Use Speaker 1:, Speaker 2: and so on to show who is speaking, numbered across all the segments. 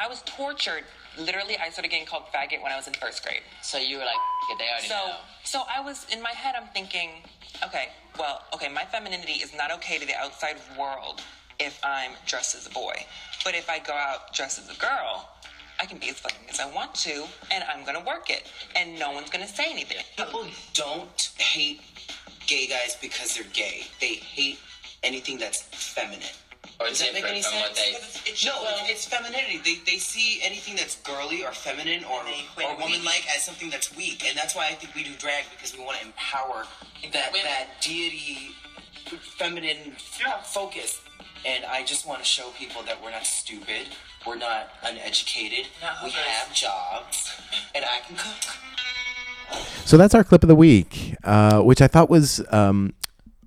Speaker 1: I was tortured. Literally, I started getting called faggot when I was in first grade.
Speaker 2: So you were like, "F- it, they already
Speaker 1: So,
Speaker 2: know.
Speaker 1: so I was in my head. I'm thinking, okay, well, okay, my femininity is not okay to the outside world if I'm dressed as a boy, but if I go out dressed as a girl, I can be as fucking as I want to, and I'm gonna work it, and no one's gonna say anything.
Speaker 3: People don't hate gay guys because they're gay. They hate anything that's feminine.
Speaker 2: Or
Speaker 3: Does that make any
Speaker 2: different from
Speaker 3: sense?
Speaker 2: what they.
Speaker 3: no, it's, it's femininity. They, they see anything that's girly or feminine or,
Speaker 1: They quit
Speaker 3: or
Speaker 1: weak.
Speaker 3: woman like as something that's weak. And that's why I think we do drag because we want to empower that,
Speaker 2: Women.
Speaker 3: that deity feminine
Speaker 1: Yeah.
Speaker 3: focus. And I just want to show people that we're not stupid, we're not uneducated,
Speaker 1: Not
Speaker 3: we
Speaker 1: hookers.
Speaker 3: have jobs, and I can cook.
Speaker 4: So that's our clip of the week, uh, which I thought was um,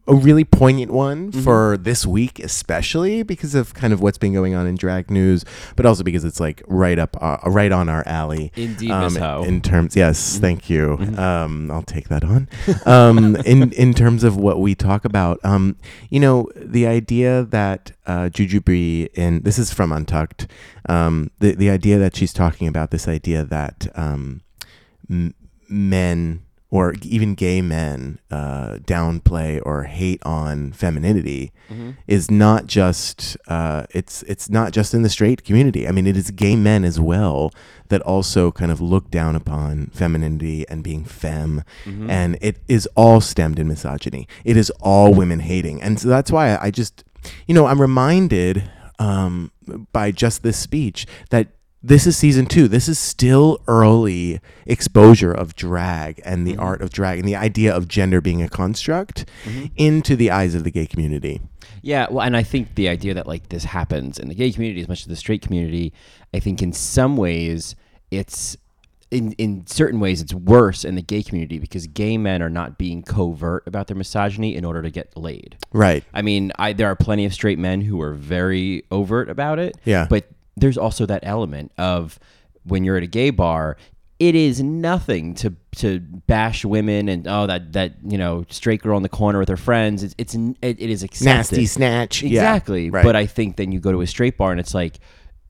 Speaker 4: a really poignant one for this week, especially because of kind of what's been going on in drag news, but also because it's like right up, uh, right on our alley.
Speaker 5: Indeed,
Speaker 4: um,
Speaker 5: Miss Ho.
Speaker 4: In terms, yes, thank you. Um, I'll take that on. Um, in in terms of what we talk about, um, you know, the idea that uh, Jujubee and this is from Untucked, um, the the idea that she's talking about this idea that. Um, men or g- even gay men uh, downplay or hate on femininity is not just uh, it's it's not just in the straight community. I mean, it is gay men as well that also kind of look down upon femininity and being femme, and it is all stemmed in misogyny. It is all women hating, and so that's why I just you know I'm reminded um, by just this speech that this is season two. This is still early exposure of drag and
Speaker 5: Mm-hmm.
Speaker 4: the art of drag and the idea of gender being a construct
Speaker 5: Mm-hmm.
Speaker 4: into the eyes of the gay community.
Speaker 5: Yeah, well, and I think the idea that like this happens in the gay community as much as the straight community, I think in some ways it's in in certain ways it's worse in the gay community because gay men are not being covert about their misogyny in order to get laid.
Speaker 4: Right.
Speaker 5: I mean, I there are plenty of straight men who are very overt about it.
Speaker 4: Yeah.
Speaker 5: But there's also that element of when you're at a gay bar, it is nothing to to bash women and oh that that you know straight girl in the corner with her friends. It's it's n- it, it is accepted.
Speaker 4: Nasty snatch. Yeah,
Speaker 5: Exactly.
Speaker 4: right.
Speaker 5: But I think then you go to a straight bar and it's like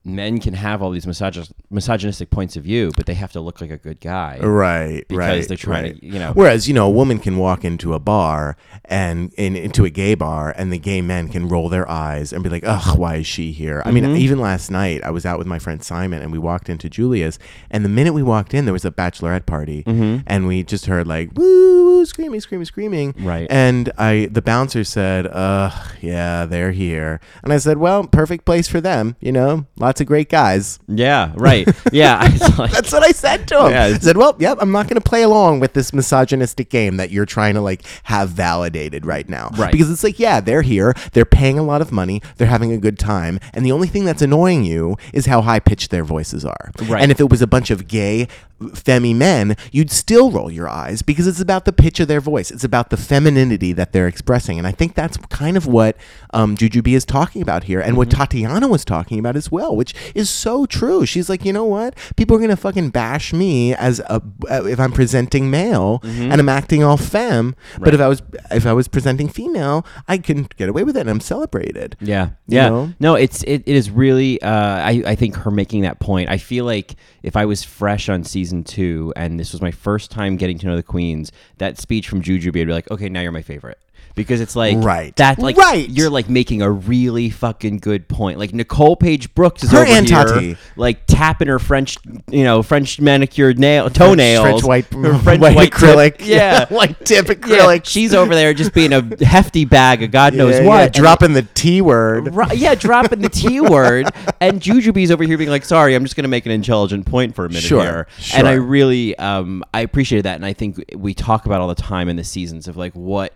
Speaker 5: men can have all these misogyn- misogynistic points of view, but they have to look like a good guy.
Speaker 4: Right,
Speaker 5: Because
Speaker 4: right,
Speaker 5: they're trying
Speaker 4: right.
Speaker 5: to, you know-
Speaker 4: Whereas you know, a woman can walk into a bar and in, into a gay bar, and the gay men can roll their eyes and be like, "Ugh, why is she here?" I
Speaker 5: Mm-hmm.
Speaker 4: mean, even last night, I was out with my friend Simon, and we walked into Julia's, and the minute we walked in, there was a bachelorette party,
Speaker 5: Mm-hmm.
Speaker 4: and we just heard like woo, woo, screaming, screaming, screaming.
Speaker 5: Right.
Speaker 4: And I, the bouncer said, "Ugh, yeah, they're here," and I said, "Well, perfect place for them. You know, lots of great guys."
Speaker 5: Yeah. Right. Yeah. It's like-
Speaker 4: That's what I said to him.
Speaker 5: Yeah.
Speaker 4: I said, "Well, yep, I'm not going to play along with this misogynistic game that you're trying to like have validated right now,
Speaker 5: Right.
Speaker 4: Because it's like, yeah, they're here, they're paying a lot of money, they're having a good time, and the only thing that's annoying you is how high pitched their voices are.
Speaker 5: Right.
Speaker 4: And if it was a bunch of gay, femmy men, you'd still roll your eyes because it's about the pitch of their voice. It's about the femininity that they're expressing, and I think that's kind of what um, Jujubee is talking about here, and what
Speaker 5: Mm-hmm.
Speaker 4: Tatiana was talking about as well, which is so true. She's like, you know what? People are gonna fucking bash me as a uh, if I'm presenting male
Speaker 5: Mm-hmm.
Speaker 4: and I'm acting all femme, but if I was if I was presenting female, I can get away with it, and I'm celebrated.
Speaker 5: Yeah.
Speaker 4: You
Speaker 5: Yeah.
Speaker 4: know?
Speaker 5: No, it's it, it is really uh I, I think her making that point. I feel like if I was fresh on season two and this was my first time getting to know the Queens, that speech from Jujubee would be like, Okay, now you're my favorite. Because it's like
Speaker 4: Right.
Speaker 5: that like
Speaker 4: Right.
Speaker 5: you're like making a really fucking good point. Like Nicole Page Brooks is
Speaker 4: Her
Speaker 5: over
Speaker 4: and
Speaker 5: here,
Speaker 4: Tati.
Speaker 5: like tapping her French you know, French manicured nail toenails.
Speaker 4: French white,
Speaker 5: her
Speaker 4: French white,
Speaker 5: tip-
Speaker 4: acrylic,
Speaker 5: Yeah.
Speaker 4: like tip
Speaker 5: Yeah,
Speaker 4: acrylic.
Speaker 5: she's over there just being a hefty bag of God knows
Speaker 4: Yeah,
Speaker 5: what.
Speaker 4: yeah,
Speaker 5: and
Speaker 4: dropping the T word.
Speaker 5: Right, yeah, dropping the T word, and Jujubee's over here being like, "Sorry, I'm just going to make an intelligent point for a minute
Speaker 4: Sure,
Speaker 5: here." And I
Speaker 4: sure.
Speaker 5: really, um, I appreciate that, and I think we talk about all the time in the seasons of like what,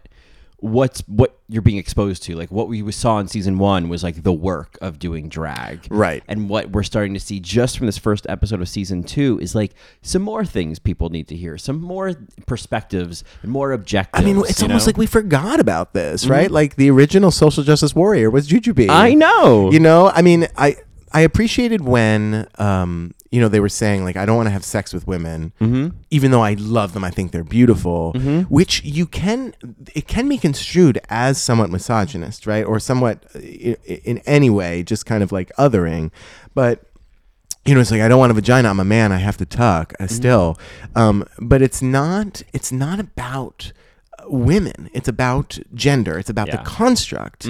Speaker 5: what's what you're being exposed to. Like what we saw in season one was like the work of doing drag,
Speaker 4: Right.
Speaker 5: And what we're starting to see just from this first episode of season two is like some more things people need to hear, some more perspectives, and more objectives.
Speaker 4: I mean, it's
Speaker 5: you
Speaker 4: almost
Speaker 5: know?
Speaker 4: like we forgot about this, right? Like the original social justice warrior was Jujubee.
Speaker 5: I know.
Speaker 4: You know, I mean, I I appreciated when um, you know, they were saying like I don't want to have sex with women, even though I love them, I think they're beautiful, which you can it can be construed as somewhat misogynist, right? Or somewhat uh, i- in any way just kind of like othering, but you know, it's like I don't want a vagina. I'm a man. I have to tuck. I still, um, but it's not. It's not about uh, women. It's about gender. It's about
Speaker 5: Yeah.
Speaker 4: the construct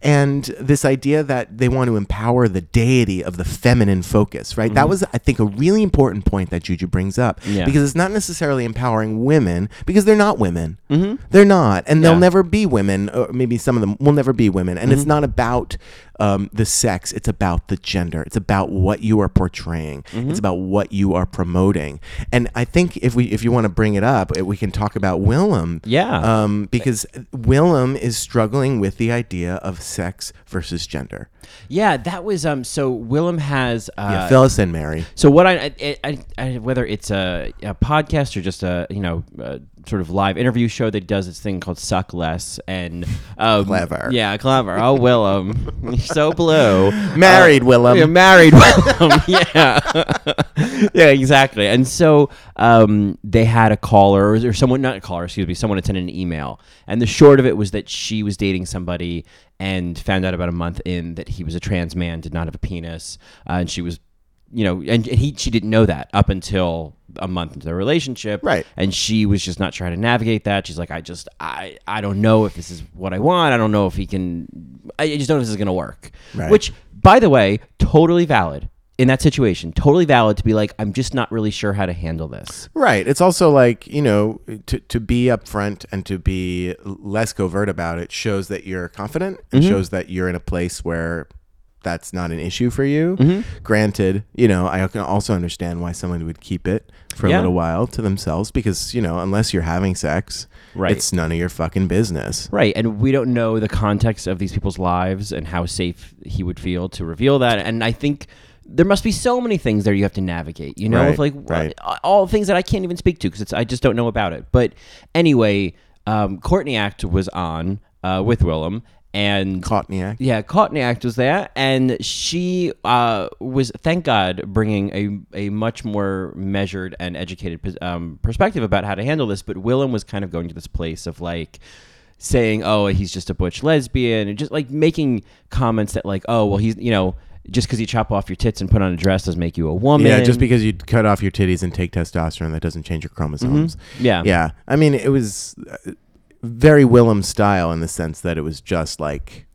Speaker 4: and this idea that they want to empower the deity of the feminine focus. Right. That was, I think, a really important point that Juju brings up
Speaker 5: Yeah.
Speaker 4: because it's not necessarily empowering women because they're not women. They're not, and they'll
Speaker 5: Mm-hmm. Yeah. Mm-hmm.
Speaker 4: never be women. Or maybe some of them will never be women. And it's not about um, the sex. It's about the gender. It's about what you are portraying.
Speaker 5: Mm-hmm.
Speaker 4: It's about what you are promoting. And I think if we, if you want to bring it up, eh, we can talk about Willem.
Speaker 5: Yeah.
Speaker 4: Um, because Willem is struggling with the idea of sex versus gender.
Speaker 5: Yeah, that was um. So Willem has uh,
Speaker 4: Yeah. fill us in, Mary.
Speaker 5: So what I, I, I, I whether it's a, a podcast or just a you know a sort of live interview show that does this thing called Suck Less and um,
Speaker 4: Clever.
Speaker 5: yeah, clever. Oh, Willem, you're so blue. Uh,
Speaker 4: Married Willem.
Speaker 5: You're married Willem. yeah, yeah, exactly. And so um, they had a caller or someone, not a caller, excuse me, someone attended an email, and the short of it was that she was dating somebody and found out about a month in that he was a trans man, did not have a penis, uh, and she was you know, and, and he she didn't know that up until a month into their relationship,
Speaker 4: Right.
Speaker 5: And she was just not trying to navigate that. She's like, I just I I don't know if this is what I want. I don't know if he can. I I just don't know if this is gonna work.
Speaker 4: Right.
Speaker 5: Which, by the way, totally valid in that situation. Totally valid to be like, I'm just not really sure how to handle this.
Speaker 4: Right. It's also like, you know, to, to be upfront and to be less covert about it shows that you're confident and
Speaker 5: Mm-hmm.
Speaker 4: shows that you're in a place where that's not an issue for you.
Speaker 5: Mm-hmm.
Speaker 4: Granted, you know, I can also understand why someone would keep it for
Speaker 5: Yeah.
Speaker 4: a little while to themselves because, you know, unless you're having sex,
Speaker 5: Right.
Speaker 4: it's none of your fucking business.
Speaker 5: Right, and we don't know the context of these people's lives and how safe he would feel to reveal that. And I think there must be so many things there you have to navigate. You know,
Speaker 4: Right,
Speaker 5: of like
Speaker 4: right.
Speaker 5: uh, all things that I can't even speak to because I just don't know about it. But anyway, um, Courtney Act was on uh, with Willem and
Speaker 4: Kotniak.
Speaker 5: yeah, Courtney Act was there, and she uh, was, thank God, bringing a, a much more measured and educated pers- um, perspective about how to handle this. But Willem was kind of going to this place of like saying, oh, he's just a butch lesbian, and just like making comments that, like, oh, well, he's, you know, just because you chop off your tits and put on a dress doesn't make you a woman.
Speaker 4: Yeah, just because you cut off your titties and take testosterone, that doesn't change your chromosomes.
Speaker 5: Mm-hmm. Yeah.
Speaker 4: Yeah. I mean, it was uh, very Willem style in the sense that it was just like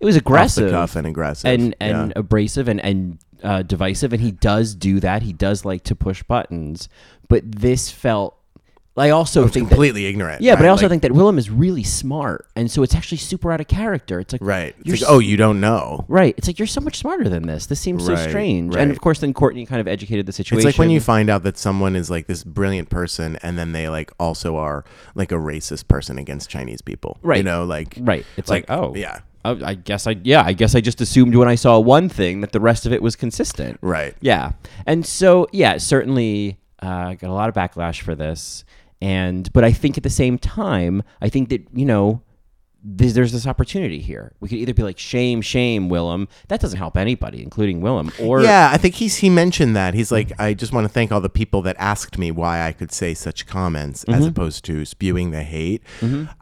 Speaker 5: It was aggressive.
Speaker 4: off the cuff and aggressive.
Speaker 5: and and uh,
Speaker 4: yeah.
Speaker 5: abrasive and and uh, divisive, and he does do that. He does like to push buttons, but this felt. I also think that-
Speaker 4: completely ignorant.
Speaker 5: yeah, but
Speaker 4: right?
Speaker 5: I also
Speaker 4: Like-
Speaker 5: think that Willem is really smart, and so it's actually super out of character. It's like
Speaker 4: right. It's
Speaker 5: you're
Speaker 4: like,
Speaker 5: s-
Speaker 4: oh, you don't know.
Speaker 5: right. It's like you're so much smarter than this. This seems
Speaker 4: Right,
Speaker 5: so strange.
Speaker 4: right.
Speaker 5: And of course, then Courtney kind of educated the situation.
Speaker 4: It's like when you find out that someone is like this brilliant person, and then they like also are like a racist person against Chinese people. You
Speaker 5: Right.
Speaker 4: know, like
Speaker 5: right. It's like, oh
Speaker 4: yeah.
Speaker 5: I, I guess I yeah I guess I just assumed when I saw one thing that the rest of it was consistent.
Speaker 4: Right.
Speaker 5: Yeah. And so, yeah, certainly uh, got a lot of backlash for this. And but I think at the same time, I think that you know, there's, there's this opportunity here. We could either be like shame, shame, Willem. That doesn't help anybody, including Willem. Or
Speaker 4: yeah, I think he's he mentioned that. He's like, I just want to thank all the people that asked me why I could say such comments as opposed to spewing the hate.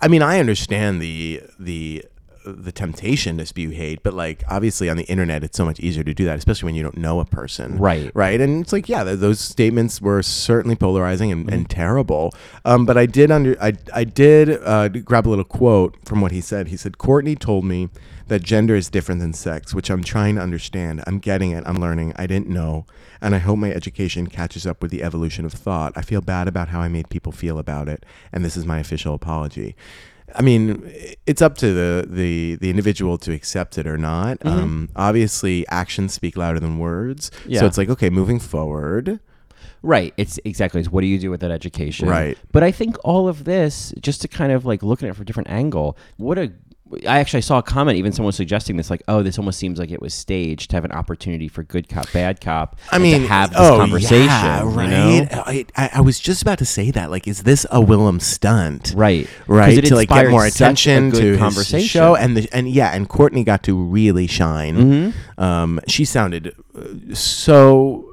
Speaker 4: I mean, I understand the the the temptation to spew hate, but like obviously on the internet, it's so much easier to do that, especially when you don't know a person,
Speaker 5: Right.
Speaker 4: Right, and it's like, yeah, th- those statements were certainly polarizing and, and terrible. Um, but I did under I I did uh, grab a little quote from what he said. He said, "Courtney told me that gender is different than sex, which I'm trying to understand. I'm getting it. I'm learning. I didn't know, and I hope my education catches up with the evolution of thought. I feel bad about how I made people feel about it, and this is my official apology." I mean, it's up to the, the, the individual to accept it or not. Um, obviously, actions speak louder than words.
Speaker 5: Yeah.
Speaker 4: So it's like, okay, moving forward.
Speaker 5: Right. It's exactly. It's what do you do with that education?
Speaker 4: Right.
Speaker 5: But I think all of this, just to kind of like look at it from a different angle, what a. I actually saw a comment, even someone suggesting this, like, "Oh, this almost seems like it was staged to have an opportunity for good cop, bad cop."
Speaker 4: I
Speaker 5: and
Speaker 4: mean,
Speaker 5: to have this
Speaker 4: oh,
Speaker 5: conversation,
Speaker 4: yeah,
Speaker 5: you
Speaker 4: right?
Speaker 5: know?
Speaker 4: I, I, I was just about to say that. Like, is this a Willem stunt?
Speaker 5: Right. 'Cause
Speaker 4: Right.
Speaker 5: it
Speaker 4: To like get
Speaker 5: inspired
Speaker 4: more
Speaker 5: such a
Speaker 4: attention
Speaker 5: good
Speaker 4: to his
Speaker 5: conversation.
Speaker 4: show and the and yeah, and
Speaker 5: Mm-hmm.
Speaker 4: Courtney got to really shine. Um, she sounded uh, so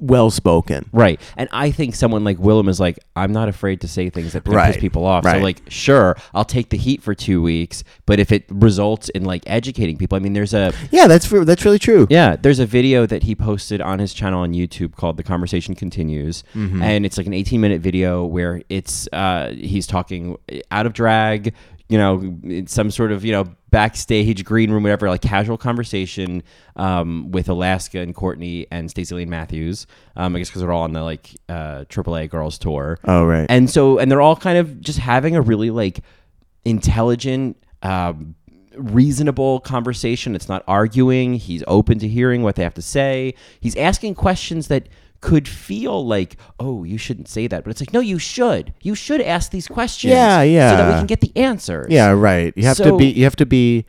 Speaker 4: well spoken.
Speaker 5: Right. And I think someone like Willem is like, I'm not afraid to say things that p-
Speaker 4: Right.
Speaker 5: piss people off.
Speaker 4: Right.
Speaker 5: So like, sure, I'll take the heat for two weeks, but if it results in like educating people, I mean, there's a
Speaker 4: Yeah, that's for, that's really true.
Speaker 5: yeah, there's a video that he posted on his channel on YouTube called "The Conversation Continues," and it's like an 18 minute video where it's uh, he's talking out of drag, you know, in some sort of you know backstage green room, whatever, like casual conversation um, with Alaska and Courtney and Stacey Lane Matthews. Um, I guess because they're all on the like uh, AAA Girls Tour.
Speaker 4: Oh, right.
Speaker 5: And so, and they're all kind of just having a really like intelligent, um, reasonable conversation. It's not arguing. He's open to hearing what they have to say. He's asking questions that could feel like, oh, you shouldn't say that. But it's like, no, you should. You should ask these questions.
Speaker 4: Yeah, yeah.
Speaker 5: So that we can get the answers.
Speaker 4: Yeah, right. You have to be
Speaker 5: So-
Speaker 4: you have to be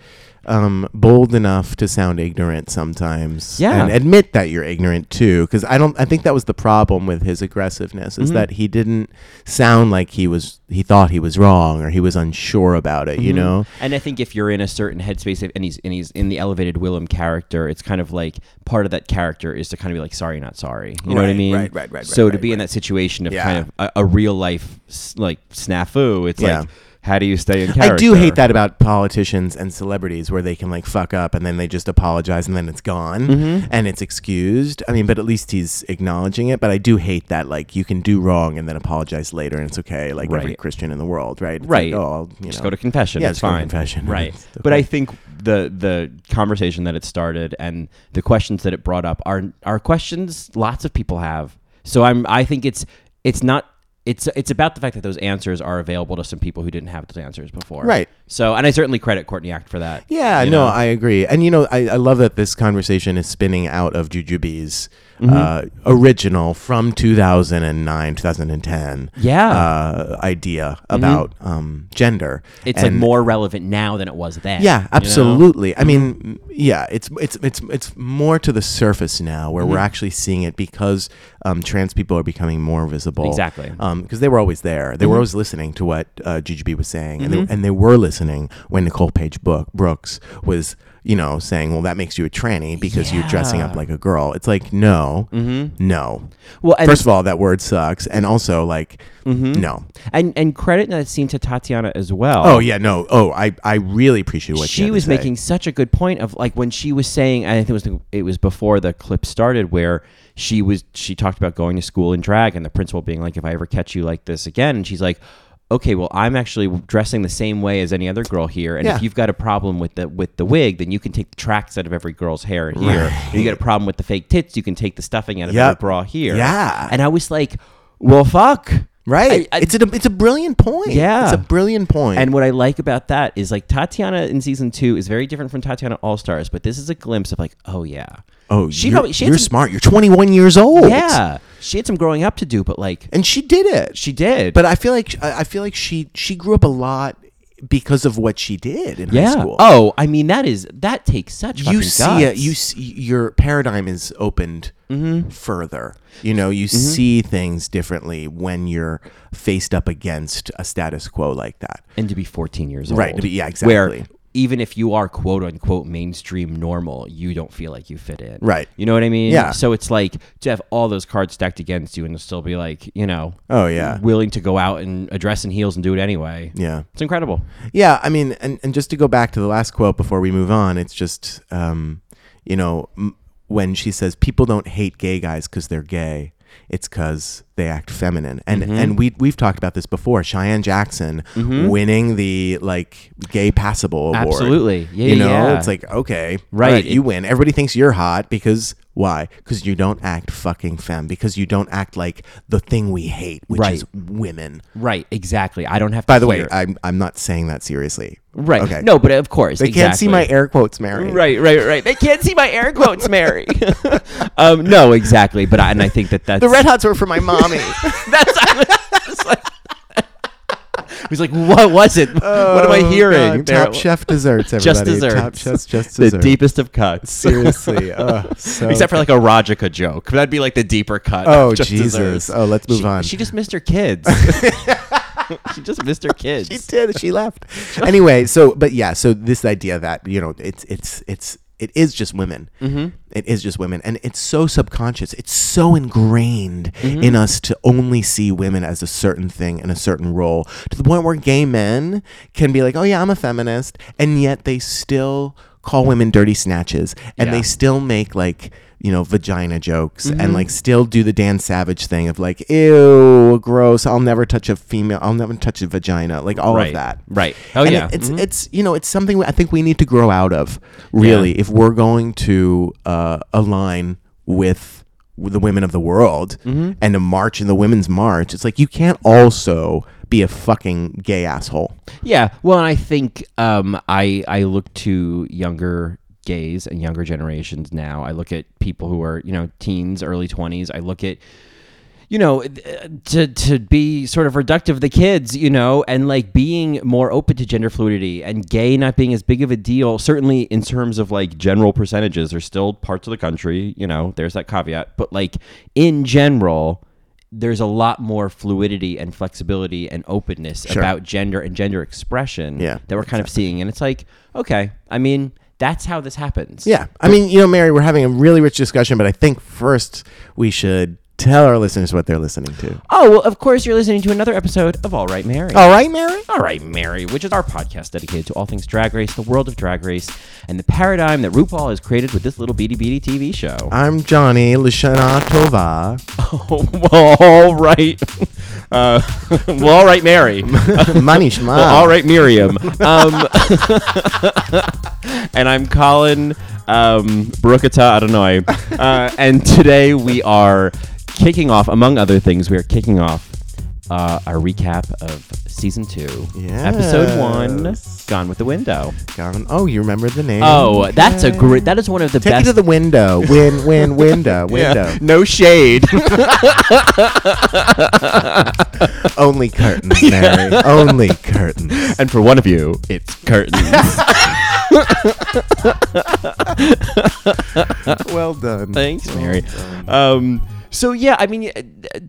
Speaker 4: um, bold enough to sound ignorant sometimes.
Speaker 5: Yeah.
Speaker 4: and admit that you're ignorant too. Because I don't. I think that was the problem with his aggressiveness
Speaker 5: Mm-hmm.
Speaker 4: is that he didn't sound like he was. He thought he was wrong or he was unsure about it.
Speaker 5: Mm-hmm.
Speaker 4: You know.
Speaker 5: And I think if you're in a certain headspace and he's and he's in the elevated Willem character, it's kind of like part of that character is to kind of be like sorry, not sorry. You know what I
Speaker 4: Right,
Speaker 5: mean?
Speaker 4: right, right, right,
Speaker 5: So
Speaker 4: right,
Speaker 5: to
Speaker 4: right,
Speaker 5: be in
Speaker 4: right.
Speaker 5: that situation of
Speaker 4: Yeah.
Speaker 5: kind of a, a real life s- like snafu, it's
Speaker 4: Yeah.
Speaker 5: like how do you stay in character?
Speaker 4: I do hate that about politicians and celebrities where they can like fuck up and then they just apologize and then it's gone
Speaker 5: Mm-hmm.
Speaker 4: and it's excused. I mean, but at least he's acknowledging it. But I do hate that like you can do wrong and then apologize later and it's okay. Like every
Speaker 5: Right.
Speaker 4: Christian in the world, right? It's
Speaker 5: Right.
Speaker 4: Like, oh, I'll, you
Speaker 5: Just
Speaker 4: know.
Speaker 5: go to confession.
Speaker 4: Yeah,
Speaker 5: it's
Speaker 4: just go to
Speaker 5: fine.
Speaker 4: confession.
Speaker 5: Right.
Speaker 4: It's
Speaker 5: But I
Speaker 4: okay.
Speaker 5: think the the conversation that it started and the questions that it brought up are are questions lots of people have. So I'm I think it's it's not it's it's about the fact that those answers are available to some people who didn't have those answers before.
Speaker 4: Right.
Speaker 5: So and I certainly credit Courtney Act for that.
Speaker 4: Yeah,
Speaker 5: you
Speaker 4: no,
Speaker 5: know?
Speaker 4: I agree. And you know, I, I love that this conversation is spinning out of Jujubee's
Speaker 5: Mm-hmm.
Speaker 4: uh, original from 2009, 2010
Speaker 5: Yeah. Mm-hmm.
Speaker 4: uh, idea about um, gender.
Speaker 5: it's like
Speaker 4: And-
Speaker 5: more relevant now than it was then. you
Speaker 4: Yeah,
Speaker 5: know? Mm-hmm.
Speaker 4: absolutely. I mean, yeah, it's it's it's it's more to the surface now, where we're
Speaker 5: Mm-hmm.
Speaker 4: actually seeing it because um, trans people are becoming more visible.
Speaker 5: Exactly. Mm-hmm.
Speaker 4: because they were always there. They were always listening to what uh, Gigi B was saying, and, they, and they were listening when Nicole Page Book, Brooks was, you know, saying, "Well, that makes you a tranny because you're dressing up
Speaker 5: Yeah. Mm-hmm.
Speaker 4: like a girl." It's like, no, no.
Speaker 5: Well, and Mm-hmm.
Speaker 4: First of all, that word sucks, and also like, no.
Speaker 5: and and credit that scene to Tatiana as well.
Speaker 4: Oh yeah, no. Oh, I I really appreciate what
Speaker 5: she
Speaker 4: had to
Speaker 5: was
Speaker 4: say.
Speaker 5: making such a good point of like when she was saying and I think it was it was before the clip started where she was she talked about going to school in drag and the principal being like if I ever catch you like this again and she's like okay well I'm actually dressing the same way as any other girl here and
Speaker 4: Yeah.
Speaker 5: if you've got a problem with the with the wig then you can take the tracks out of every girl's hair here if you got a problem with the fake tits you can take the stuffing out of
Speaker 4: Yep.
Speaker 5: every bra here
Speaker 4: Yeah.
Speaker 5: and I was like well fuck
Speaker 4: Right.
Speaker 5: I- I-
Speaker 4: it's a it's a brilliant point.
Speaker 5: Yeah.
Speaker 4: It's a brilliant point.
Speaker 5: And what I like about that is like Tatiana in season two is very different from Tatiana All Stars, but this is a glimpse of like, oh yeah,
Speaker 4: oh,
Speaker 5: she
Speaker 4: you're,
Speaker 5: probably- she had
Speaker 4: you're
Speaker 5: some-
Speaker 4: smart. You're 21 years old.
Speaker 5: yeah, she had some growing up to do, but like
Speaker 4: And she did it.
Speaker 5: she did.
Speaker 4: but I feel like I I feel like she she grew up a lot because of what she did in
Speaker 5: yeah,
Speaker 4: high school.
Speaker 5: oh, I mean that is that takes such
Speaker 4: you
Speaker 5: fucking
Speaker 4: see it.
Speaker 5: guts. Mm-hmm.
Speaker 4: You see, your paradigm is opened further. You know, you see things differently when you're faced up against a status quo like that.
Speaker 5: and to be 14 years old,
Speaker 4: Right, to be- yeah,
Speaker 5: Where
Speaker 4: exactly.
Speaker 5: even if you are quote unquote mainstream normal, you don't feel like you fit in,
Speaker 4: Right.
Speaker 5: You know what I mean?
Speaker 4: Yeah.
Speaker 5: So it's like to have all those cards stacked against you and to still be like, you know,
Speaker 4: Oh, yeah.
Speaker 5: willing to go out and address in heels and do it anyway.
Speaker 4: Yeah.
Speaker 5: It's incredible.
Speaker 4: Yeah, I mean, and, and just to go back to the last quote before we move on, it's just, um, you know, m- when she says people don't hate gay guys because they're gay, it's because they act feminine, and
Speaker 5: Mm-hmm.
Speaker 4: and we we've talked about this before. Cheyenne Jackson winning the like gay passable award,
Speaker 5: Absolutely. Yeah,
Speaker 4: you
Speaker 5: yeah,
Speaker 4: know,
Speaker 5: yeah.
Speaker 4: it's like okay,
Speaker 5: Right.
Speaker 4: all you win. Everybody thinks you're hot because why? Because you don't act fucking femme. Because you don't act like the thing we hate, which
Speaker 5: Right.
Speaker 4: is women.
Speaker 5: Right, exactly. I don't have to
Speaker 4: By the way,
Speaker 5: hear-
Speaker 4: I'm I'm not saying that seriously.
Speaker 5: right.
Speaker 4: Okay.
Speaker 5: No, but of course.
Speaker 4: They can't see my
Speaker 5: exactly.
Speaker 4: air quotes, Mary.
Speaker 5: Right, right, right. They can't see my air quotes, Mary. um, no, exactly. But I, and I think that that's
Speaker 4: The Red Hots were for my mommy.
Speaker 5: That's I was like, I was like, what was it? what am I hearing?
Speaker 4: Oh, God,
Speaker 5: There
Speaker 4: Top
Speaker 5: it
Speaker 4: Chef desserts, everybody.
Speaker 5: just desserts.
Speaker 4: Top Chef, just
Speaker 5: the
Speaker 4: desserts.
Speaker 5: deepest of cuts.
Speaker 4: Seriously. Ugh, so-
Speaker 5: Except for like a Rajika joke, that'd be like the deeper cut.
Speaker 4: Oh,
Speaker 5: Just
Speaker 4: Jesus.
Speaker 5: desserts.
Speaker 4: Oh, let's move
Speaker 5: She-
Speaker 4: on.
Speaker 5: She just missed her kids. she just missed her kids.
Speaker 4: she did. She left. anyway, so but yeah, so this idea that you know it's it's it's it is just women. Mm-hmm. is just women, and it's so subconscious. It's so ingrained in us to only see women as a certain thing and a certain role, to the point where gay men can be like, "Oh yeah, I'm a feminist," and yet they still call women dirty snatches, and
Speaker 5: Yeah.
Speaker 4: they still make like you know vagina jokes and like still do the Dan Savage thing of like, "Ew, gross! I'll never touch a female. I'll never touch a vagina." Like all
Speaker 5: Right.
Speaker 4: of that.
Speaker 5: Right. Oh,
Speaker 4: And
Speaker 5: yeah.
Speaker 4: it- it's it's you know it's something I think we need to grow out of really if we're going to uh, align with with the women of the world
Speaker 5: Mm-hmm.
Speaker 4: and to march in the women's march. It's like you can't also be a fucking gay asshole.
Speaker 5: Yeah. Well, and I think um, I I look to younger gays and younger generations now. I look at people who are you know teens, early twenties. I look at you know uh, to to be sort of reductive of the kids you know and like being more open to gender fluidity and gay not being as big of a deal certainly in terms of like general percentages there's still parts of the country you know there's that caveat but like in general there's a lot more fluidity and flexibility and openness about gender and gender expression
Speaker 4: Yeah,
Speaker 5: that we're kind of seeing and it's like okay i mean that's how this happens
Speaker 4: Yeah, I mean you know Mary, we're having a really rich discussion, but I think first we should tell our listeners what they're listening to.
Speaker 5: oh well of course you're listening to another episode of all right mary
Speaker 4: All right, Mary.
Speaker 5: All Right Mary, which is our podcast dedicated to all things drag race, the world of drag race, and the paradigm that RuPaul has created with this little bitty bitty TV show.
Speaker 4: I'm Johnny Lushana Tova.
Speaker 5: all right. Uh, well, all right, Mary.
Speaker 4: Money Shma.
Speaker 5: Well, all right, Miriam. Um, and I'm Colin um, Brokata Adonoi. Uh, and today we are kicking off, among other things, we are kicking off uh, our recap of season two, episode one,
Speaker 4: Yes.
Speaker 5: Gone with the Window.
Speaker 4: Gone. Oh, you remember the name?
Speaker 5: Oh, that's a great. That is one of the
Speaker 4: Take
Speaker 5: best.
Speaker 4: it to the window. Win, win, window,
Speaker 5: Yeah.
Speaker 4: window.
Speaker 5: No shade.
Speaker 4: Only curtains, Mary. Only curtains.
Speaker 5: and for one of you, it's curtains.
Speaker 4: Well done.
Speaker 5: Thanks, Mary. Um, so yeah, I mean, uh,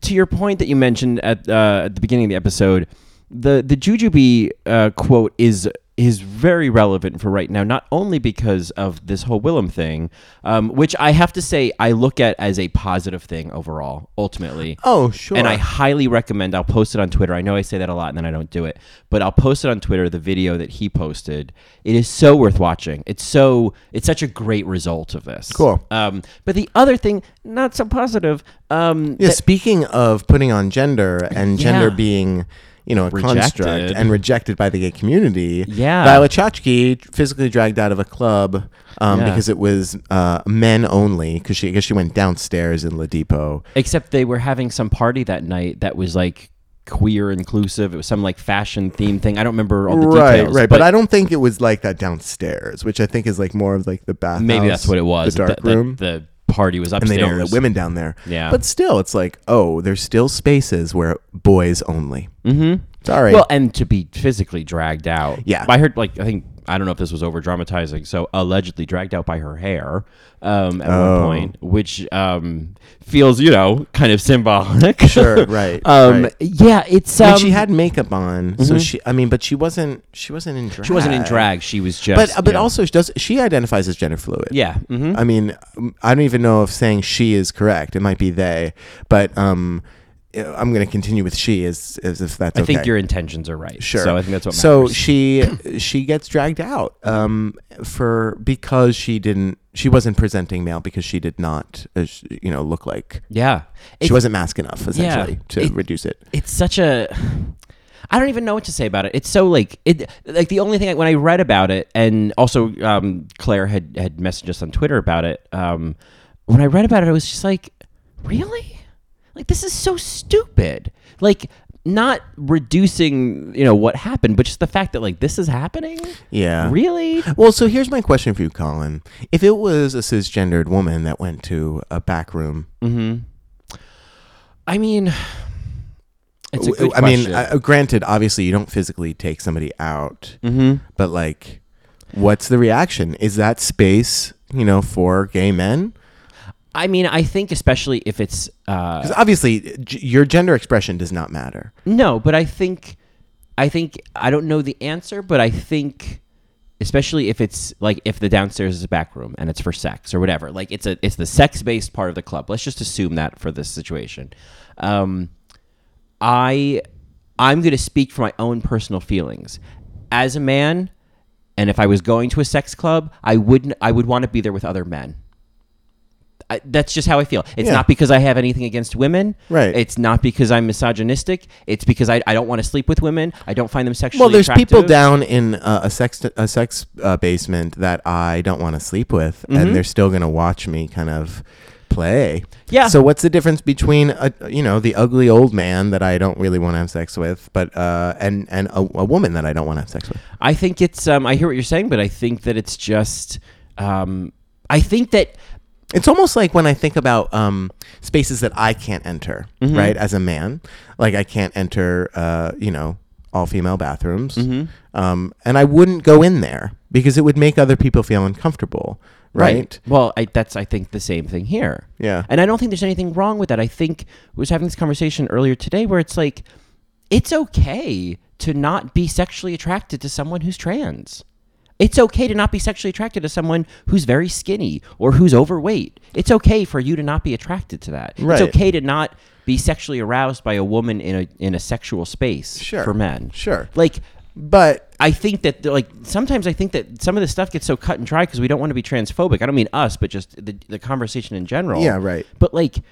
Speaker 5: to your point that you mentioned at, uh, at the beginning of the episode, the the Jujubee uh, quote is is very relevant for right now, not only because of this whole Willem thing, um, which I have to say I look at as a positive thing overall, ultimately.
Speaker 4: Oh, sure.
Speaker 5: And I highly recommend. I'll post it on Twitter. I know I say that a lot and then I don't do it, but I'll post it on Twitter. The video that he posted, it is so worth watching. It's so it's such a great result of this.
Speaker 4: Cool.
Speaker 5: Um, but the other thing, not so positive. Um,
Speaker 4: Yeah, speaking of putting on gender and gender
Speaker 5: Yeah.
Speaker 4: being, you know, a construct
Speaker 5: Rejected.
Speaker 4: and rejected by the gay community.
Speaker 5: Yeah.
Speaker 4: Violet Chachki physically dragged out of a club um,
Speaker 5: Yeah.
Speaker 4: because it was uh, men only. Because she, I guess she went downstairs in La Depot.
Speaker 5: except they were having some party that night that was like queer inclusive. It was some like fashion theme thing. I don't remember all the
Speaker 4: right,
Speaker 5: details.
Speaker 4: right. But, I don't think it was like that downstairs, which I think is like more of like the bathhouse.
Speaker 5: maybe that's what it was.
Speaker 4: The dark
Speaker 5: the,
Speaker 4: room.
Speaker 5: The, the party was
Speaker 4: and
Speaker 5: upstairs.
Speaker 4: they don't let women down there.
Speaker 5: Yeah.
Speaker 4: But still, it's like, oh, there's still spaces where boys only. Mm-hmm. Sorry.
Speaker 5: Well, and to be physically dragged out.
Speaker 4: Yeah.
Speaker 5: I heard like I think I don't know if this was over dramatizing. So allegedly dragged out by her hair um, at
Speaker 4: Oh.
Speaker 5: one point, which um, feels you know kind of symbolic.
Speaker 4: Sure, right,
Speaker 5: um,
Speaker 4: right.
Speaker 5: Yeah, it's. Um, mm-hmm.
Speaker 4: I mean, she had makeup on, so she. I mean, but she wasn't. She wasn't in drag.
Speaker 5: She wasn't in drag. She was just.
Speaker 4: Uh, But uh, but
Speaker 5: you know,
Speaker 4: also she does she identifies as gender fluid?
Speaker 5: Yeah. mhm.
Speaker 4: I mean, um, I don't even know if saying she is correct. It might be they, but um, I- I'm going to continue with she as, as if that's
Speaker 5: I
Speaker 4: okay.
Speaker 5: think your intentions are right.
Speaker 4: Sure.
Speaker 5: So I think that's what.
Speaker 4: So
Speaker 5: matters.
Speaker 4: she she gets dragged out um, for because she didn't she wasn't presenting male because she did not uh, sh- you know look like
Speaker 5: yeah.
Speaker 4: she
Speaker 5: It's-
Speaker 4: wasn't mask enough essentially to
Speaker 5: It-
Speaker 4: reduce it.
Speaker 5: it's such a I don't even know what to say about it. It's so like it like the only thing I, when I read about it and also um, Claire had had messaged us on Twitter about it. Um, when I read about it I was just like, really? Like this is so stupid. Like not reducing, you know, what happened, but just the fact that like this is happening?
Speaker 4: Yeah.
Speaker 5: Really?
Speaker 4: Well, so here's my question for you, Colin. If it was a cisgendered woman that went to a back room,
Speaker 5: I mean it's a good
Speaker 4: I mean,
Speaker 5: question.
Speaker 4: uh, granted, obviously you don't physically take somebody out,
Speaker 5: Mm-hmm.
Speaker 4: but like, what's the reaction? Is that space, you know, for gay men?
Speaker 5: I mean, I think especially if it's uh,
Speaker 4: Because obviously, g- your gender expression does not matter.
Speaker 5: No, but I think, I think I don't know the answer, but I think especially if it's like if the downstairs is a back room and it's for sex or whatever. Like it's a it's the sex based part of the club. Let's just assume that for this situation. Um, I I'm going to speak for my own personal feelings as a man. And if I was going to a sex club, I wouldn't. I would want to be there with other men. I, that's just how I feel. It's
Speaker 4: Yeah.
Speaker 5: not because I have anything against women.
Speaker 4: Right.
Speaker 5: It's not because I'm misogynistic. It's because I, I don't want to sleep with women. I don't find them sexually.
Speaker 4: Well, there's people
Speaker 5: attractive.
Speaker 4: down in uh, a sex a sex uh, basement that I don't want to sleep with,
Speaker 5: Mm-hmm.
Speaker 4: and they're still gonna watch me kind of play.
Speaker 5: Yeah.
Speaker 4: So what's the difference between a you know the ugly old man that I don't really want to have sex with, but uh, and and a, a woman that I don't want to have sex with?
Speaker 5: I think it's. Um, I hear what you're saying, but I think that it's just. Um, I think that
Speaker 4: It's almost like when I think about um, spaces that I can't enter, right? As a man, like I can't enter, uh, you know, all female bathrooms, um, and I wouldn't go in there because it would make other people feel uncomfortable, right?
Speaker 5: Well, I, that's I think the same thing here.
Speaker 4: Yeah.
Speaker 5: And I don't think there's anything wrong with that. I think I was having this conversation earlier today where it's like, it's okay to not be sexually attracted to someone who's trans. It's okay to not be sexually attracted to someone who's very skinny or who's overweight. It's okay for you to not be attracted to that.
Speaker 4: Right.
Speaker 5: It's okay to not be sexually aroused by a woman in a in a sexual space
Speaker 4: Sure.
Speaker 5: for men.
Speaker 4: Sure.
Speaker 5: Like
Speaker 4: But
Speaker 5: I think that like sometimes I think that some of this stuff gets so cut and dry because we don't want to be transphobic. I don't mean us, but just the the conversation in general.
Speaker 4: Yeah, right.
Speaker 5: But like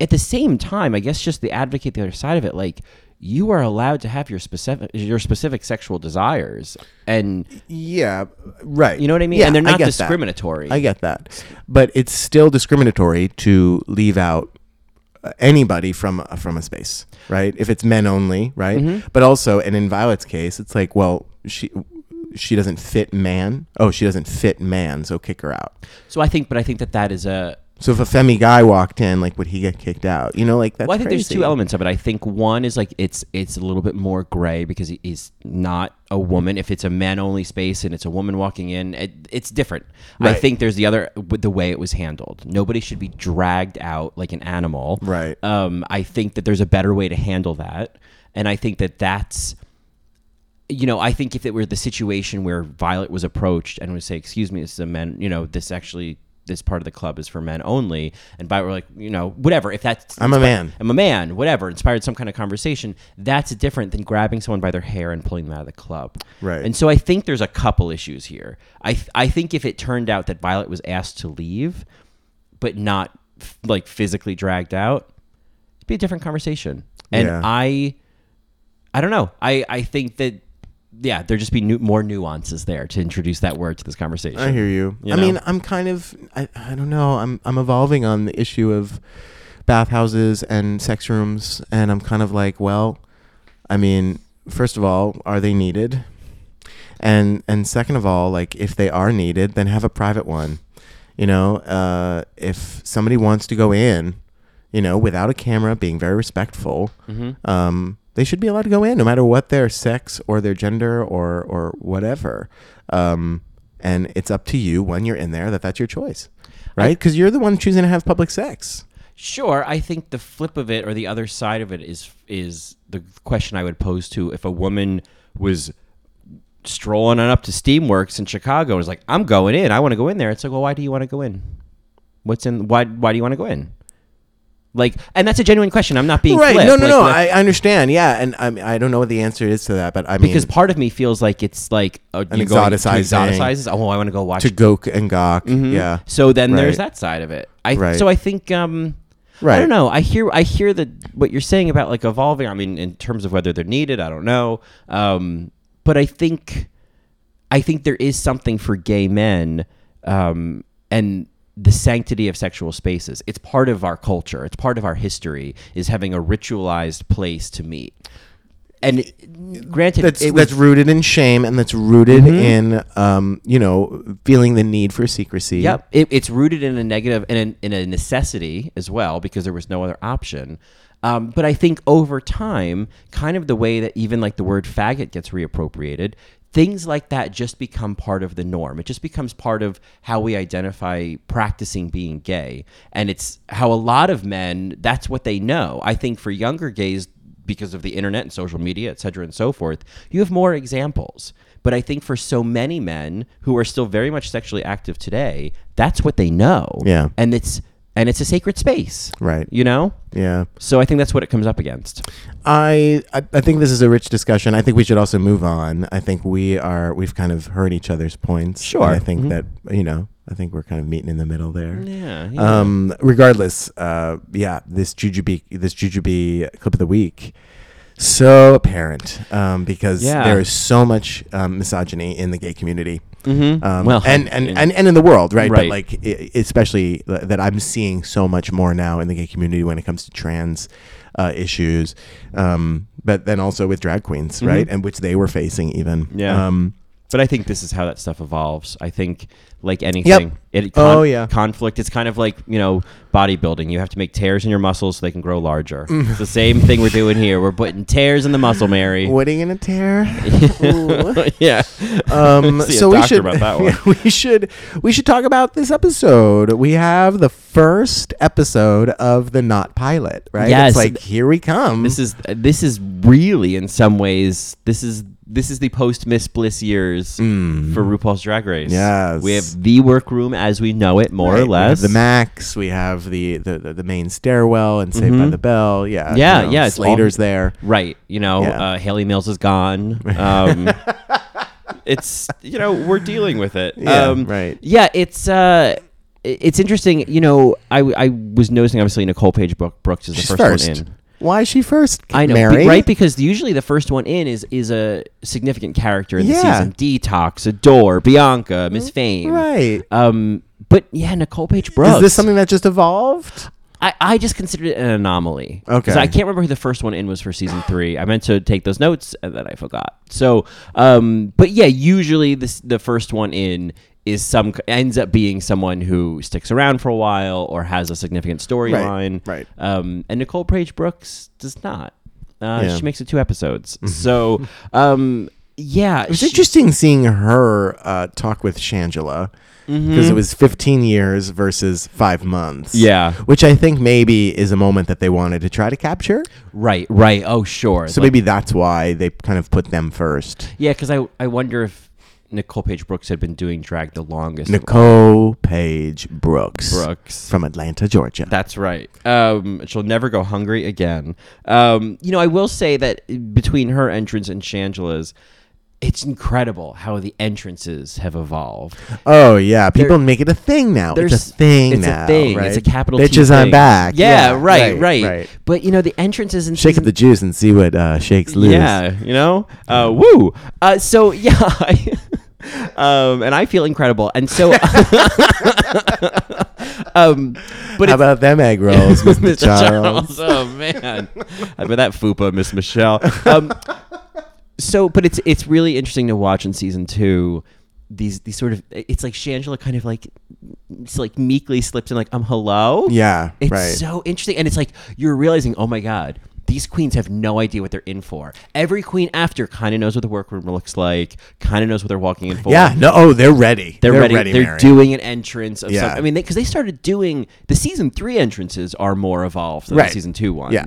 Speaker 5: at the same time, I guess just the advocate the other side of it, like you are allowed to have your specific your specific sexual desires, and
Speaker 4: yeah, right.
Speaker 5: You know what I mean?
Speaker 4: Yeah,
Speaker 5: And they're
Speaker 4: I
Speaker 5: not
Speaker 4: get that.
Speaker 5: discriminatory.
Speaker 4: I get that, but it's still discriminatory to leave out uh, anybody from a, from a space, right? If it's men only, right?
Speaker 5: Mm-hmm.
Speaker 4: But also, and in Violet's case, it's like, well, she she doesn't fit man. Oh, she doesn't fit man, so kick her out.
Speaker 5: so I think, but I think that that is a
Speaker 4: So if a femi guy walked in, like, would he get kicked out? You know, like that's
Speaker 5: well, I think there's
Speaker 4: crazy.
Speaker 5: two elements of it. I think one is like it's it's a little bit more gray because he- he's not a woman. If it's a man only space and it's a woman walking in, it, it's different. I
Speaker 4: Right.
Speaker 5: think there's the other with the way it was handled. Nobody should be dragged out like an animal.
Speaker 4: Right.
Speaker 5: Um, I think that there's a better way to handle that, and I think that that's. You know, I think if it were the situation where Violet was approached and would say, "Excuse me, this is a men," you know, this actually this part of the club is for men only, and Violet were like, you know, whatever. If that's
Speaker 4: I'm a man.
Speaker 5: I'm a man, whatever, inspired some kind of conversation, that's different than grabbing someone by their hair and pulling them out of the club.
Speaker 4: Right.
Speaker 5: And so I think there's a couple issues here. I, th- I think if it turned out that Violet was asked to leave, but not f- like physically dragged out, it'd be a different conversation. And
Speaker 4: Yeah.
Speaker 5: I, I don't know. I, I think that, yeah, there'd just be new, more nuances there to introduce that word to this conversation.
Speaker 4: I hear you.
Speaker 5: You
Speaker 4: I
Speaker 5: know?
Speaker 4: mean, I'm kind of I, I don't know. I'm I'm evolving on the issue of bathhouses and sex rooms and I'm kind of like, well, I mean, first of all, are they needed? And and second of all, like if they are needed, then have a private one. You know, uh, if somebody wants to go in, you know, without a camera, being very respectful,
Speaker 5: Mm-hmm.
Speaker 4: um, they should be allowed to go in, no matter what their sex or their gender or or whatever. Um, and it's up to you when you're in there that that's your choice, right? Because you're the one choosing to have public sex.
Speaker 5: Sure, I think the flip of it or the other side of it is is the question I would pose to if a woman was strolling on up to Steamworks in Chicago and was like, "I'm going in. I want to go in there." It's like, "Well, why do you want to go in? What's in why why do you want to go in?" Like, and that's a genuine question. I'm not being
Speaker 4: right?
Speaker 5: Flip.
Speaker 4: No, no,
Speaker 5: Like,
Speaker 4: no.
Speaker 5: the-
Speaker 4: I, I understand. Yeah, and I mean, I don't know what the answer is to that, but I mean,
Speaker 5: because part of me feels like it's like uh, you're going to
Speaker 4: exoticizing.
Speaker 5: exoticizes. Oh, I want to go watch.
Speaker 4: to gawk and gawk, yeah.
Speaker 5: Mm-hmm. So then there's
Speaker 4: Right.
Speaker 5: that side of it. I
Speaker 4: Right.
Speaker 5: so I think um I
Speaker 4: Right.
Speaker 5: don't know. I hear I hear that what you're saying about like evolving. I mean, in terms of whether they're needed, I don't know. Um, but I think I think there is something for gay men um, and the sanctity of sexual spaces. It's part of our culture. It's part of our history. Is having a ritualized place to meet. And granted,
Speaker 4: That's
Speaker 5: it was Mm-hmm.
Speaker 4: that's rooted in shame, and that's rooted in um, you know, feeling the need for secrecy.
Speaker 5: Yep, it, it's rooted in a negative and in, in a necessity as well because there was no other option. Um, but I think over time, kind of the way that even like the word faggot gets reappropriated, things like that just become part of the norm. It just becomes part of how we identify practicing being gay, and it's how a lot of men that's what they know. I think for younger gays, because of the internet and social media, et cetera, and so forth, you have more examples. But I think for so many men who are still very much sexually active today, that's what they know.
Speaker 4: Yeah.
Speaker 5: And it's and it's a sacred space.
Speaker 4: Right.
Speaker 5: You know?
Speaker 4: Yeah.
Speaker 5: So I think that's what it comes up against.
Speaker 4: I, I I think this is a rich discussion. I think we should also move on. I think we are we've kind of heard each other's points.
Speaker 5: Sure. Mm-hmm.
Speaker 4: And I think that you know I think we're kind of meeting in the middle there.
Speaker 5: Yeah.
Speaker 4: Um. Regardless. Uh. Yeah. This jujube this jujube clip of the week. So apparent. Um. Because
Speaker 5: Yeah.
Speaker 4: there is so much um, misogyny in the gay community.
Speaker 5: Mhm.
Speaker 4: Um,
Speaker 5: Well,
Speaker 4: and, and,
Speaker 5: in-
Speaker 4: and, and in the world, right? But
Speaker 5: Right.
Speaker 4: like, i- especially th- that I'm seeing so much more now in the gay community when it comes to trans uh, issues, um, but then also with drag queens, right? And which they were facing even.
Speaker 5: Mm-hmm. Yeah.
Speaker 4: Um,
Speaker 5: But I think this is how that stuff evolves. I think like anything,
Speaker 4: Yep.
Speaker 5: it
Speaker 4: Oh, yeah.
Speaker 5: conflict. It's kind of like you know bodybuilding. You have to make tears in your muscles so they can grow larger.
Speaker 4: Mm.
Speaker 5: It's the same thing we're doing here. We're putting tears in the muscle, Mary.
Speaker 4: what are you gonna tear?
Speaker 5: yeah.
Speaker 4: Um,
Speaker 5: See a
Speaker 4: so we
Speaker 5: doctor
Speaker 4: should
Speaker 5: about that one.
Speaker 4: we should we should talk about this episode. We have the first episode of the not pilot, right?
Speaker 5: Yes.
Speaker 4: It's like here we come.
Speaker 5: This is uh, this is really in some ways this is this is the post Miss Bliss years for RuPaul's Drag Race.
Speaker 4: Mm. Yes.
Speaker 5: we have the workroom as we know it, more
Speaker 4: Right,
Speaker 5: or
Speaker 4: we have
Speaker 5: less.
Speaker 4: the Max. We have the the, the, the main stairwell and Saved by the Bell. Yeah,
Speaker 5: Mm-hmm. Yeah,
Speaker 4: you know,
Speaker 5: yeah, it's all-
Speaker 4: Slater's there.
Speaker 5: Right. You know,
Speaker 4: Yeah.
Speaker 5: uh, Haley Mills is gone. Um, it's you know we're dealing with it.
Speaker 4: Yeah,
Speaker 5: um,
Speaker 4: right.
Speaker 5: Yeah, it's uh, i- it's interesting. You know, I I was noticing obviously Nicole Page Brook- Brooks is the
Speaker 4: She's
Speaker 5: first,
Speaker 4: first.
Speaker 5: one in.
Speaker 4: Why is she first?
Speaker 5: I know, be-
Speaker 4: Mary?
Speaker 5: right? Because usually the first one in is is a significant character in the
Speaker 4: Yeah. Mm-hmm.
Speaker 5: season. Detox, Adore, Bianca, Miss Fame.
Speaker 4: right.
Speaker 5: Um, but yeah, Nicole Page Brooks.
Speaker 4: Is this something that just evolved?
Speaker 5: I, I just considered it an anomaly.
Speaker 4: Okay.
Speaker 5: 'Cause I can't remember who the first one in was for season three. I meant to take those notes and then I forgot. So, um, but yeah, usually this the first one in is some ends up being someone who sticks around for a while or has a significant storyline.
Speaker 4: right.
Speaker 5: Um, and Nicole Page Brooks does not. Uh,
Speaker 4: Yeah. Mm-hmm.
Speaker 5: She makes it two episodes. so, um, yeah,
Speaker 4: It's
Speaker 5: she-
Speaker 4: interesting seeing her uh, talk with Shangela because
Speaker 5: Mm-hmm.
Speaker 4: it was 15 years versus five months.
Speaker 5: Yeah.
Speaker 4: which I think maybe is a moment that they wanted to try to capture.
Speaker 5: right, right. Oh, sure.
Speaker 4: So
Speaker 5: Like-
Speaker 4: maybe that's why they kind of put them first.
Speaker 5: yeah, because I I wonder if Nicole Page Brooks had been doing drag the longest. of
Speaker 4: Nicole Page Brooks.
Speaker 5: Brooks.
Speaker 4: From Atlanta, Georgia.
Speaker 5: That's right. Um, she'll never go hungry again. Um, you know, I will say that between her entrance and Shangela's, it's incredible how the entrances have evolved.
Speaker 4: oh, yeah. People make it a thing now. It's a
Speaker 5: There's-
Speaker 4: thing
Speaker 5: it's
Speaker 4: now.
Speaker 5: a thing.
Speaker 4: Right?
Speaker 5: It's a capital T
Speaker 4: Bitches, I'm
Speaker 5: thing.
Speaker 4: back.
Speaker 5: Yeah, right, right, But you know, the entrances and
Speaker 4: Shake up the juice and see what uh, shakes loose.
Speaker 5: Yeah, you know, uh, woo. Uh, so yeah, I, um, and I feel incredible, and so, um, but
Speaker 4: How
Speaker 5: it's,
Speaker 4: about them egg rolls, Mr.
Speaker 5: Mr.
Speaker 4: Charles?
Speaker 5: Charles. Oh man, I bet that fupa, Miss Michelle. Um, so, but it's it's really interesting to watch in season two. These these sort of it's like Shangela kind of like it's like meekly slips in like um hello
Speaker 4: Yeah,
Speaker 5: it's
Speaker 4: right.
Speaker 5: so interesting and it's like you're realizing oh my god these queens have no idea what they're in for every queen after kind of knows what the workroom looks like kind of knows what they're walking in for
Speaker 4: yeah, no, oh, they're ready.
Speaker 5: they're, ready. They're
Speaker 4: Mary.
Speaker 5: doing an entrance of
Speaker 4: Yeah.
Speaker 5: something. I mean, because they, started doing the season three entrances are more evolved than
Speaker 4: Right.
Speaker 5: the season two ones.
Speaker 4: Yeah.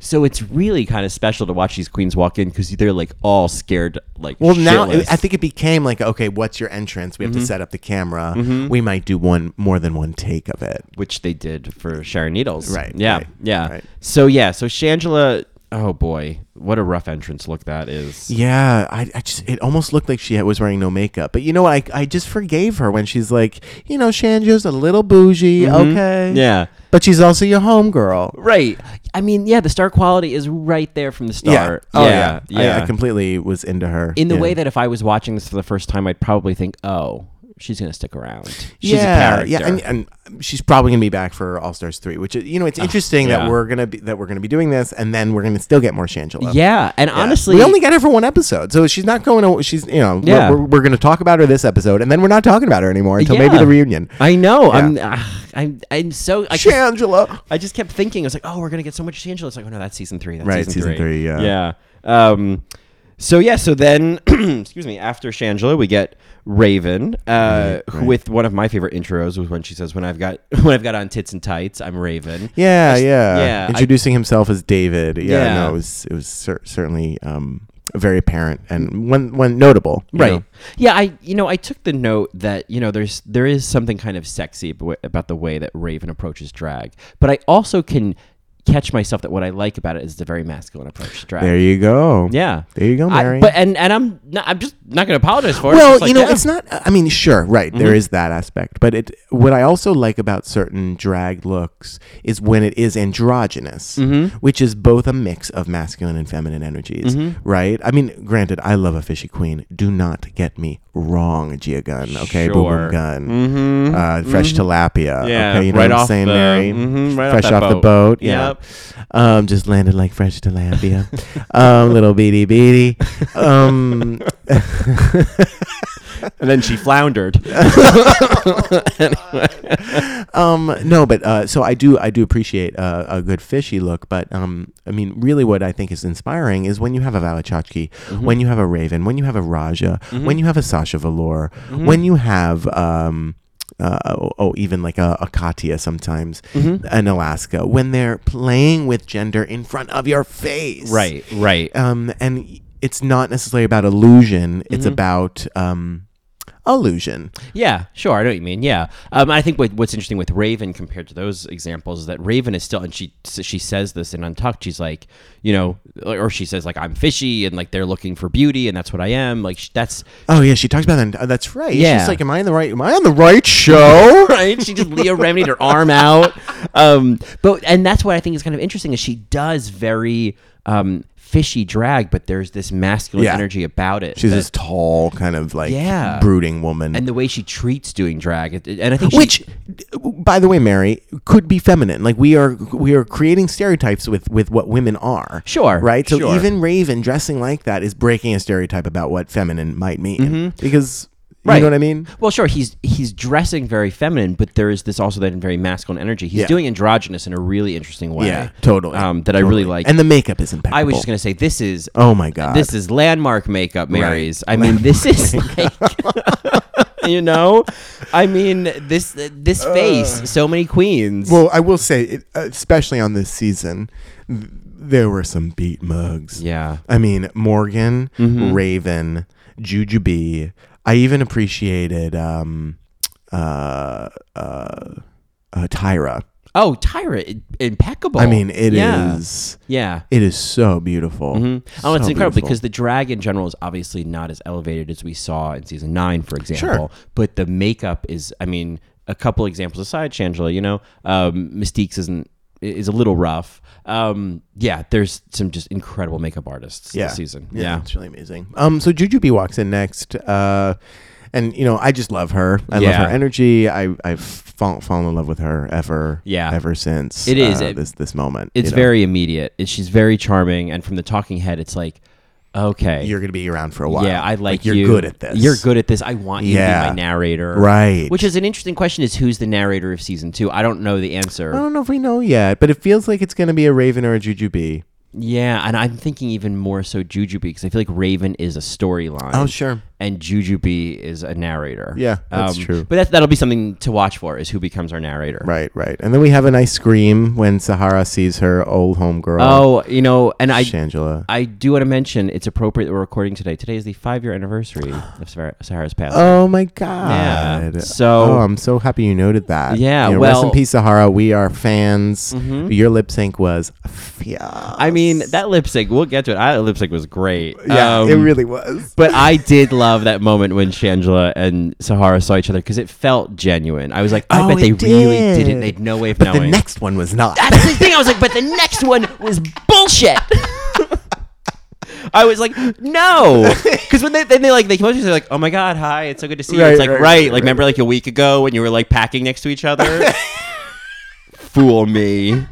Speaker 5: So it's really kind of special to watch these queens walk in because they're like all scared, like
Speaker 4: Well, now
Speaker 5: shitless.
Speaker 4: I think it became like, okay, what's your entrance? We have
Speaker 5: Mm-hmm.
Speaker 4: to set up the camera. We might do one more than one take of it.
Speaker 5: which they did for Sharon Needles.
Speaker 4: Right,
Speaker 5: Yeah.
Speaker 4: right,
Speaker 5: Yeah.
Speaker 4: right.
Speaker 5: So yeah. So Shangela. Oh boy, what a rough entrance look that is.
Speaker 4: Yeah, I, I just it almost looked like she had- was wearing no makeup. But you know what? I, I just forgave her when she's like, you know, Shanjo's a little bougie, okay.
Speaker 5: Mm-hmm. Yeah.
Speaker 4: But she's also your homegirl.
Speaker 5: Right. I mean, yeah, the star quality is right there from the start.
Speaker 4: Oh yeah. I, I completely was into her.
Speaker 5: in the
Speaker 4: yeah.
Speaker 5: way that if I was watching this for the first time, I'd probably think, "Oh, she's gonna stick around. She's
Speaker 4: yeah,
Speaker 5: a character."
Speaker 4: yeah, and, and she's probably gonna be back for All Stars three, which is, you know it's interesting
Speaker 5: yeah.
Speaker 4: that we're gonna be that we're gonna be doing this, and then we're gonna still get more Shangela.
Speaker 5: Yeah, and honestly,
Speaker 4: we only got her for one episode, so she's not going. aw- She's you know,
Speaker 5: Yeah.
Speaker 4: we're, we're, we're gonna talk about her this episode, and then we're not talking about her anymore until maybe
Speaker 5: Yeah.
Speaker 4: the reunion.
Speaker 5: I know. I'm, ah, I'm, I'm so. I just,
Speaker 4: Shangela.
Speaker 5: I just kept thinking. I was like, "Oh, we're gonna get so much Shangela." It's like, "Oh no, that's season three. That's
Speaker 4: Right,
Speaker 5: season,
Speaker 4: season three, yeah.
Speaker 5: yeah. Um, so yeah, so then, excuse me. After Shangela, we get Raven, uh, who with one of my favorite intros was when she says, "When I've got when I've got on tits and tights, I'm Raven."
Speaker 4: Yeah, yeah.
Speaker 5: yeah, I-
Speaker 4: Introducing himself as David. Yeah,
Speaker 5: Yeah.
Speaker 4: no, it was it was cer- certainly um, very apparent and one one notable. you
Speaker 5: right
Speaker 4: know.
Speaker 5: yeah i you know i took the note that you know there's there is something kind of sexy ab- about the way that raven approaches drag but i also can catch myself that what i like about it is the very masculine approach to drag
Speaker 4: There you go.
Speaker 5: yeah
Speaker 4: There you go,
Speaker 5: I-
Speaker 4: Mary.
Speaker 5: but and and i'm not, i'm just not gonna apologize for it
Speaker 4: Well,
Speaker 5: It's like,
Speaker 4: you know,
Speaker 5: yeah. Mm-hmm.
Speaker 4: it's not. uh, I mean, sure, right. there is that aspect, but it. What I also like about certain drag looks is when it is androgynous,
Speaker 5: Mm-hmm.
Speaker 4: which is both a mix of masculine and feminine energies,
Speaker 5: Mm-hmm.
Speaker 4: right? I mean, granted, I love a fishy queen. Do not get me wrong, Gia Gunn. Okay, boom,
Speaker 5: Sure. Mm-hmm.
Speaker 4: boom gun, uh, fresh tilapia.
Speaker 5: Yeah,
Speaker 4: okay, you know
Speaker 5: right
Speaker 4: what I'm
Speaker 5: off
Speaker 4: saying,
Speaker 5: the-
Speaker 4: Mary?
Speaker 5: mhm, right off
Speaker 4: fresh
Speaker 5: that
Speaker 4: off the boat.
Speaker 5: boat.
Speaker 4: Yeah,
Speaker 5: Yep.
Speaker 4: um, just landed like fresh tilapia, um, little beady beady. Um,
Speaker 5: and then she floundered
Speaker 4: Um, no, but uh, so I do I do appreciate uh, a good fishy look, but um, I mean, really, what I think is inspiring is when you have a Valachachki, when you have a Raven, when you have a Raja, when you have a Sasha Valor, when you have um. Uh, oh, oh, even like a, a Katia sometimes in Alaska when they're playing with gender in front of your face,
Speaker 5: right right
Speaker 4: Um, and it's not necessarily about illusion; it's about um, illusion.
Speaker 5: Yeah, sure. I know what you mean. Yeah, um, I think what, what's interesting with Raven compared to those examples is that Raven is still, and she she says this in Untucked. She's like, you know, or she says like, I'm fishy, and like they're looking for beauty, and that's what I am. Like sh- that's
Speaker 4: Oh yeah, she talks about that. uh, That's right.
Speaker 5: Yeah.
Speaker 4: she's like, "Am I in the right? Am I on the right show?"
Speaker 5: right. She just Leah remedied her arm out. Um, but and that's what I think is kind of interesting is she does very um, fishy drag, but there's this masculine
Speaker 4: Yeah.
Speaker 5: energy about it.
Speaker 4: She's
Speaker 5: that-
Speaker 4: this tall, kind of like
Speaker 5: Yeah.
Speaker 4: brooding woman,
Speaker 5: and the way she treats doing drag, it- it- and I think she-
Speaker 4: which, by the way, Mary could be feminine. Like we are, we are creating stereotypes with with what women are.
Speaker 5: Sure,
Speaker 4: right. So
Speaker 5: sure.
Speaker 4: even Raven dressing like that is breaking a stereotype about what feminine might mean, because
Speaker 5: Mm-hmm. Right.
Speaker 4: you know what I mean.
Speaker 5: Well, sure, he's he's dressing very feminine, but there is this also that very masculine energy. He's
Speaker 4: Yeah.
Speaker 5: doing androgynous in a really interesting way.
Speaker 4: Yeah, totally.
Speaker 5: Um, that I really
Speaker 4: Totally.
Speaker 5: like.
Speaker 4: And the makeup is impeccable.
Speaker 5: I was just gonna say this is
Speaker 4: Oh my god.
Speaker 5: this is landmark makeup, Marys. I mean, this is like. You know, I mean this this face. So many queens.
Speaker 4: Uh. Well, I will say, it, uh, especially on this season, th- there were some beat mugs.
Speaker 5: Yeah. Mm-hmm.
Speaker 4: I mean, Morgan, Raven, Jujubee. I even appreciated um, uh, uh, uh, Tyra.
Speaker 5: oh, Tyra, i- impeccable.
Speaker 4: I mean, it is
Speaker 5: Oh, yeah. Yeah.
Speaker 4: it is so beautiful.
Speaker 5: Oh, it's
Speaker 4: So
Speaker 5: incredible
Speaker 4: beautiful.
Speaker 5: because the drag in general is obviously not as elevated as we saw in season nine, for example. But the makeup is, I mean, a couple examples aside, Shangela, you know, um, Mystique's isn't is a little rough. Um, yeah, there's some just incredible makeup artists
Speaker 4: yeah.
Speaker 5: this season. Yeah.
Speaker 4: it's really amazing. Um, so Jujubee walks in next. Uh, and you know, I just love her. I love
Speaker 5: Yeah.
Speaker 4: her energy. I I've fall, fallen in love with her ever.
Speaker 5: Yeah.
Speaker 4: ever since
Speaker 5: It is.
Speaker 4: uh,
Speaker 5: It-
Speaker 4: this this moment. you
Speaker 5: It's
Speaker 4: know.
Speaker 5: very immediate. It, she's very charming. And from the talking head, it's like, okay.
Speaker 4: You're gonna be around for a while.
Speaker 5: Yeah, I like,
Speaker 4: you're
Speaker 5: you.
Speaker 4: good at this.
Speaker 5: You're good at this. I want you to
Speaker 4: Yeah.
Speaker 5: be my narrator.
Speaker 4: Right.
Speaker 5: Which is an interesting question is who's the narrator of season two? I don't know the answer.
Speaker 4: I don't know if we know yet, but it feels like it's gonna be a Raven or a Jujubee.
Speaker 5: Yeah, and I'm thinking even more so Jujubee because I feel like Raven is a storyline.
Speaker 4: Oh, sure.
Speaker 5: And Jujubee is a narrator. Um,
Speaker 4: Yeah, that's true.
Speaker 5: But that, that'll be something to watch for is who becomes our narrator.
Speaker 4: Right, right. And then we have a nice scream when Sahara sees her old homegirl.
Speaker 5: Oh, you know, and I
Speaker 4: Shangela.
Speaker 5: I do want to mention it's appropriate that we're recording today. Today is the five year anniversary of Sarah, Sarah's passing.
Speaker 4: Oh my God!
Speaker 5: Yeah, so-
Speaker 4: oh, I'm so happy you noted that.
Speaker 5: Yeah,
Speaker 4: You know, rest in
Speaker 5: well- Mm-hmm.
Speaker 4: peace, Sahara. We are fans. Your lip sync was fierce.
Speaker 5: I mean, that lip sync. We'll get to it. I, lip sync was great.
Speaker 4: yeah,
Speaker 5: Um,
Speaker 4: it really was.
Speaker 5: But I did love that moment when Shangela and Sahara saw each other because it felt genuine. I was like, I
Speaker 4: Oh,
Speaker 5: bet they
Speaker 4: it
Speaker 5: really
Speaker 4: did.
Speaker 5: didn't. They had no way of
Speaker 4: But
Speaker 5: knowing.
Speaker 4: the next one was not.
Speaker 5: That's the thing. I was like, but the next one was bullshit. I was like, no, because when they then they like they come up to you, they're like, oh my god, hi, it's so good to see you.
Speaker 4: Right,
Speaker 5: It's like
Speaker 4: right,
Speaker 5: right,
Speaker 4: right,
Speaker 5: like remember like a week ago when you were like packing next to each other. Fool me.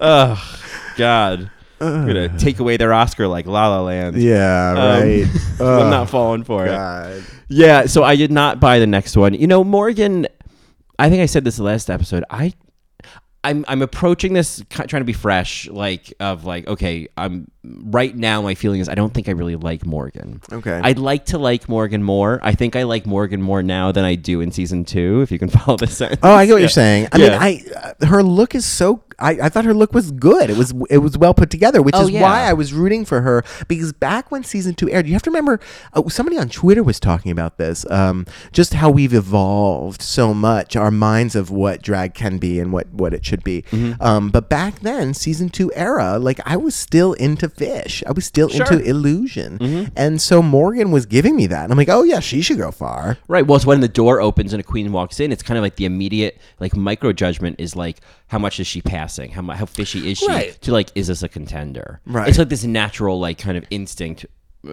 Speaker 5: Ugh, God. I'm gonna take away their Oscar like La La Land.
Speaker 4: yeah,
Speaker 5: Um,
Speaker 4: right.
Speaker 5: I'm
Speaker 4: Oh,
Speaker 5: not falling for it.
Speaker 4: God.
Speaker 5: Yeah, so I did not buy the next one. You know, Morgan, I think I said this last episode. I I'm I'm approaching this ki- trying to be fresh like of like okay, I'm right now my feeling is I don't think I really like Morgan.
Speaker 4: Okay.
Speaker 5: I'd like to like Morgan more. I think I like Morgan more now than I do in season 2 if you can follow this sentence.
Speaker 4: Oh, I get what you're saying. I
Speaker 5: Yeah.
Speaker 4: mean, I uh, her look is so I, I thought her look was good. It was it was well put together, which
Speaker 5: Oh,
Speaker 4: is
Speaker 5: yeah.
Speaker 4: why I was rooting for her. Because back when season two aired, you have to remember uh, somebody on Twitter was talking about this, um, just how we've evolved so much, our minds of what drag can be and what what it should be. Um, but back then, season two era, like I was still into fish, I was still into illusion, and so Morgan was giving me that, and I'm like, oh yeah, she should go far.
Speaker 5: Right. Well, it's when the door opens and a queen walks in. It's kind of like the immediate, like micro judgment is like, how much is she passing? How mu- how fishy is she?
Speaker 4: Right.
Speaker 5: To like, is this a contender?
Speaker 4: Right.
Speaker 5: It's like this natural, like kind of instinct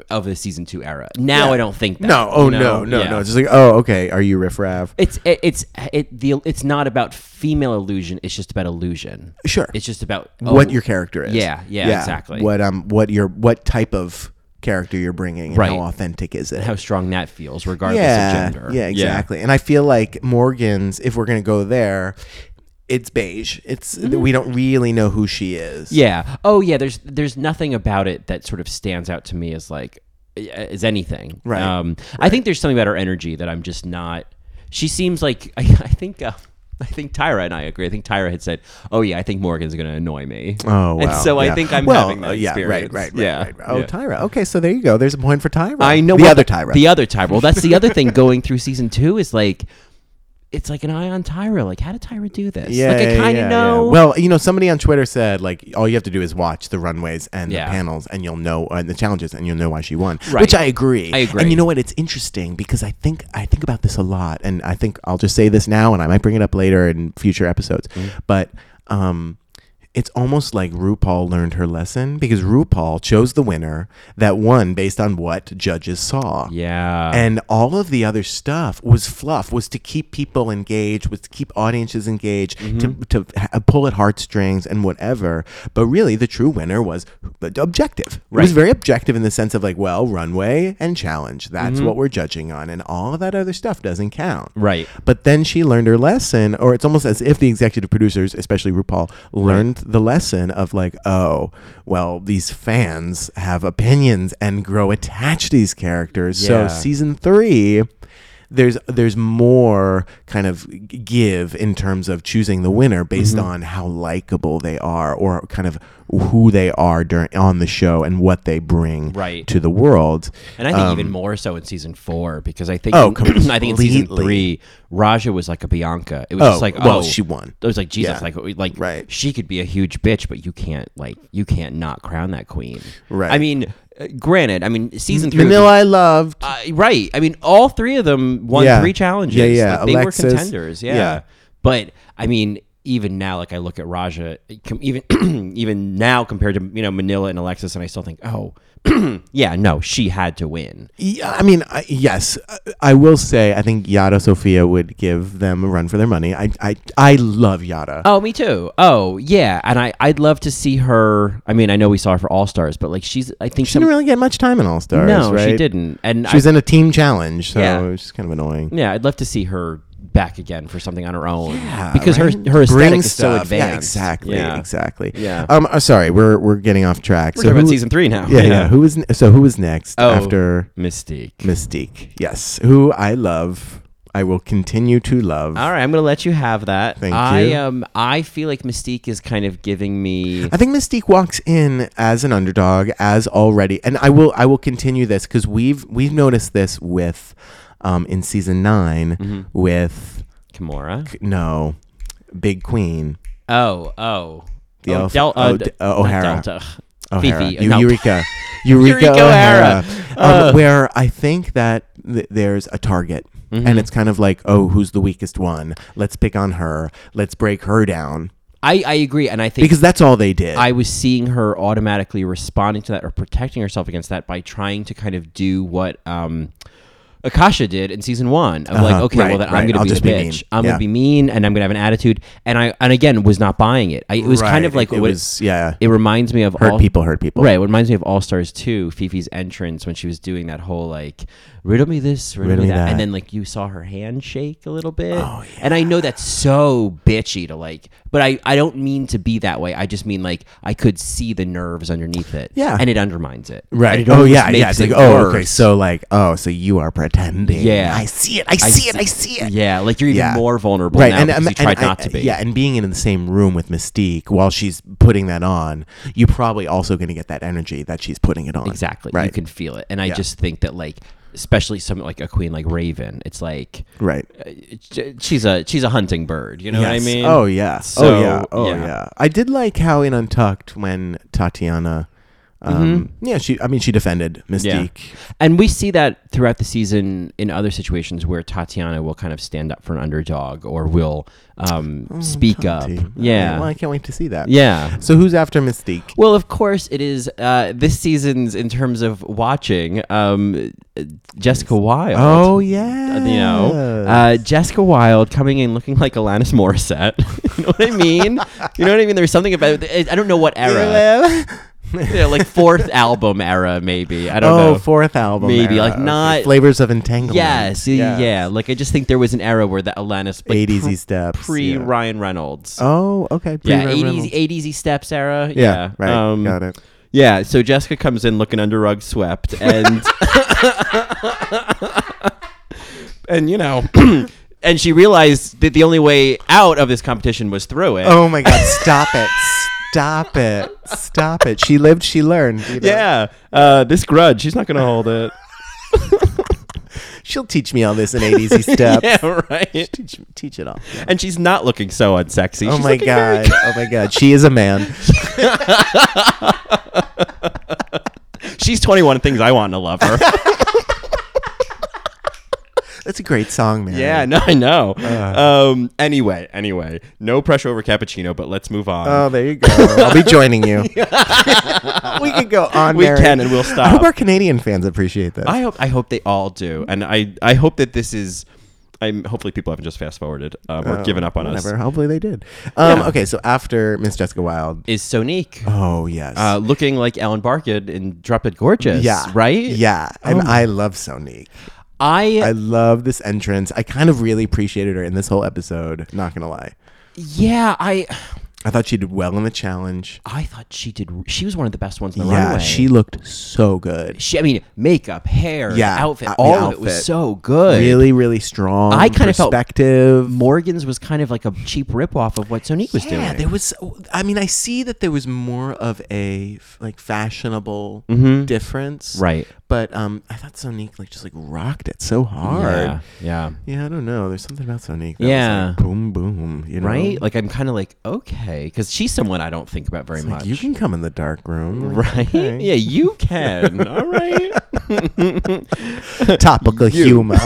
Speaker 5: of the season two era. Now I don't think that.
Speaker 4: No, oh
Speaker 5: you
Speaker 4: no,
Speaker 5: know?
Speaker 4: no,
Speaker 5: Yeah.
Speaker 4: no. It's just like, oh okay, are you riffraff?
Speaker 5: It's it, it's it the it's not about female illusion. It's just about illusion.
Speaker 4: Sure.
Speaker 5: It's just about
Speaker 4: what
Speaker 5: oh,
Speaker 4: your character is.
Speaker 5: Yeah, yeah, exactly.
Speaker 4: What um, what your what type of character you're bringing, and
Speaker 5: Right.
Speaker 4: how authentic is it?
Speaker 5: how strong that feels, regardless
Speaker 4: yeah,
Speaker 5: of gender.
Speaker 4: yeah, exactly. And I feel like Morgan's, if we're gonna go there, it's beige. It's we don't really know who she is.
Speaker 5: Mm-hmm. Yeah. Oh yeah. There's there's nothing about it that sort of stands out to me as like as anything.
Speaker 4: Right.
Speaker 5: Um. I think there's something about her energy that I'm just not. She seems like I, I think. Uh, I think Tyra and I agree. I think Tyra had said, "Oh yeah, I think Morgan's going to annoy me."
Speaker 4: Oh wow.
Speaker 5: And so
Speaker 4: yeah.
Speaker 5: I think I'm
Speaker 4: well,
Speaker 5: having that
Speaker 4: uh, yeah,
Speaker 5: experience.
Speaker 4: Right, right, right,
Speaker 5: yeah.
Speaker 4: right, right. Oh,
Speaker 5: yeah.
Speaker 4: Tyra. Okay, so there you go. There's a point for Tyra.
Speaker 5: I know
Speaker 4: the
Speaker 5: well,
Speaker 4: other Tyra.
Speaker 5: The other Tyra. Well, that's the other thing going through season two is like, it's like an eye on Tyra. Like, how did Tyra do this?
Speaker 4: Yeah,
Speaker 5: like, I
Speaker 4: yeah,
Speaker 5: kind of
Speaker 4: yeah,
Speaker 5: know.
Speaker 4: yeah. Well, you know, somebody on Twitter said like all you have to do is watch the runways and
Speaker 5: Yeah.
Speaker 4: the panels, and you'll know and the challenges, and you'll know why she won.
Speaker 5: Right.
Speaker 4: Which I agree.
Speaker 5: I agree.
Speaker 4: And you know what? It's interesting because I think I think about this a lot, and I think I'll just say this now, and I might bring it up later in future episodes.
Speaker 5: Mm.
Speaker 4: But um, it's almost like RuPaul learned her lesson because RuPaul chose the winner that won based on what judges saw.
Speaker 5: yeah.
Speaker 4: And all of the other stuff was fluff, was to keep people engaged, was to keep audiences engaged, to, to ha- pull at heartstrings and whatever. But really, the true winner was objective. It was very objective in the sense of like, well, runway and challenge. That's what we're judging on. And all of that other stuff doesn't count.
Speaker 5: Right.
Speaker 4: But then she learned her lesson, or it's almost as if the executive producers, especially RuPaul, learned the lesson of like, oh, well, these fans have opinions and grow attached to these characters.
Speaker 5: Yeah.
Speaker 4: So season three, there's there's more kind of g- give in terms of choosing the winner based
Speaker 5: Mm-hmm.
Speaker 4: on how likable they are or kind of who they are during on the show and what they bring
Speaker 5: Right.
Speaker 4: to the world.
Speaker 5: And I think even more so in season four because I think
Speaker 4: Um, Oh,
Speaker 5: I think in season
Speaker 4: completely.
Speaker 5: three, Raja was like a Bianca. It was
Speaker 4: Oh,
Speaker 5: just like
Speaker 4: well,
Speaker 5: oh,
Speaker 4: she won.
Speaker 5: It was like Jesus,
Speaker 4: Yeah.
Speaker 5: like like
Speaker 4: Right.
Speaker 5: she could be a huge bitch, but you can't like you can't not crown that queen.
Speaker 4: Right.
Speaker 5: I mean, uh, granted, I mean season three.
Speaker 4: Manila, I loved.
Speaker 5: uh, right. I mean, all three of them won
Speaker 4: Yeah.
Speaker 5: three challenges.
Speaker 4: Yeah, yeah.
Speaker 5: Like, they
Speaker 4: Alexis.
Speaker 5: were contenders. Yeah.
Speaker 4: Yeah.
Speaker 5: But I mean, even now, like I look at Raja, com- even even now compared to you know Manila and Alexis, and I still think, oh, yeah, no, she had to win.
Speaker 4: Yeah, I mean, I, yes, I- I will say I think Yada Sophia would give them a run for their money. I I, I love Yada.
Speaker 5: Oh, me too. Oh, yeah. And I, I'd love to see her. I mean, I know we saw her for All Stars, but like she's, I think
Speaker 4: she didn't really get much time in All Stars.
Speaker 5: no, she
Speaker 4: right?
Speaker 5: didn't. And
Speaker 4: She was
Speaker 5: I,
Speaker 4: in a team challenge, so
Speaker 5: Yeah.
Speaker 4: it was just kind of annoying.
Speaker 5: yeah, I'd love to see her back again for something on her own.
Speaker 4: Yeah,
Speaker 5: because
Speaker 4: right?
Speaker 5: her her aesthetic
Speaker 4: Bring
Speaker 5: is so
Speaker 4: stuff.
Speaker 5: advanced.
Speaker 4: Yeah, exactly,
Speaker 5: Yeah.
Speaker 4: exactly.
Speaker 5: Yeah.
Speaker 4: Um, uh, sorry, we're we're getting off track.
Speaker 5: We're talking about season three now.
Speaker 4: Yeah, yeah. Who was n- so? Who was next
Speaker 5: Oh.
Speaker 4: after
Speaker 5: Mystique.
Speaker 4: Mystique? Yes, who I love. I will continue to love.
Speaker 5: All right, I'm gonna let you have that.
Speaker 4: Thank
Speaker 5: I
Speaker 4: you.
Speaker 5: um I feel like Mystique is kind of giving me
Speaker 4: I think Mystique walks in as an underdog, as already, and I will I will continue this because we've we've noticed this with, um, in season 9
Speaker 5: Mm-hmm.
Speaker 4: with
Speaker 5: Kimora.
Speaker 4: no, Big Queen
Speaker 5: Oh, oh.
Speaker 4: The
Speaker 5: oh,
Speaker 4: elf-
Speaker 5: Del- uh,
Speaker 4: oh,
Speaker 5: d-
Speaker 4: D- uh,
Speaker 5: not
Speaker 4: O'Hara.
Speaker 5: Delta.
Speaker 4: O'Hara,
Speaker 5: Fifi.
Speaker 4: Eu-
Speaker 5: no.
Speaker 4: Eureka, Eureka,
Speaker 5: Eureka O'Hara.
Speaker 4: O'Hara, um, where I think that th- there's a target,
Speaker 5: Mm-hmm.
Speaker 4: and it's kind of like, oh, who's the weakest one? Let's pick on her. Let's break her down
Speaker 5: I, I agree, and I think
Speaker 4: because that's all they did.
Speaker 5: I was seeing her automatically responding to that or protecting herself against that by trying to kind of do what um, Akasha did in season one of like,
Speaker 4: Uh-huh.
Speaker 5: okay,
Speaker 4: Right,
Speaker 5: well then I'm
Speaker 4: right.
Speaker 5: gonna
Speaker 4: I'll
Speaker 5: be
Speaker 4: just
Speaker 5: the
Speaker 4: be
Speaker 5: bitch.
Speaker 4: mean.
Speaker 5: I'm
Speaker 4: Yeah.
Speaker 5: gonna be mean and I'm gonna have an attitude. And I and again was not buying it. I, it was kind of
Speaker 4: Right.
Speaker 5: like
Speaker 4: it
Speaker 5: what
Speaker 4: was, yeah,
Speaker 5: it reminds me of
Speaker 4: hurt
Speaker 5: all,
Speaker 4: people, hurt people,
Speaker 5: Right, it reminds me of All Stars 2, Fifi's entrance when she was doing that whole like, riddle me this, riddle, me that. And then like you saw her hand shake a little bit. Oh, yeah. And I know that's so bitchy to like, but I, I don't mean to be that way. I just mean like I could see the nerves underneath it.
Speaker 4: Yeah.
Speaker 5: And it undermines it.
Speaker 4: Right.
Speaker 5: And it
Speaker 4: oh
Speaker 5: almost
Speaker 4: yeah. Yeah.
Speaker 5: makes
Speaker 4: It's like
Speaker 5: it
Speaker 4: oh okay.
Speaker 5: worse.
Speaker 4: So like oh so you are pre- pretending.
Speaker 5: Yeah.
Speaker 4: I see it. I, see it. I see it.
Speaker 5: Yeah, like you're even
Speaker 4: Yeah.
Speaker 5: more vulnerable now because you tried
Speaker 4: I-
Speaker 5: not to be.
Speaker 4: Yeah, and being in the same room with Mystique while she's putting that on, you're probably also going to get that energy that she's putting it on.
Speaker 5: Exactly. You
Speaker 4: Right.
Speaker 5: can feel it. And I just think that like especially something like a queen like Raven, it's like
Speaker 4: right.
Speaker 5: j- she's a she's a hunting bird, you Uh, know what I
Speaker 4: Yes.
Speaker 5: mean?
Speaker 4: Oh yeah. oh
Speaker 5: So,
Speaker 4: yeah. Oh yeah. I did like how in Untucked when Tatiana, um,
Speaker 5: Mm-hmm.
Speaker 4: yeah, she. I mean, she defended Mystique.
Speaker 5: And we see that throughout the season in other situations where Tatiana will kind of stand up for an underdog or will um, speak
Speaker 4: Oh, Tati.
Speaker 5: up. Yeah.
Speaker 4: Well, I can't wait to see that.
Speaker 5: yeah.
Speaker 4: So who's after Mystique?
Speaker 5: Well, of course, it is uh, this season's in terms of watching um, Jessica Wilde. Uh,
Speaker 4: Oh yeah.
Speaker 5: you know, uh, Jessica Wilde coming in looking like Alanis Morissette. you know what I mean? you know what I mean? There's something about it. I don't know what era. You know, like fourth album era, maybe. I don't
Speaker 4: oh,
Speaker 5: know.
Speaker 4: fourth album.
Speaker 5: Maybe,
Speaker 4: era.
Speaker 5: like,
Speaker 4: Okay.
Speaker 5: not-
Speaker 4: Flavors of Entanglement.
Speaker 5: Yes, yeah, yeah. Like I just think there was an era where the Alanis like,
Speaker 4: 80s
Speaker 5: pre-
Speaker 4: steps.
Speaker 5: pre
Speaker 4: yeah.
Speaker 5: Ryan Reynolds.
Speaker 4: Oh, okay.
Speaker 5: yeah,
Speaker 4: Pre-Ryan Reynolds.
Speaker 5: eighties eighties steps era. Yeah, um,
Speaker 4: Yeah, right. Got it.
Speaker 5: Yeah, so Jessica comes in looking under rug swept and and you know and she realized that the only way out of this competition was through it.
Speaker 4: Oh my God! Stop it! Stop it! Stop it! She lived. She learned. you know?
Speaker 5: Yeah. Uh, this grudge, she's not gonna hold it.
Speaker 4: She'll teach me all this in 80s steps.
Speaker 5: yeah, right.
Speaker 4: teach, teach it all. Yeah.
Speaker 5: And she's not looking so unsexy.
Speaker 4: Oh
Speaker 5: She's
Speaker 4: my
Speaker 5: looking very
Speaker 4: god! Oh my god! She is a man.
Speaker 5: She's 21 things I want to love her.
Speaker 4: That's a great song, man.
Speaker 5: yeah, no, I know.
Speaker 4: Uh.
Speaker 5: um, anyway, anyway, no pressure over cappuccino, but let's move on.
Speaker 4: Oh, there you go. I'll be joining you. we could go on.
Speaker 5: we
Speaker 4: Mary.
Speaker 5: can and we'll
Speaker 4: I
Speaker 5: stop.
Speaker 4: hope our Canadian fans appreciate this.
Speaker 5: Uh, I hope I hope they all do, and I I hope that this is. I'm hopefully people haven't just fast forwarded um, or given up on
Speaker 4: Oh, Whatever.
Speaker 5: us.
Speaker 4: Hopefully they did. Um, Okay, so after Miss Jessica Wilde.
Speaker 5: Is Sonique
Speaker 4: Oh yes.
Speaker 5: uh, looking like Alan Barkin in Drop It Gorgeous?
Speaker 4: yeah.
Speaker 5: right. Oh.
Speaker 4: Yeah, and I love Sonique.
Speaker 5: I,
Speaker 4: I love this entrance. I kind of really appreciated her in this whole episode. Not gonna lie,
Speaker 5: yeah I
Speaker 4: I thought she did well in the challenge.
Speaker 5: I thought she did. She was one of the best ones in the
Speaker 4: yeah,
Speaker 5: runway.
Speaker 4: she looked so good.
Speaker 5: she I mean makeup, hair,
Speaker 4: Yeah,
Speaker 5: outfit,
Speaker 4: uh, the
Speaker 5: all of it was
Speaker 4: outfit.
Speaker 5: so good.
Speaker 4: Really, really strong.
Speaker 5: I kinda felt
Speaker 4: perspective.
Speaker 5: Morgan's was kind of like a cheap ripoff of what Sonique was doing.
Speaker 4: Yeah, there was. I mean, I see that there was more of a f- like fashionable difference,
Speaker 5: Mm-hmm. Right.
Speaker 4: But um, I thought Sonique like just like rocked it so hard.
Speaker 5: Yeah,
Speaker 4: Yeah,
Speaker 5: yeah.
Speaker 4: I don't know. There's something about Sonique. That
Speaker 5: Yeah.
Speaker 4: was like boom, boom. You know,
Speaker 5: Right? Like I'm kind of like okay, because she's someone I don't think about very
Speaker 4: It's
Speaker 5: much.
Speaker 4: like, you can come in the dark room, Like,
Speaker 5: right?
Speaker 4: okay.
Speaker 5: Yeah, you can. All right.
Speaker 4: Topical humor.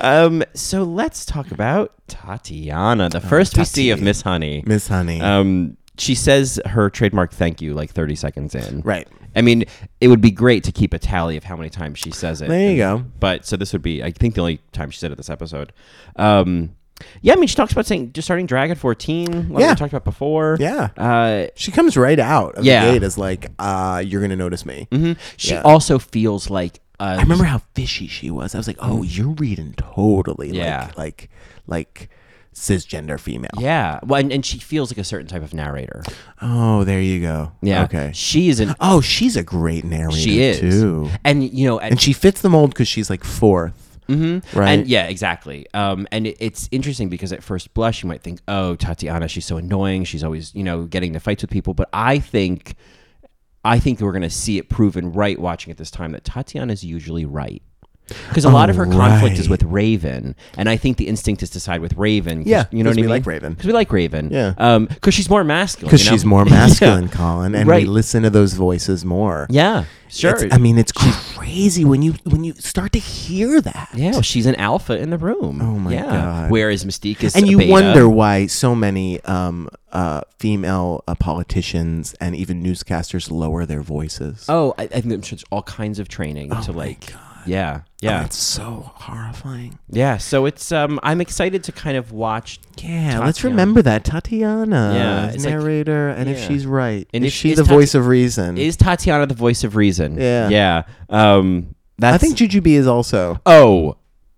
Speaker 5: Um. So let's talk about Tatiana, the first we see of
Speaker 4: Uh, Tati.
Speaker 5: Miss Honey.
Speaker 4: Miss Honey.
Speaker 5: Um. She says her trademark "thank you" like 30 seconds in.
Speaker 4: Right.
Speaker 5: I mean, it would be great to keep a tally of how many times she says it.
Speaker 4: There you go.
Speaker 5: But so this would be, I think, the only time she said it this episode. Um, yeah, I mean, she talks about saying just starting drag at 14, like
Speaker 4: Yeah.
Speaker 5: we talked about before.
Speaker 4: Yeah.
Speaker 5: Uh,
Speaker 4: She comes right out of
Speaker 5: Yeah. Mm-hmm.
Speaker 4: the gate as like, uh, you're gonna notice me.
Speaker 5: she also feels like
Speaker 4: I
Speaker 5: uh,
Speaker 4: remember how fishy she was. I was like, oh, you're reading totally
Speaker 5: Yeah.
Speaker 4: like like like cisgender female.
Speaker 5: Yeah. Well, and, and she feels like a certain type of narrator.
Speaker 4: Oh, there you go.
Speaker 5: Yeah.
Speaker 4: Okay.
Speaker 5: She is an.
Speaker 4: Oh, she's a great narrator.
Speaker 5: she is.
Speaker 4: too.
Speaker 5: And you know, and,
Speaker 4: And she fits the mold because she's like 4th Mm-hmm. Right.
Speaker 5: and yeah, exactly. Um, and it, it's interesting because at first blush, you might think, "Oh, Tatiana, she's so annoying. She's always, you know, getting into fights with people." But I think, I think we're going to see it proven right watching it this time that Tatiana is usually right. Because a lot of her conflict is
Speaker 4: Oh, right.
Speaker 5: with Raven, and I think the instinct is to side with Raven. 'cause-
Speaker 4: Yeah,
Speaker 5: you know
Speaker 4: 'cause
Speaker 5: what I
Speaker 4: we
Speaker 5: mean.
Speaker 4: like Raven.
Speaker 5: because we like Raven.
Speaker 4: Yeah.
Speaker 5: because she's more masculine.
Speaker 4: Because
Speaker 5: you know?
Speaker 4: she's more masculine, Colin, and
Speaker 5: Right.
Speaker 4: we listen to those voices more.
Speaker 5: yeah, sure.
Speaker 4: It's- I mean, it's crazy when you when you start to hear that.
Speaker 5: Yeah, well, she's an alpha in the room. Oh
Speaker 4: my
Speaker 5: yeah.
Speaker 4: God.
Speaker 5: Whereas Mystique is,
Speaker 4: and
Speaker 5: a
Speaker 4: you
Speaker 5: beta.
Speaker 4: wonder why so many um, uh, female uh, politicians and even newscasters lower their voices.
Speaker 5: Oh, I, I think I'm sure there's all kinds of training
Speaker 4: Oh
Speaker 5: to like. Yeah, yeah,
Speaker 4: That's so horrifying.
Speaker 5: yeah. So it's um, I'm excited to kind of watch.
Speaker 4: Yeah, let's
Speaker 5: Tatiana.
Speaker 4: remember that Tatiana,
Speaker 5: Yeah,
Speaker 4: is
Speaker 5: it's like-
Speaker 4: narrator, and if
Speaker 5: yeah.
Speaker 4: she's right,
Speaker 5: And
Speaker 4: and is
Speaker 5: if-
Speaker 4: she
Speaker 5: is
Speaker 4: the
Speaker 5: Tati-
Speaker 4: voice of reason?
Speaker 5: Is Tatiana the voice of reason?
Speaker 4: Mm. Yeah.
Speaker 5: yeah. Um, that's.
Speaker 4: I think Jujubee is also.
Speaker 5: Oh,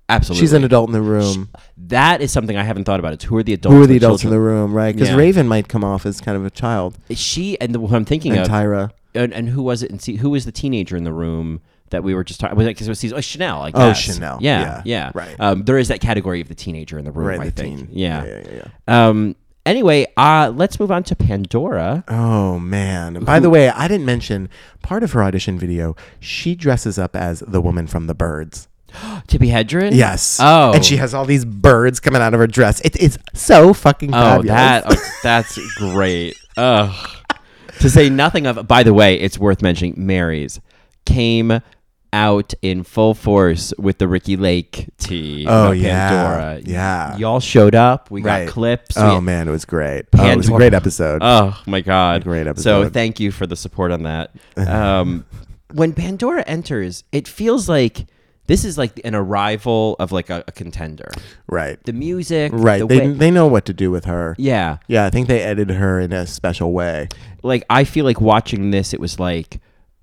Speaker 5: absolutely.
Speaker 4: She's an adult in the room.
Speaker 5: That is something I haven't thought about. It's who are the adults?
Speaker 4: Who are
Speaker 5: and
Speaker 4: the adults in
Speaker 5: children?
Speaker 4: the room, right? Because
Speaker 5: Yeah.
Speaker 4: Raven might come off as kind of a child,
Speaker 5: She and the, who I'm thinking
Speaker 4: and
Speaker 5: of,
Speaker 4: Tyra.
Speaker 5: and, and who was it? And see, who was the teenager in the room that we were just talking. Was like because it was season, like Chanel, like
Speaker 4: Oh,
Speaker 5: that's-
Speaker 4: Chanel.
Speaker 5: yeah,
Speaker 4: Yeah.
Speaker 5: yeah,
Speaker 4: Right.
Speaker 5: Um, there is that category of the teenager in the room.
Speaker 4: Right,
Speaker 5: I
Speaker 4: the
Speaker 5: think.
Speaker 4: teen.
Speaker 5: Yeah.
Speaker 4: Yeah, yeah, yeah,
Speaker 5: Um. Anyway, uh, let's move on to Pandora.
Speaker 4: Oh man! By the way, I didn't mention part of her audition video. She dresses up as the woman from The Birds.
Speaker 5: Tippi Hedren.
Speaker 4: Yes.
Speaker 5: Oh.
Speaker 4: and she has all these birds coming out of her dress. It is so fucking.
Speaker 5: Oh,
Speaker 4: fabulous.
Speaker 5: that oh, that's great. Ugh. To say nothing of. By the way, it's worth mentioning. Mary's came out in full force with the Ricky Lake tea.
Speaker 4: Oh,
Speaker 5: of
Speaker 4: yeah.
Speaker 5: Pandora.
Speaker 4: Yeah.
Speaker 5: Y'all showed up. We
Speaker 4: Right.
Speaker 5: got clips.
Speaker 4: Oh
Speaker 5: we-
Speaker 4: man, it was great. Oh, it was a
Speaker 5: Pandora.
Speaker 4: great episode.
Speaker 5: Oh my god,
Speaker 4: Great
Speaker 5: So
Speaker 4: episode.
Speaker 5: thank you for the support on that. Um, when Pandora enters, it feels like this is like an arrival of like a, a contender.
Speaker 4: right.
Speaker 5: The music,
Speaker 4: Right.
Speaker 5: The
Speaker 4: they
Speaker 5: way-
Speaker 4: they know what to do with her.
Speaker 5: yeah,
Speaker 4: Yeah, I think they edited her in a special way.
Speaker 5: like I feel like watching this, it was like,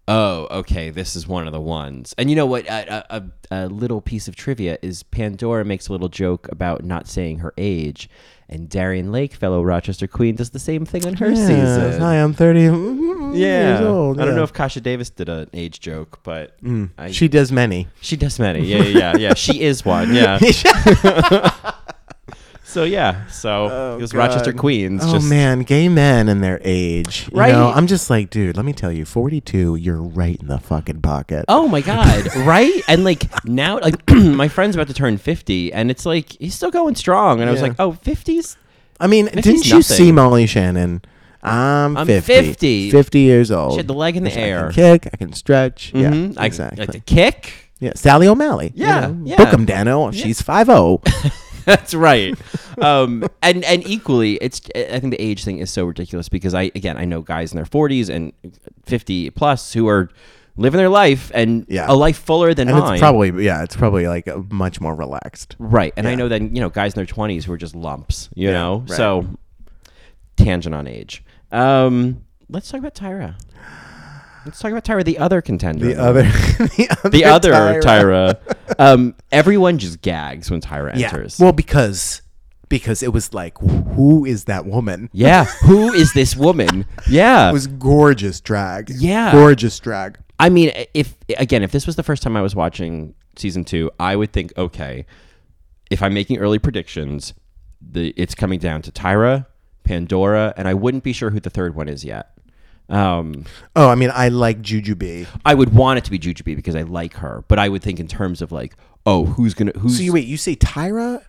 Speaker 5: oh, okay, this is one of the ones. And you know what? A, a, a a little piece of trivia is Pandora makes a little joke about not saying her age, and Darian Lake, fellow Rochester Queen, does the same thing on her season.
Speaker 4: Hi, I'm 30
Speaker 5: yeah.
Speaker 4: mm-hmm, years old.
Speaker 5: I don't
Speaker 4: yeah. Mm.
Speaker 5: know if Kasha Davis did an age joke, but I, she
Speaker 4: she does many.
Speaker 5: she does many. Yeah, yeah, yeah. yeah. she is one. Yeah. so yeah. So it was Rochester
Speaker 4: Oh, God.
Speaker 5: Queens.
Speaker 4: Oh
Speaker 5: just,
Speaker 4: man, gay men and their age. You
Speaker 5: Right.
Speaker 4: know, I'm just like, dude. Let me tell you, 42, you're right in the fucking pocket.
Speaker 5: Oh my god. right? And like now, like my friend's about to turn fifty, and it's like he's still going strong. And I was
Speaker 4: Yeah.
Speaker 5: like, oh, 50s?
Speaker 4: I mean,
Speaker 5: Fifty's
Speaker 4: didn't you see
Speaker 5: nothing.
Speaker 4: Molly Shannon? I'm,
Speaker 5: I'm
Speaker 4: 50,
Speaker 5: 50.
Speaker 4: 50 years old.
Speaker 5: She had the leg in the air.
Speaker 4: I can kick. I can stretch.
Speaker 5: Mhm.
Speaker 4: Yeah,
Speaker 5: I,
Speaker 4: exactly.
Speaker 5: I like to kick.
Speaker 4: yeah, Sally O'Malley.
Speaker 5: Yeah,
Speaker 4: you know,
Speaker 5: yeah.
Speaker 4: Bookham Dano. She's oh. 50.
Speaker 5: That's right. Um, and and equally, it's I think the age thing is so ridiculous because I again I know guys in their forties and fifty plus who are living their life and
Speaker 4: Yeah.
Speaker 5: a life fuller than
Speaker 4: and
Speaker 5: mine.
Speaker 4: it's probably yeah, it's probably like uh, much more relaxed.
Speaker 5: right. And I
Speaker 4: Yeah.
Speaker 5: know then you know guys in their twenties who are just lumps. You
Speaker 4: Yeah,
Speaker 5: know,
Speaker 4: right.
Speaker 5: so tangent on age. Um, let's talk about Tyra. Let's talk about Tyra, the other contender.
Speaker 4: The other, the other,
Speaker 5: the other Tyra. um, everyone just gags when Tyra
Speaker 4: Yeah.
Speaker 5: enters.
Speaker 4: Well, because because it was like, who is that woman?
Speaker 5: yeah. Who is this woman? Yeah.
Speaker 4: It was gorgeous drag.
Speaker 5: Yeah.
Speaker 4: gorgeous drag.
Speaker 5: I mean, if again, if this was the first time I was watching season two, I would think, okay, if I'm making early predictions, the it's coming down to Tyra, Pandora, and I wouldn't be sure who the third one is yet. Um,
Speaker 4: Oh, I mean, I like Jujubee.
Speaker 5: I would want it to be Jujubee because I like her, but I would think in terms of like, oh, who's gonna who's
Speaker 4: So you wait, you say Tyra?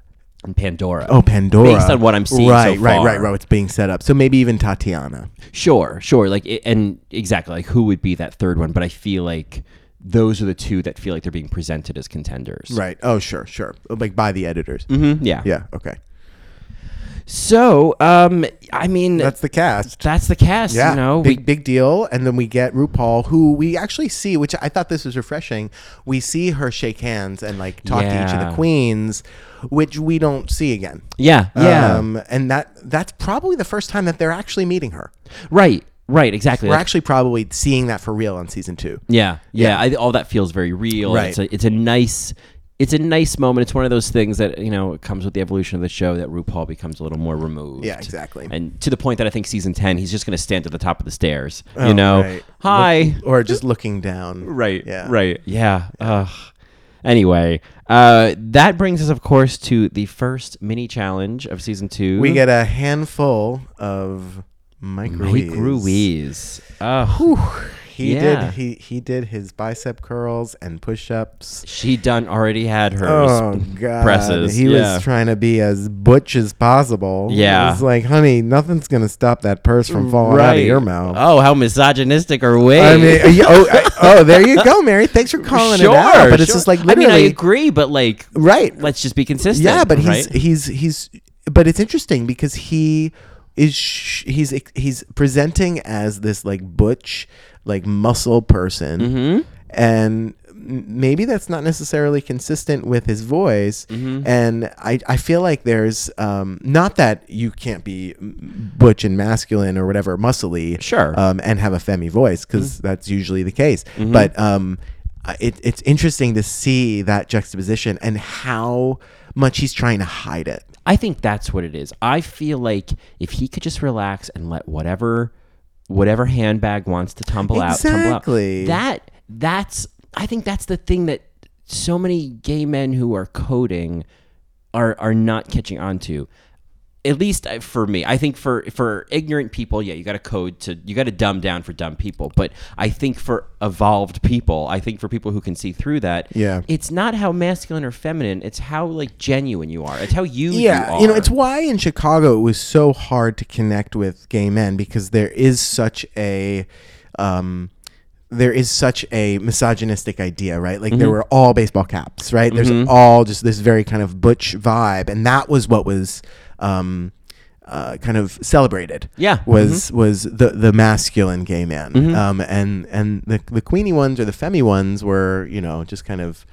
Speaker 5: in Pandora?
Speaker 4: Oh, Pandora.
Speaker 5: Based on what I'm seeing so
Speaker 4: right, right,
Speaker 5: far.
Speaker 4: right, right. It's being set up. So maybe even Tatiana.
Speaker 5: Sure, sure. Like, it, and exactly, like who would be that third one? But I feel like those are the two that feel like they're being presented as contenders.
Speaker 4: Right. Oh, sure, sure. Like by the editors.
Speaker 5: Mm, yeah.
Speaker 4: Yeah. Okay.
Speaker 5: So, um, I mean,
Speaker 4: That's the cast.
Speaker 5: that's the cast.
Speaker 4: Yeah,
Speaker 5: You know,
Speaker 4: big
Speaker 5: we,
Speaker 4: big deal. And then we get RuPaul, who we actually see, which I thought this was refreshing. We see her shake hands and like talk to each of
Speaker 5: Yeah.
Speaker 4: the queens, which we don't see again.
Speaker 5: yeah, yeah,
Speaker 4: Um, and that that's probably the first time that they're actually meeting her.
Speaker 5: right, right, exactly.
Speaker 4: We're
Speaker 5: Like,
Speaker 4: actually probably seeing that for real on season two.
Speaker 5: yeah, yeah. I, all that feels very real.
Speaker 4: Right.
Speaker 5: It's a, it's a nice. It's a nice moment. It's one of those things that you know it comes with the evolution of the show that RuPaul becomes a little more removed.
Speaker 4: Yeah, exactly.
Speaker 5: And to the point that I think season ten, he's just going to stand at the top of the stairs. you know,
Speaker 4: Oh, right.
Speaker 5: hi.
Speaker 4: Or just looking down.
Speaker 5: Right.
Speaker 4: Yeah.
Speaker 5: Right. Yeah. Ugh. Anyway, uh, that brings us, of course, to the first mini challenge of season two.
Speaker 4: We get a handful of Mike,
Speaker 5: Mike
Speaker 4: Ruiz.
Speaker 5: Ruiz. Ugh.
Speaker 4: He
Speaker 5: Yeah.
Speaker 4: did he he did his bicep curls and push ups.
Speaker 5: She done already had hers.
Speaker 4: Oh God!
Speaker 5: presses.
Speaker 4: He
Speaker 5: Yeah.
Speaker 4: was trying to be as butch as possible.
Speaker 5: Yeah.
Speaker 4: it's like, honey, nothing's gonna stop that purse from falling out of your mouth.
Speaker 5: Oh, how misogynistic are we?
Speaker 4: I mean, are you- oh, I- oh, there you go, Mary. Thanks for calling
Speaker 5: sure,
Speaker 4: it out. But it's
Speaker 5: sure.
Speaker 4: just like
Speaker 5: I mean,
Speaker 4: literally,
Speaker 5: I agree, but like,
Speaker 4: right?
Speaker 5: let's just be consistent.
Speaker 4: yeah, but he's
Speaker 5: right?
Speaker 4: he's he's. But it's interesting because he is sh- he's he's presenting as this like butch, like muscle person,
Speaker 5: Mm-hmm.
Speaker 4: and m- maybe that's not necessarily consistent with his voice.
Speaker 5: Mm-hmm.
Speaker 4: And I I feel like there's um not that you can't be butch and masculine or whatever muscly
Speaker 5: Sure.
Speaker 4: um and have a femmy voice because that's usually the case, but um uh, it, it's interesting to see that juxtaposition and how much he's trying to hide it.
Speaker 5: I think that's what it is. I feel like if he could just relax and let whatever whatever handbag wants to tumble out, tumble out.
Speaker 4: Exactly.
Speaker 5: That that's I think that's the thing that so many gay men who are coding are are not catching on to. At least I- for me, I think for for ignorant people, yeah, you got to code to you got to dumb down for dumb people. But I think for evolved people, I think for people who can see through that,
Speaker 4: Yeah.
Speaker 5: it's not how masculine or feminine. It's how like genuine you are. It's how you
Speaker 4: yeah,
Speaker 5: you,
Speaker 4: you, know, it's
Speaker 5: are.
Speaker 4: why in Chicago it was so hard to connect with gay men because there is such a um there is such a misogynistic idea, right? Like
Speaker 5: Mm-hmm.
Speaker 4: there were all baseball caps, right? There's all just this very kind of butch vibe and that was what was um uh, kind of celebrated.
Speaker 5: Yeah. Mm-hmm.
Speaker 4: was was the the masculine gay man, um, and and the the queenie ones or the femmy ones were you know just kind of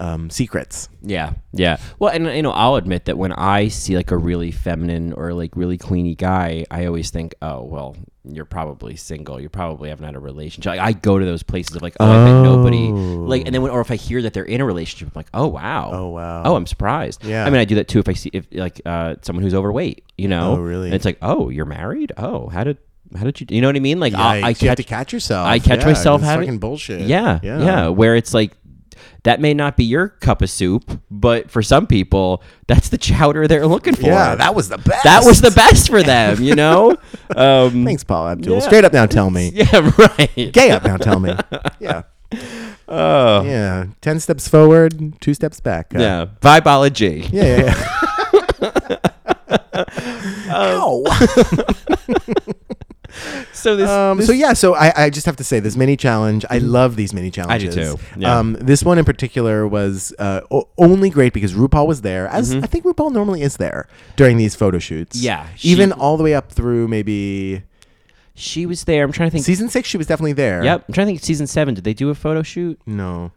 Speaker 4: um, secrets.
Speaker 5: Yeah, yeah. Well, and you know, I'll admit that when I see like a really feminine or like really cleany guy, I always think, oh, well, you're probably single. You probably haven't had a relationship. Like, I go to those places of like, oh, I met nobody. Like, and then when, or if I hear that they're in a relationship, I'm like, oh wow,
Speaker 4: Oh, wow.
Speaker 5: oh, I'm surprised.
Speaker 4: Yeah.
Speaker 5: I mean, I do that too if I see if like uh, someone who's overweight. You know,
Speaker 4: Oh, really?
Speaker 5: And it's like, oh, you're married. Oh, how did how did you? You know what I mean? Like,
Speaker 4: Yikes,
Speaker 5: I, I
Speaker 4: you have
Speaker 5: catch,
Speaker 4: to catch yourself.
Speaker 5: I catch
Speaker 4: Yeah,
Speaker 5: myself
Speaker 4: it's
Speaker 5: having
Speaker 4: fucking bullshit.
Speaker 5: Yeah,
Speaker 4: Yeah.
Speaker 5: yeah, Where it's like that may not be your cup of soup, but for some people, that's the chowder they're looking for.
Speaker 4: Yeah, that was the best.
Speaker 5: That was the best for them. You know. um,
Speaker 4: Thanks, Paul Abdul.
Speaker 5: Yeah.
Speaker 4: Straight up now, tell me.
Speaker 5: Yeah. Right.
Speaker 4: Gay up now, tell me. Yeah. Oh. Yeah. Ten steps forward, two steps back. huh?
Speaker 5: Yeah. Vibology.
Speaker 4: Yeah. Yeah. yeah.
Speaker 5: Uh,
Speaker 4: Ow.
Speaker 5: So this. Mm-hmm.
Speaker 4: Um, so yeah, so I, I just have to say this mini challenge. I love these mini challenges.
Speaker 5: too, yeah.
Speaker 4: Um, this one in particular was uh, o- only great because RuPaul was there. As I think RuPaul normally is there during these photo shoots.
Speaker 5: Mm-hmm. Yeah, she-
Speaker 4: even all the way up through maybe
Speaker 5: she was there. I'm trying to think.
Speaker 4: season six. She was definitely there.
Speaker 5: yep. I'm trying to think. Season seven. Did they do a photo shoot?
Speaker 4: No.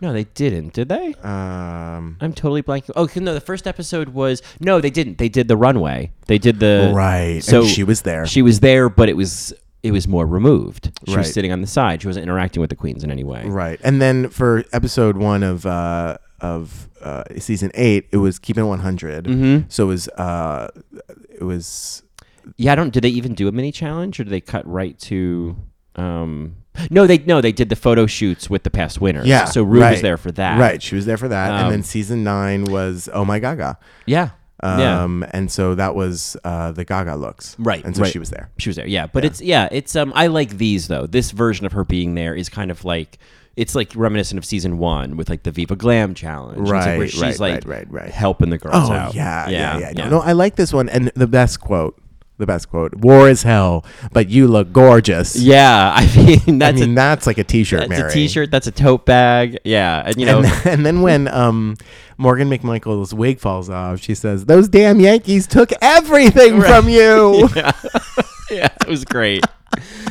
Speaker 5: No, they didn't. Did they?
Speaker 4: Um,
Speaker 5: I'm totally blanking. Oh 'cause no, the first episode was no, they didn't. They did the runway. They did the
Speaker 4: Right, and she was there.
Speaker 5: Uh, She was there, but it was it was more removed. She
Speaker 4: Right.
Speaker 5: was sitting on the side. She wasn't interacting with the queens in any way.
Speaker 4: right. And then for episode one of uh, of uh, season eight, it was keeping one
Speaker 5: Mm-hmm.
Speaker 4: So it was uh, it was
Speaker 5: Yeah, I don't. Did they even do a mini challenge, or did they cut right to? Um, no, they no, they did the photo shoots with the past winners.
Speaker 4: yeah.
Speaker 5: so Rue
Speaker 4: right.
Speaker 5: was there for that.
Speaker 4: Right. She was there for that. and
Speaker 5: Um,
Speaker 4: then season nine was Oh My Gaga.
Speaker 5: Yeah. yeah.
Speaker 4: Um, And so that was uh, the Gaga looks.
Speaker 5: Right,
Speaker 4: And so
Speaker 5: right.
Speaker 4: she was there.
Speaker 5: She was there, yeah. But it's yeah, it's um I like these though. This version of her being there is kind of like it's like reminiscent of season one with like the Viva Glam challenge. It's like where
Speaker 4: Right,
Speaker 5: she's
Speaker 4: right, right,
Speaker 5: like
Speaker 4: right, right.
Speaker 5: helping the girls
Speaker 4: Oh
Speaker 5: out.
Speaker 4: yeah, yeah, yeah. No, no, I like this one. And the best quote, the best quote: "War is hell, but you look gorgeous."
Speaker 5: Yeah, I mean
Speaker 4: I
Speaker 5: that's
Speaker 4: mean
Speaker 5: a
Speaker 4: that's like a t-shirt.
Speaker 5: that's
Speaker 4: Mary.
Speaker 5: a t-shirt, that's a tote bag. Yeah. And you know
Speaker 4: And, then- and then when um, Morgan McMichael's wig falls off, she says, "Those damn Yankees took everything from you."
Speaker 5: yeah, it was great.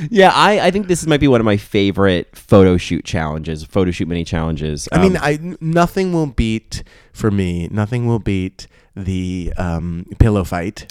Speaker 5: yeah, I, I think this might be one of my favorite photo shoot challenges, photo shoot mini challenges.
Speaker 4: I mean,
Speaker 5: Um,
Speaker 4: I n- nothing will beat for me. Nothing will beat the um, pillow fight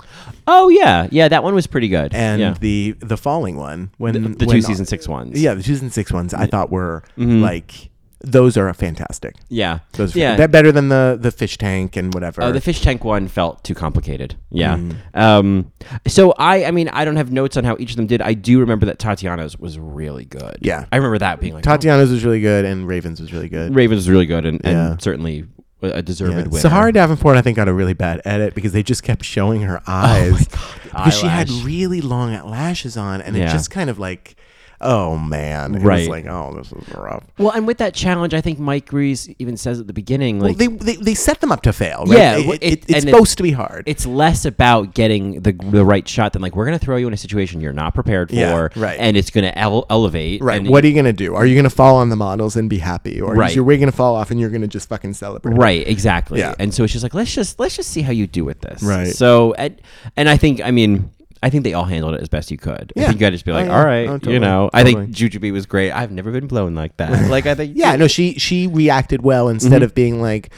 Speaker 5: oh yeah, yeah, that one was pretty good.
Speaker 4: and
Speaker 5: yeah.
Speaker 4: the the falling one when
Speaker 5: the, the
Speaker 4: when-
Speaker 5: two season six ones.
Speaker 4: Yeah, the two season six ones I thought were like those are fantastic.
Speaker 5: yeah,
Speaker 4: Those are
Speaker 5: Mm-hmm. yeah.
Speaker 4: they're better than the the fish tank and whatever.
Speaker 5: Oh, the fish tank one felt too complicated. Yeah.
Speaker 4: Mm.
Speaker 5: Um. So I, I mean, I don't have notes on how each of them did. I do remember that Tatiana's was really good.
Speaker 4: Yeah.
Speaker 5: I remember that being like
Speaker 4: Tatiana's was really good and Ravens was really
Speaker 5: oh,
Speaker 4: good.
Speaker 5: Ravens was really good and,
Speaker 4: Yeah.
Speaker 5: and certainly a deserved
Speaker 4: Yeah.
Speaker 5: win.
Speaker 4: Sahara Davenport, I think, got a really bad edit because they just kept showing her
Speaker 5: Oh
Speaker 4: eyes. because she had
Speaker 5: eyelash.
Speaker 4: really long lashes on, and it
Speaker 5: Yeah.
Speaker 4: just kind of like, oh man, it was
Speaker 5: Right.
Speaker 4: like, oh, this is rough.
Speaker 5: Well, and with that challenge, I think Mike Reese even says at the beginning, like,
Speaker 4: well, they, they they set them up to fail. Right?
Speaker 5: Yeah,
Speaker 4: They-
Speaker 5: well,
Speaker 4: it,
Speaker 5: it-
Speaker 4: it- it's
Speaker 5: and it-
Speaker 4: supposed to be hard.
Speaker 5: it's less about getting the the right shot than like we're gonna throw you in a situation you're not prepared for,
Speaker 4: Yeah, right.
Speaker 5: And it's gonna ele- elevate,
Speaker 4: right.
Speaker 5: and
Speaker 4: what are you gonna do? Are you gonna fall on the models and be happy, or
Speaker 5: Right.
Speaker 4: is your wig gonna fall off and you're gonna just fucking celebrate?
Speaker 5: Right, exactly.
Speaker 4: Yeah.
Speaker 5: And so it's just like let's just let's just see how you do with this.
Speaker 4: Right.
Speaker 5: So and and I think I mean I think they all handled it as best you could. I
Speaker 4: Yeah.
Speaker 5: think you gotta just be
Speaker 4: Oh,
Speaker 5: like,
Speaker 4: yeah.
Speaker 5: all right,
Speaker 4: Oh, totally,
Speaker 5: you know. I
Speaker 4: totally.
Speaker 5: think Jujubee was great. I've never been blown like that. like I think
Speaker 4: Yeah. No, she she reacted well instead
Speaker 5: Mm-hmm.
Speaker 4: of being like.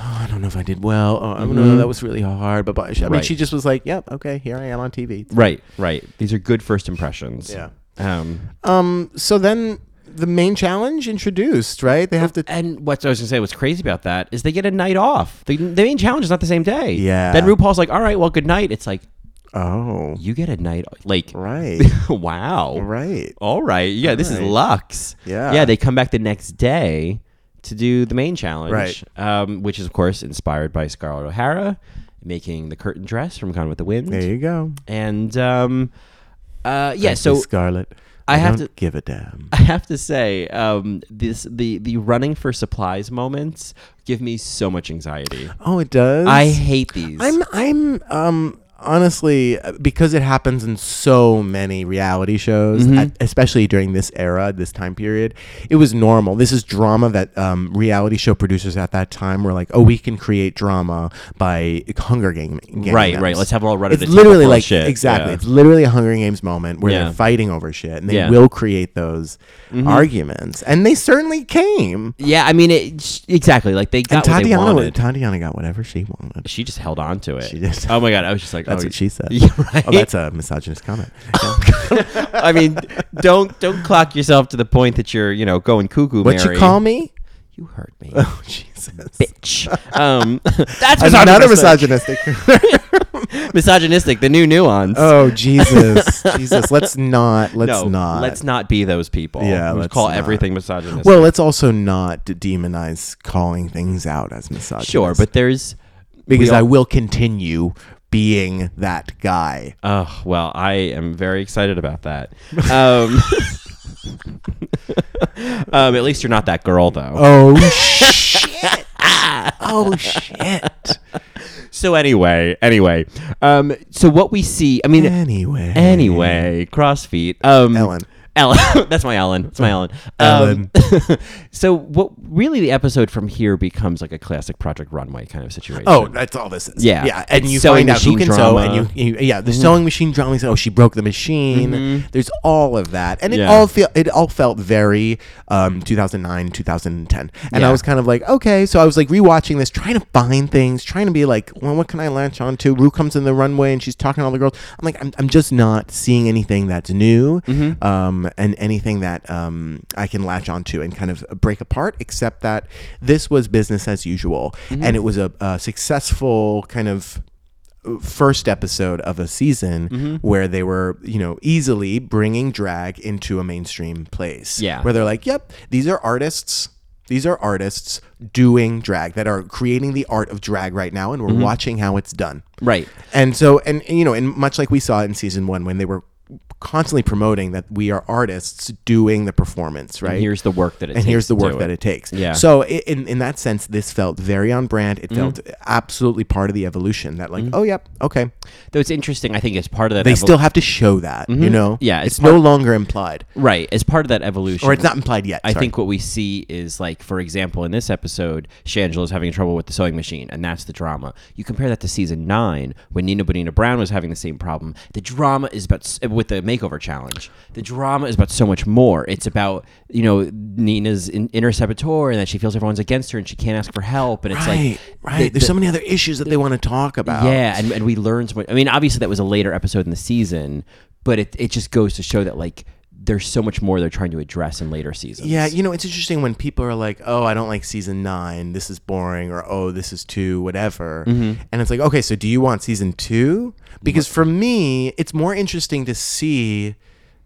Speaker 4: Oh, I don't know if I did well. Oh, I don't know. That was really hard. But, but I mean,
Speaker 5: Right.
Speaker 4: she just was like, "Yep, okay, here I am on TV."
Speaker 5: Right, right. These are good first impressions.
Speaker 4: Yeah.
Speaker 5: Um,
Speaker 4: Um. So then the main challenge introduced, right? They have to
Speaker 5: and what I was gonna say, what's crazy about that is they get a night off. The, the main challenge is not the same day.
Speaker 4: Yeah.
Speaker 5: Then RuPaul's like, "All right, well, good night." It's like,
Speaker 4: Oh,
Speaker 5: You get a night like
Speaker 4: right,
Speaker 5: wow.
Speaker 4: right.
Speaker 5: All right. Yeah, this is
Speaker 4: right.
Speaker 5: Lux.
Speaker 4: Yeah.
Speaker 5: Yeah, they come back the next day to do the main challenge.
Speaker 4: Right.
Speaker 5: Um, which is of course inspired by Scarlett O'Hara making the curtain dress from Gone with the Wind.
Speaker 4: There you go.
Speaker 5: And um uh yeah,
Speaker 4: Miss
Speaker 5: so
Speaker 4: Scarlet,
Speaker 5: I have
Speaker 4: don't give a damn.
Speaker 5: I have to say, um, this the the running for supplies moments give me so much anxiety.
Speaker 4: Oh, it does.
Speaker 5: I hate these.
Speaker 4: I'm I'm um honestly uh, because it happens in so many reality shows
Speaker 5: Mm-hmm.
Speaker 4: at- especially during this era this time period it was normal this is drama that um, reality show producers at that time were like oh we can create drama by hunger game, game
Speaker 5: Right,
Speaker 4: games."
Speaker 5: right. Let's have it all run at
Speaker 4: it's
Speaker 5: a table
Speaker 4: literally
Speaker 5: full of
Speaker 4: like
Speaker 5: shit.
Speaker 4: exactly
Speaker 5: Yeah.
Speaker 4: it's literally a hunger games moment where
Speaker 5: Yeah.
Speaker 4: they're fighting over shit and they
Speaker 5: Yeah. Mm-hmm.
Speaker 4: will create those arguments and they certainly came
Speaker 5: yeah, I mean, it, exactly. Like they
Speaker 4: and
Speaker 5: got what they
Speaker 4: Tatiana,
Speaker 5: wanted.
Speaker 4: Tatiana got whatever she wanted
Speaker 5: she just held on to it.
Speaker 4: She just-
Speaker 5: Oh my god, I was just like,
Speaker 4: That's
Speaker 5: oh,
Speaker 4: what she said.
Speaker 5: Yeah, right. Oh,
Speaker 4: Oh, that's a misogynist comment.
Speaker 5: I mean, don't don't clock yourself to the point that you're you know going cuckoo.
Speaker 4: What
Speaker 5: Mary.
Speaker 4: you call me?
Speaker 5: You heard me,
Speaker 4: Oh Jesus!
Speaker 5: bitch. Um, that's
Speaker 4: Another
Speaker 5: misogynistic.
Speaker 4: misogynistic.
Speaker 5: misogynistic. The new nuance.
Speaker 4: oh Jesus! Jesus! Let's not. Let's
Speaker 5: no,
Speaker 4: not.
Speaker 5: Let's not be those people.
Speaker 4: Yeah,
Speaker 5: who
Speaker 4: let's
Speaker 5: call
Speaker 4: not.
Speaker 5: everything misogynistic.
Speaker 4: Well, let's also not demonize calling things out as misogynist.
Speaker 5: sure, but there's
Speaker 4: because
Speaker 5: we all-
Speaker 4: I will continue being that guy.
Speaker 5: Oh well, I am very excited about that. Um, um, at least you're not that girl, though.
Speaker 4: Oh shit! Oh shit!
Speaker 5: So anyway, anyway, um, so what we see, I mean,
Speaker 4: Anyway.
Speaker 5: anyway, CrossFeet, um,
Speaker 4: Ellen. Oh.
Speaker 5: Ellen, that's my Ellen, that's my Ellen. Um, so what? Really, the episode from here becomes like a classic Project Runway kind of situation.
Speaker 4: Oh, that's all this is.
Speaker 5: Yeah.
Speaker 4: yeah. And
Speaker 5: It's
Speaker 4: you
Speaker 5: sewing
Speaker 4: find out who
Speaker 5: machine
Speaker 4: can sew, and
Speaker 5: drama.
Speaker 4: you, you yeah,
Speaker 5: Mm.
Speaker 4: the sewing machine drama. is, Oh, she broke the machine. There's all of that, and it
Speaker 5: Mm-hmm. Yeah.
Speaker 4: all feel it all felt very um, 2009, 2010. And
Speaker 5: Yeah.
Speaker 4: I was kind of like, okay, so I was like rewatching this, trying to find things, trying to be like, well, what can I latch on to? Rue comes in the runway and she's talking to all the girls. I'm like, I'm, I'm just not seeing anything that's new,
Speaker 5: Mm-hmm.
Speaker 4: um, and anything that um, I can latch on to and kind of break apart. Except that this was business as usual,
Speaker 5: Mm-hmm.
Speaker 4: and it was a, a successful kind of first episode of a season
Speaker 5: Mm-hmm.
Speaker 4: where they were, you know, easily bringing drag into a mainstream place.
Speaker 5: Yeah.
Speaker 4: Where they're like, yep, these are artists. These are artists doing drag that are creating the art of drag right now, and we're watching how it's done.
Speaker 5: Mm-hmm. right.
Speaker 4: And so, and you know, and much like we saw in season one when they were constantly promoting that we are artists doing the performance, right?
Speaker 5: And here's the work that it
Speaker 4: and
Speaker 5: takes
Speaker 4: here's the
Speaker 5: to
Speaker 4: work
Speaker 5: do
Speaker 4: that it takes.
Speaker 5: Yeah. Mm-hmm.
Speaker 4: So i- in in that sense, this felt very on brand. It felt absolutely part of the evolution. That like, oh yep, okay.
Speaker 5: Though it's interesting, I think as part of that,
Speaker 4: They
Speaker 5: evol-
Speaker 4: still have to show that, you know.
Speaker 5: Mm-hmm. Yeah,
Speaker 4: it's,
Speaker 5: it's
Speaker 4: no longer implied,
Speaker 5: right as part of that evolution,
Speaker 4: or it's not implied yet.
Speaker 5: I
Speaker 4: sorry.
Speaker 5: think what we see is like, for example, in this episode, Shangela is having trouble with the sewing machine, and that's the drama. You compare that to season nine when Nina Bonina Brown was having the same problem. The drama is about s- with the makeover challenge. The drama is about so much more. It's about you know Nina's in, inner saboteur and that she feels everyone's against her and she can't ask for help. And it's
Speaker 4: right,
Speaker 5: like
Speaker 4: right. There's so many other issues that they want to talk about.
Speaker 5: yeah, and, and we learned so much. I mean, obviously that was a later episode in the season, but it it just goes to show that like. There's so much more they're trying to address in later seasons.
Speaker 4: Yeah, you know, it's interesting when people are like, "Oh, I don't like season nine. This is boring," or "Oh, this is too whatever,"
Speaker 5: Mm-hmm.
Speaker 4: and it's like, okay, so do you want season two? Because for me, it's more interesting to see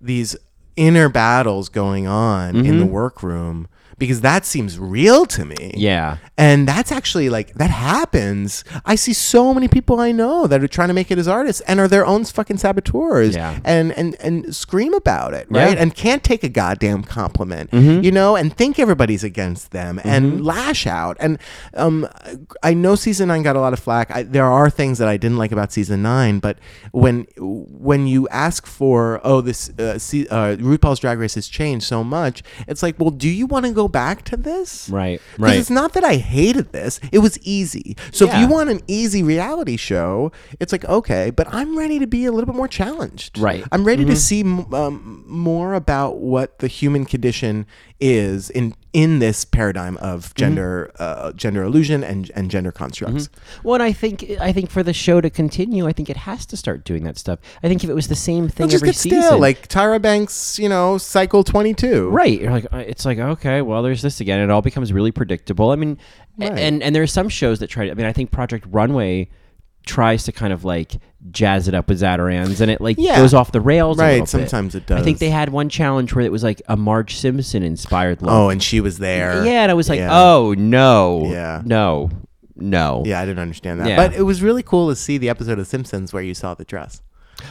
Speaker 4: these inner battles going on in the workroom because that seems real to me.
Speaker 5: Mm-hmm. Yeah.
Speaker 4: And that's actually like that happens. I see so many people I know that are trying to make it as artists and are their own fucking saboteurs
Speaker 5: Yeah.
Speaker 4: and and and scream about it,
Speaker 5: Yeah. Mm-hmm.
Speaker 4: right? And can't take a goddamn compliment, you know, and think everybody's against them and lash out. And um, I know season nine got a lot of flack. I, there are things that I didn't like about season nine, but when when you ask for oh this uh, se- uh, RuPaul's Drag Race has changed so much, it's like, well, do you want to go back to this?
Speaker 5: Right,
Speaker 4: 'Cause
Speaker 5: right.
Speaker 4: It's not that I hated this. It was easy. So
Speaker 5: Yeah.
Speaker 4: if you want an easy reality show, it's like okay, but I'm ready to be a little bit more challenged.
Speaker 5: Right. Mm-hmm.
Speaker 4: I'm ready to see m- um, more about what the human condition is in in this paradigm
Speaker 5: Mm-hmm.
Speaker 4: of gender uh, gender illusion and and gender constructs.
Speaker 5: Well, and I think I think for the show to continue, I think it has to start doing that stuff. I think if it was the same thing
Speaker 4: It just
Speaker 5: every
Speaker 4: gets
Speaker 5: season,
Speaker 4: stale, like Tyra Banks, you know, cycle twenty two.
Speaker 5: right, you're like uh, it's like okay, well, there's this again. It all becomes really predictable. I mean, a- and and there are some shows that try. to, I mean, I think Project Runway tries to kind of like jazz it up with Zatarans and it like
Speaker 4: Yeah.
Speaker 5: goes off the rails. a
Speaker 4: Right,
Speaker 5: little bit.
Speaker 4: sometimes it
Speaker 5: I
Speaker 4: does.
Speaker 5: think they had one challenge where it was like a Marge Simpson inspired
Speaker 4: Oh,
Speaker 5: look.
Speaker 4: and she was there.
Speaker 5: yeah, and I was like,
Speaker 4: Yeah.
Speaker 5: oh no,
Speaker 4: Yeah.
Speaker 5: no, no.
Speaker 4: Yeah, I didn't understand that.
Speaker 5: Yeah.
Speaker 4: But it was really cool to see the episode of The Simpsons where you saw the dress.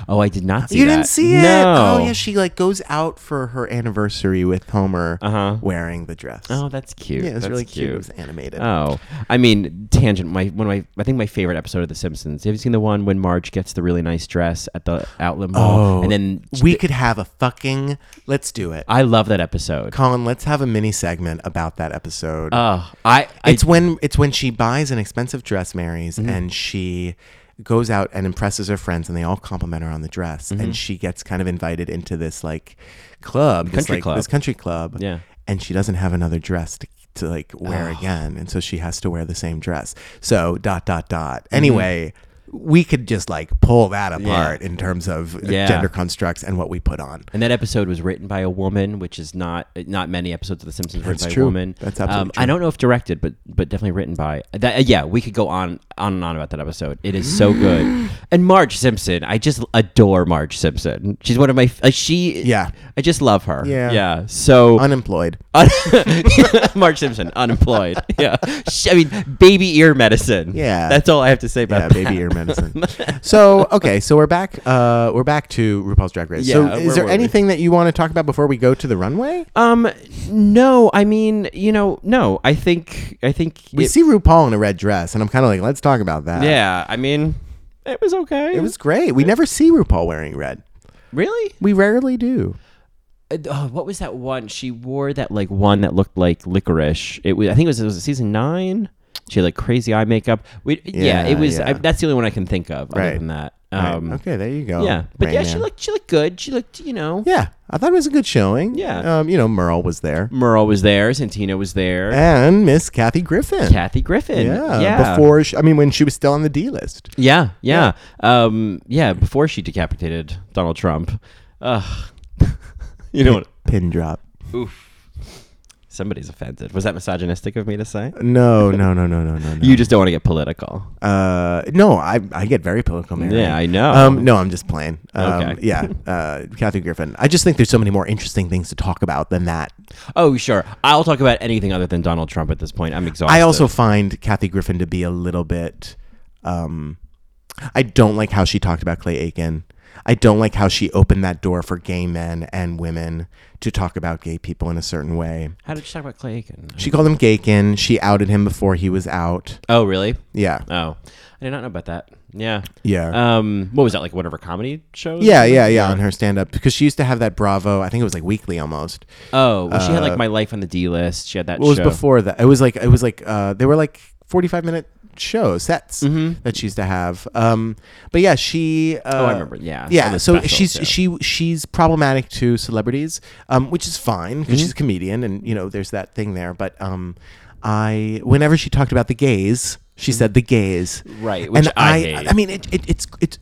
Speaker 5: Oh, I did not see.
Speaker 4: you
Speaker 5: that.
Speaker 4: didn't see it.
Speaker 5: No.
Speaker 4: Oh yeah, she like goes out for her anniversary with Homer
Speaker 5: Uh-huh.
Speaker 4: wearing the dress.
Speaker 5: Oh, that's cute.
Speaker 4: yeah, it was
Speaker 5: That's
Speaker 4: really cute. It was animated.
Speaker 5: Oh, I mean, tangent. My one of my, I think my favorite episode of The Simpsons. Have you seen the one when Marge gets the really nice dress at the Outlet Mall,
Speaker 4: Oh,
Speaker 5: and then
Speaker 4: we could have a fucking let's do it.
Speaker 5: I love that episode.
Speaker 4: Colin, let's have a mini segment about that episode.
Speaker 5: Oh, I, I Mm-hmm.
Speaker 4: it's when it's when she buys an expensive dress, Mary's, and she goes out and impresses her friends, and they all compliment her on the dress,
Speaker 5: Mm-hmm.
Speaker 4: and she gets kind of invited into this like club, this,
Speaker 5: Country
Speaker 4: like,
Speaker 5: club.
Speaker 4: this country club,
Speaker 5: Yeah.
Speaker 4: and she doesn't have another dress to. To like wear again, and so she has to wear the same dress. So dot dot dot.
Speaker 5: Mm-hmm.
Speaker 4: Anyway, we could just like pull that apart in terms of
Speaker 5: Yeah.
Speaker 4: gender constructs and what we put on.
Speaker 5: and that episode was written by a woman, which is not not many episodes of The Simpsons written
Speaker 4: That's
Speaker 5: by
Speaker 4: true.
Speaker 5: a woman. Um,
Speaker 4: That's absolutely
Speaker 5: I
Speaker 4: true.
Speaker 5: don't know if directed, but but definitely written by. That, uh, yeah, we could go on on and on about that episode. It is so good. And Marge Simpson, I just adore Marge Simpson. She's one of my. Uh, she.
Speaker 4: Yeah.
Speaker 5: I just love her.
Speaker 4: Yeah.
Speaker 5: Yeah. So
Speaker 4: Unemployed.
Speaker 5: Un- Marge Simpson, unemployed. Yeah, Sh- I mean, baby ear medicine.
Speaker 4: Yeah.
Speaker 5: that's all I have to say
Speaker 4: yeah,
Speaker 5: about
Speaker 4: baby ear medicine. so okay, so we're back. Uh, we're back to RuPaul's Drag Race.
Speaker 5: Yeah,
Speaker 4: so
Speaker 5: where
Speaker 4: is there
Speaker 5: were we?
Speaker 4: anything that you want to talk about before we go to the runway?
Speaker 5: that. Um, no, I mean, you know, no. I think, I think
Speaker 4: we
Speaker 5: it-
Speaker 4: see RuPaul in a red dress, and I'm kind of like, let's talk about that.
Speaker 5: Yeah, I mean, it was okay.
Speaker 4: it was great. We never see RuPaul wearing red.
Speaker 5: really.
Speaker 4: We rarely do.
Speaker 5: Uh, oh, what was that one? She wore that like one that looked like licorice. It was, I think it was, it was season nine. She had like crazy eye makeup. We,
Speaker 4: Yeah,
Speaker 5: yeah, it was. I,
Speaker 4: yeah.
Speaker 5: that's the only one I can think of.
Speaker 4: Right.
Speaker 5: Other than that,
Speaker 4: Right.
Speaker 5: um,
Speaker 4: okay, there you go.
Speaker 5: yeah, but
Speaker 4: Rain
Speaker 5: yeah, she
Speaker 4: Man.
Speaker 5: looked, she looked good. She looked, you know,
Speaker 4: Yeah, I thought it was a good showing.
Speaker 5: Yeah.
Speaker 4: um, you know, Merle was there,
Speaker 5: Merle was there. Santina was there.
Speaker 4: and Miss Kathy Griffin.
Speaker 5: Kathy Griffin.
Speaker 4: yeah,
Speaker 5: Yeah.
Speaker 4: Before, she, I mean, when she was still on the D list.
Speaker 5: Yeah. Yeah. Um, yeah. Before she decapitated Donald Trump. Ugh. you know what?
Speaker 4: Pin drop.
Speaker 5: Somebody's offended. Was that misogynistic of me to say?
Speaker 4: No, no, no, no, no, no. no.
Speaker 5: You just don't want to get political.
Speaker 4: Uh, no, I I get very political. Mary.
Speaker 5: Yeah, I know.
Speaker 4: Um, no, I'm just playing. Um,
Speaker 5: Okay.
Speaker 4: Yeah, uh, Kathy Griffin. I just think there's so many more interesting things to talk about than that.
Speaker 5: Oh, sure. I'll talk about anything other than Donald Trump at this point. I'm exhausted.
Speaker 4: I also find Kathy Griffin to be a little bit. Um, I don't like how she talked about Clay Aiken. I don't like how she opened that door for gay men and women to talk about gay people in a certain way.
Speaker 5: How did you talk about Clay Aiken?
Speaker 4: She called him Gaykin. She outed him before he was out.
Speaker 5: Oh, really?
Speaker 4: Yeah.
Speaker 5: Oh, I did not know about that. Yeah.
Speaker 4: Yeah.
Speaker 5: Um, what was that like? One of her comedy shows?
Speaker 4: yeah, yeah, yeah, on her stand up because she used to have that Bravo. I think it was like weekly almost.
Speaker 5: Oh, well, she had like My Life on the D List. She had that.
Speaker 4: Uh, Well, it was
Speaker 5: show.
Speaker 4: before that. It was like it was like uh, they were like forty-five minute shows sets that she used to have. Um, but yeah, she. Uh, oh,
Speaker 5: Mm-hmm. I remember. Yeah, all
Speaker 4: yeah.
Speaker 5: the
Speaker 4: So
Speaker 5: specials,
Speaker 4: she's
Speaker 5: yeah.
Speaker 4: she she's problematic to celebrities, um, which is fine
Speaker 5: Mm-hmm.
Speaker 4: because she's a comedian and you know there's that thing there. But um, I whenever she talked about the gays, she said the gays.
Speaker 5: Mm-hmm. Right, which
Speaker 4: and
Speaker 5: I
Speaker 4: I
Speaker 5: hate.
Speaker 4: I mean it, it it's it's.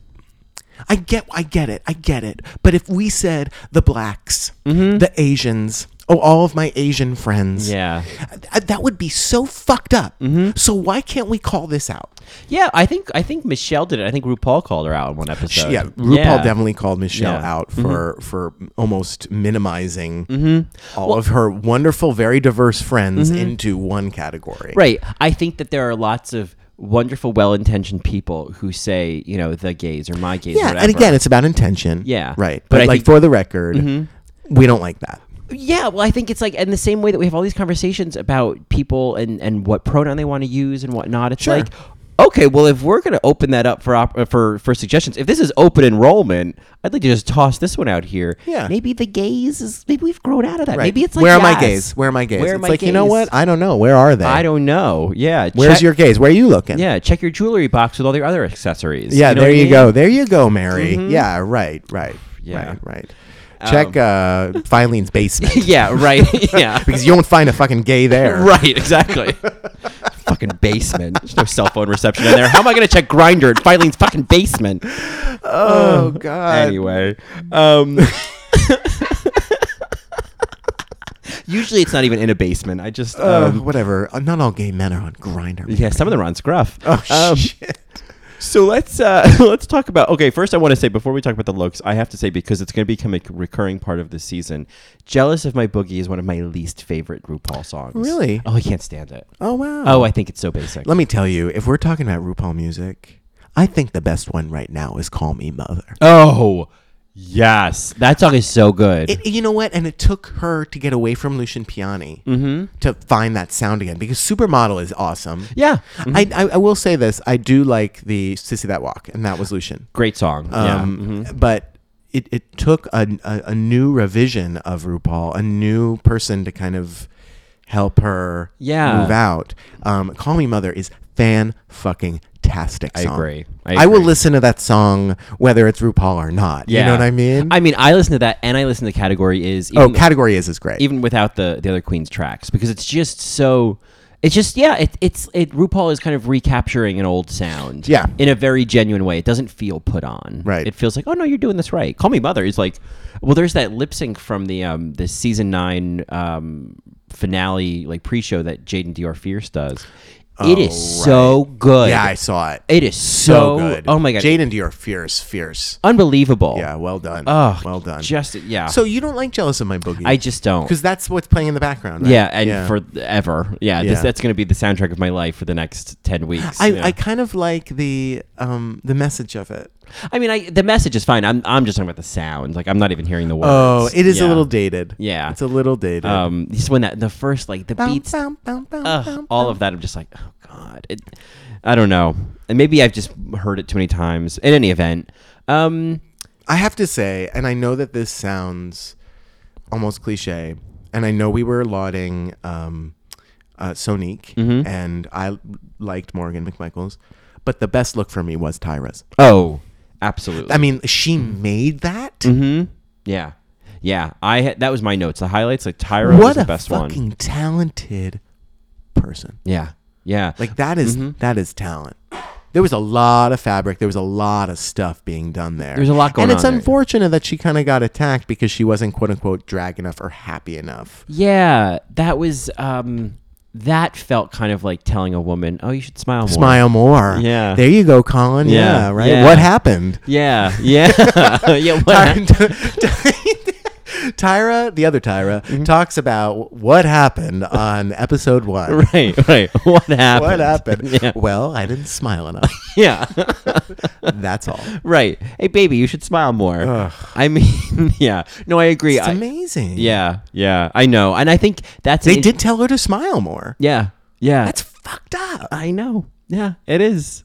Speaker 4: I get, I get it, I get it. But if we said the blacks, the Asians, oh, all of my Asian friends,
Speaker 5: Mm-hmm. Yeah.
Speaker 4: Th- Uh, that would be so fucked up.
Speaker 5: Mm-hmm.
Speaker 4: So why can't we call this out?
Speaker 5: Yeah, I think I think Michelle did it. I think RuPaul called her out in one episode.
Speaker 4: yeah, RuPaul
Speaker 5: Yeah.
Speaker 4: definitely called Michelle
Speaker 5: Yeah. Mm-hmm.
Speaker 4: out for for almost minimizing
Speaker 5: Mm-hmm.
Speaker 4: all of her wonderful, very diverse friends into one category.
Speaker 5: Right. I think that there are lots of wonderful, well-intentioned people who say, you know, the gays or my gays. or
Speaker 4: Yeah, and
Speaker 5: whatever.
Speaker 4: again, it's about intention.
Speaker 5: Yeah.
Speaker 4: right.
Speaker 5: But
Speaker 4: But,
Speaker 5: I
Speaker 4: like
Speaker 5: think- Mm-hmm.
Speaker 4: for the record, we don't like that.
Speaker 5: yeah. Well, I think it's like in the same way that we have all these conversations about people and and what pronoun they want to use and whatnot. It's
Speaker 4: Sure.
Speaker 5: like. Okay, well, if we're going to open that up for op- uh, for for suggestions, if this is open enrollment, I'd like to just toss this one out here.
Speaker 4: Yeah.
Speaker 5: maybe the gays is maybe we've grown out of that. Maybe it's like
Speaker 4: where are my
Speaker 5: yes.
Speaker 4: gays? Where are my gays?
Speaker 5: Where are
Speaker 4: it's
Speaker 5: my
Speaker 4: like you know what?
Speaker 5: gays?
Speaker 4: I don't know. Where are they?
Speaker 5: I don't know. Yeah,
Speaker 4: Where's
Speaker 5: check-
Speaker 4: your gays? Where are you looking?
Speaker 5: Yeah, check your jewelry box with all the other accessories.
Speaker 4: Yeah,
Speaker 5: know
Speaker 4: there
Speaker 5: what I
Speaker 4: you
Speaker 5: mean? Mm-hmm.
Speaker 4: go. There you go, Mary. Yeah, right, right.
Speaker 5: Yeah. Um,
Speaker 4: Right, right. Check uh Filene's basement.
Speaker 5: yeah, right. Yeah.
Speaker 4: Because you won't find a fucking gay there.
Speaker 5: right, exactly. fucking basement. There's no cell phone reception in there. How am I going to check Grinder at Filene's fucking basement?
Speaker 4: Oh god.
Speaker 5: Anyway, um Usually it's not even in a basement. I just
Speaker 4: Uh,
Speaker 5: um,
Speaker 4: whatever. Uh, Not all gay men are on grinder.
Speaker 5: yeah, some of them are on Scruff.
Speaker 4: Oh
Speaker 5: Um,
Speaker 4: shit.
Speaker 6: So let's uh, let's talk about. Okay, first I want to say before we talk about the looks, I have to say because it's going to become a recurring part of this season. "Jealous of My Boogie" is one of my least favorite RuPaul songs.
Speaker 4: Really?
Speaker 5: Oh, I can't stand it.
Speaker 4: Oh wow.
Speaker 5: Oh, I think it's so basic.
Speaker 4: Let me tell you, if we're talking about RuPaul music, I think the best one right now is "Call Me Mother."
Speaker 5: Oh, yes, that song is so good.
Speaker 4: It, you know what? And it took her to get away from Lucian Piani
Speaker 5: Mm-hmm.
Speaker 4: to find that sound again because Supermodel is awesome.
Speaker 5: yeah, Mm-hmm.
Speaker 4: I, I, I will say this. I do like the Sissy That Walk, and that was Lucian.
Speaker 5: great song.
Speaker 4: Um,
Speaker 5: Mm-hmm.
Speaker 4: But it, it took a, a, a new revision of RuPaul, a new person to kind of help her
Speaker 5: Yeah.
Speaker 4: move out. Um, Call Me Mother is fan fucking tastic.
Speaker 5: I agree. I
Speaker 4: will
Speaker 5: agree.
Speaker 4: listen to that song whether it's RuPaul or not.
Speaker 5: yeah,
Speaker 4: You know what I mean?
Speaker 5: I mean, I listen to that, and I listen to category is
Speaker 4: oh,
Speaker 5: even-
Speaker 4: category is is great.
Speaker 5: even without the the other queen's tracks because it's just so it's just yeah it, it's it RuPaul is kind of recapturing an old sound
Speaker 4: Yeah.
Speaker 5: in a very genuine way it doesn't feel put on
Speaker 4: Right.
Speaker 5: it feels like oh no you're doing this right call me mother is like well there's that lip sync from the um the season nine um finale like pre-show that Jaden Dior Fierce does it is so good
Speaker 4: Oh, yeah, I saw it.
Speaker 5: it is so, good oh my god
Speaker 4: Jaden Dior, fierce, fierce.
Speaker 5: unbelievable
Speaker 4: Yeah, well done.
Speaker 5: oh
Speaker 4: well done.
Speaker 5: just yeah
Speaker 4: so you don't like jealous of my boogie?
Speaker 5: I just don't
Speaker 4: because that's what's playing in the background. Right?
Speaker 5: Yeah, and forever. Yeah,
Speaker 4: Yeah.
Speaker 5: This, that's going to be the soundtrack of my life for the next ten weeks.
Speaker 4: I,
Speaker 5: you know?
Speaker 4: I kind of like the um the message of it.
Speaker 5: I mean, I, the message is fine. I'm, I'm just talking about the sound. Like, I'm not even hearing the words.
Speaker 4: Oh, it is a
Speaker 5: Yeah.
Speaker 4: little dated.
Speaker 5: Yeah.
Speaker 4: it's a little dated.
Speaker 5: Um, just when that the first like the
Speaker 4: Bum,
Speaker 5: beats,
Speaker 4: bum, bum, bum,
Speaker 5: ugh,
Speaker 4: bum,
Speaker 5: all
Speaker 4: bum.
Speaker 5: of that. I'm just like, oh god. It, I don't know. And maybe I've just heard it too many times. In any event, um,
Speaker 4: I have to say, and I know that this sounds almost cliche, and I know we were lauding um, uh, Sonique,
Speaker 5: Mm-hmm.
Speaker 4: and I liked Morgan McMichaels, but the best look for me was Tyra's.
Speaker 5: oh, absolutely.
Speaker 4: I mean, she made that.
Speaker 5: Mm-hmm. yeah, yeah. I had that was my notes. The highlights, like Tyra was
Speaker 4: What
Speaker 5: the
Speaker 4: a
Speaker 5: best
Speaker 4: fucking
Speaker 5: one.
Speaker 4: talented person.
Speaker 5: Yeah, yeah.
Speaker 4: Like that is-
Speaker 5: Mm-hmm.
Speaker 4: that is talent. There was a lot of fabric. There was a lot of stuff being done there.
Speaker 5: There's a lot going
Speaker 4: and it's
Speaker 5: on there.
Speaker 4: unfortunate that she kind of got attacked because she wasn't quote unquote drag enough or happy enough.
Speaker 5: Yeah, that was um that felt kind of like telling a woman, "Oh, you should smile more."
Speaker 4: Smile more.
Speaker 5: Yeah.
Speaker 4: There you go, Colin. Yeah.
Speaker 5: Yeah,
Speaker 4: right.
Speaker 5: yeah.
Speaker 4: What happened?
Speaker 5: Yeah, yeah, yeah. what hap-
Speaker 4: Tyra, the other Tyra,
Speaker 5: Mm-hmm.
Speaker 4: talks about what happened on episode one.
Speaker 5: right, right. What happened?
Speaker 4: What happened?
Speaker 5: Yeah,
Speaker 4: Well, I didn't smile enough.
Speaker 5: yeah.
Speaker 4: That's all.
Speaker 5: right. Hey, baby, you should smile more. I mean, yeah. No, I agree.
Speaker 4: It's
Speaker 5: I-
Speaker 4: amazing.
Speaker 5: yeah, yeah. I know, and I think that's
Speaker 4: They
Speaker 5: an-
Speaker 4: did tell her to smile more.
Speaker 5: Yeah, yeah.
Speaker 4: That's fucked up.
Speaker 5: I know. Yeah, it is.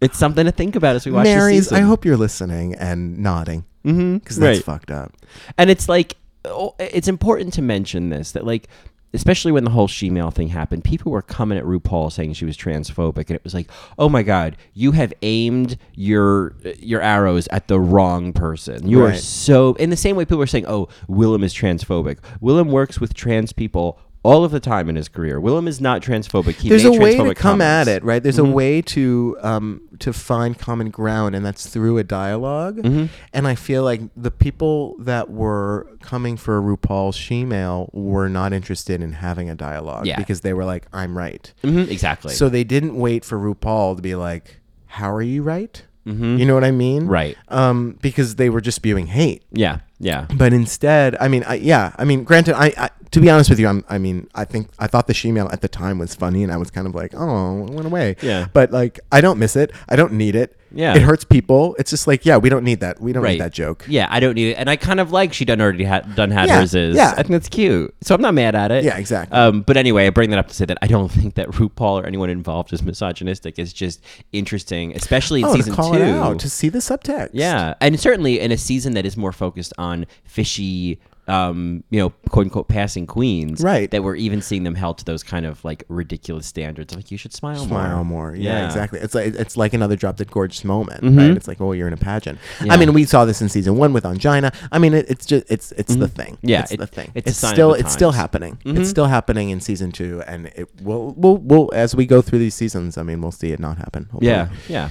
Speaker 5: It's something to think about as we watch. this
Speaker 4: Mary's,
Speaker 5: season.
Speaker 4: I hope you're listening and nodding because that's
Speaker 5: Mm-hmm. right.
Speaker 4: fucked up.
Speaker 5: and it's like oh, it's important to mention this that like especially when the whole she-male thing happened people were coming at rupaul saying she was transphobic and it was like oh my god you have aimed your your arrows at the wrong person you are
Speaker 4: Right.
Speaker 5: so in the same way people are saying oh willem is transphobic willem works with trans people all of the time in his career willem is not transphobic he
Speaker 4: There's a
Speaker 5: made
Speaker 4: way to
Speaker 5: transphobic
Speaker 4: come at
Speaker 5: comments. Mm-hmm.
Speaker 4: it, right? There's a way to um, to find common ground, and that's through a dialog
Speaker 5: Mm-hmm.
Speaker 4: And I feel like the people that were coming for RuPaul's she-male were not interested in having a dialogue
Speaker 5: Yeah.
Speaker 4: because they were like, "I'm right."
Speaker 5: Mhm, exactly
Speaker 4: So they didn't wait for RuPaul to be like, "How are you right?" You know what I mean?
Speaker 5: Mm-hmm. Right.
Speaker 4: Um, because they were just spewing hate.
Speaker 5: yeah yeah
Speaker 4: But instead, I mean, I, yeah, I mean, granted, I, I to be honest with you, I'm, I mean, I think I thought the she at the time was funny, and I was kind of like, oh, it went away.
Speaker 5: Yeah.
Speaker 4: But like, I don't miss it. I don't need it.
Speaker 5: Yeah.
Speaker 4: It hurts people. It's just like, yeah, we don't need that. We don't
Speaker 5: Right.
Speaker 4: need that joke.
Speaker 5: Yeah, I don't need it, and I kind of like she done already had done had
Speaker 4: Yeah,
Speaker 5: hers is.
Speaker 4: yeah.
Speaker 5: I think that's cute, so I'm not mad at it.
Speaker 4: Yeah, exactly.
Speaker 5: Um, but anyway, I bring that up to say that I don't think that RuPaul or anyone involved is misogynistic. It's just interesting, especially in
Speaker 4: Oh,
Speaker 5: season
Speaker 4: to call
Speaker 5: two.
Speaker 4: it out to see the subtext.
Speaker 5: yeah, and certainly in a season that is more focused on fishy. Um, you know, quote unquote, passing queens,
Speaker 4: Right.
Speaker 5: That we're even seeing them held to those kind of like ridiculous standards. Like you should smile,
Speaker 4: Smile
Speaker 5: more.
Speaker 4: more, yeah,
Speaker 5: Yeah. Mm-hmm.
Speaker 4: exactly. It's like it's like another drop dead gorgeous moment, right? It's like, oh, you're in a pageant. I mean, we saw this in season one with Angina. I mean, it, it's just it's it's the thing.
Speaker 5: Mm-hmm. Yeah,
Speaker 4: it's
Speaker 5: it-
Speaker 4: the thing.
Speaker 5: it's a sign of
Speaker 4: still
Speaker 5: the
Speaker 4: it's still
Speaker 5: times. Mm-hmm.
Speaker 4: happening. It's still happening in season two, and it will will will as we go through these seasons. I mean, we'll see it not happen. hopefully.
Speaker 5: Yeah, yeah.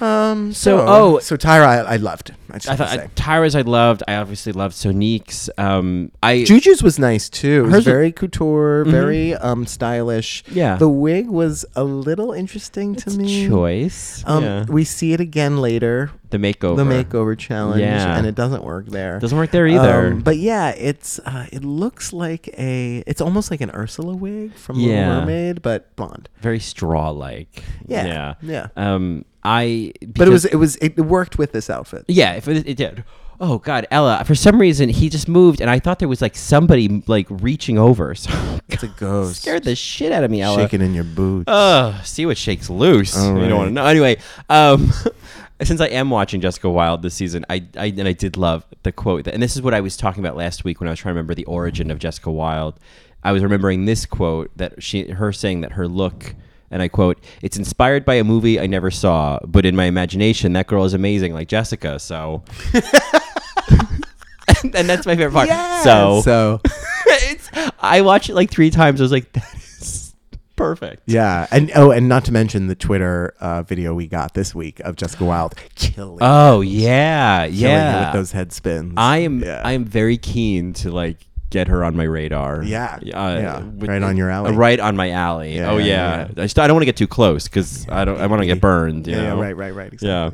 Speaker 4: Um. Mm-hmm. So,
Speaker 5: So-
Speaker 4: oh
Speaker 5: oh.
Speaker 4: so Tyra, I, I loved. I just
Speaker 5: I
Speaker 4: have to
Speaker 5: thought I,
Speaker 4: say.
Speaker 5: Tyra's I loved. I obviously loved Sonique's. Um, I
Speaker 4: Juju's was nice too. It was
Speaker 5: Hers was- Mm-hmm.
Speaker 4: very couture, very um stylish.
Speaker 5: Yeah.
Speaker 4: The wig was a little interesting to me.
Speaker 5: choice.
Speaker 4: Um
Speaker 5: Yeah.
Speaker 4: we see it again later.
Speaker 5: the makeover.
Speaker 4: The makeover challenge
Speaker 5: Yeah.
Speaker 4: and it doesn't work there. Um,
Speaker 5: Doesn't work there either.
Speaker 4: but yeah, it's uh, it looks like a it's almost like an Ursula wig from
Speaker 5: Yeah.
Speaker 4: Little Mermaid but blonde.
Speaker 5: very straw like.
Speaker 4: Yeah,
Speaker 5: Yeah.
Speaker 4: yeah.
Speaker 5: Um, I.
Speaker 4: But it was
Speaker 5: because-
Speaker 4: it was it worked with this outfit.
Speaker 5: Yeah, if it, it did. Oh God, Ella! For some reason, he just moved, and I thought there was like somebody like reaching over. So
Speaker 4: It's a ghost.
Speaker 5: scared the shit out of Uh, me, Ella.
Speaker 4: Shaking in your boots.
Speaker 5: Ugh, see what shakes loose. you
Speaker 4: right.
Speaker 5: don't want to know. Anyway, um, since I am watching Jessica Wilde this season, I, I and I did love the quote, that, and this is what I was talking about last week when I was trying to remember the origin of Jessica Wilde. I was remembering this quote that she her saying that her look. And I quote, it's inspired by a movie I never saw, but in my imagination, that girl is amazing, like Jessica. So, and, that's my favorite part.
Speaker 4: Yeah,
Speaker 5: So,
Speaker 4: so
Speaker 5: it's, I watched it like three times. I was like, that is perfect.
Speaker 4: Yeah, and oh, and not to mention the Twitter uh, video we got this week of Jessica Wilde killing,
Speaker 5: Oh yeah,
Speaker 4: killing it
Speaker 5: yeah.
Speaker 4: with those head spins.
Speaker 5: I am
Speaker 4: Yeah.
Speaker 5: I am very keen to like get her on my radar.
Speaker 4: Yeah,
Speaker 5: Uh,
Speaker 4: yeah,
Speaker 5: with-
Speaker 4: right on your alley.
Speaker 5: uh, right on my alley.
Speaker 4: Yeah,
Speaker 5: oh
Speaker 4: yeah,
Speaker 5: yeah. I, just, I don't want to get too close because I don't. I want to get burned. you
Speaker 4: yeah, yeah,
Speaker 5: know?
Speaker 4: right, right, right. Exactly.
Speaker 5: Yeah.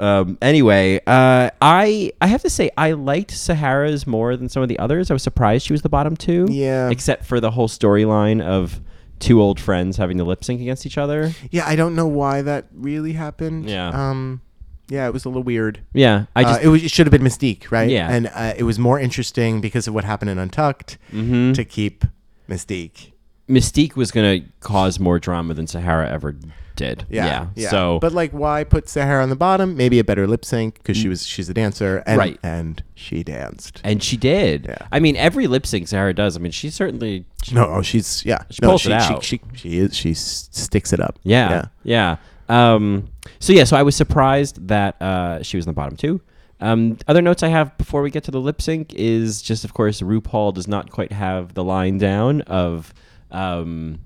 Speaker 5: Um, anyway, uh, I I have to say I liked Sahara's more than some of the others. I was surprised she was the bottom two.
Speaker 4: Yeah.
Speaker 5: Except for the whole storyline of two old friends having to lip sync against each other.
Speaker 4: Yeah, I don't know why that really happened.
Speaker 5: Yeah.
Speaker 4: Um, yeah, it was a little weird.
Speaker 5: Yeah. I
Speaker 4: Uh,
Speaker 5: just
Speaker 4: it, was, it should have been Mystique, right?
Speaker 5: Yeah.
Speaker 4: and uh, it was more interesting because of what happened in Untucked
Speaker 5: Mm-hmm.
Speaker 4: to keep Mystique.
Speaker 5: Mystique was gonna cause more drama than Sahara ever did.
Speaker 4: Yeah,
Speaker 5: Yeah. So
Speaker 4: but like, why put Sahara on the bottom? Maybe a better lip sync because she was she's a dancer, and
Speaker 5: Mm. Right.
Speaker 4: and she danced.
Speaker 5: and she did.
Speaker 4: Yeah.
Speaker 5: I mean, every lip sync Sahara does. I mean, she certainly.
Speaker 4: No, oh, she's yeah.
Speaker 5: She
Speaker 4: no,
Speaker 5: pulls
Speaker 4: she,
Speaker 5: it out.
Speaker 4: She, she, she is she s- sticks it up.
Speaker 5: Yeah. Yeah. Um. So yeah. So I was surprised that uh, she was in the bottom two. Um, other notes I have before we get to the lip sync is just, of course, RuPaul does not quite have the line down of um,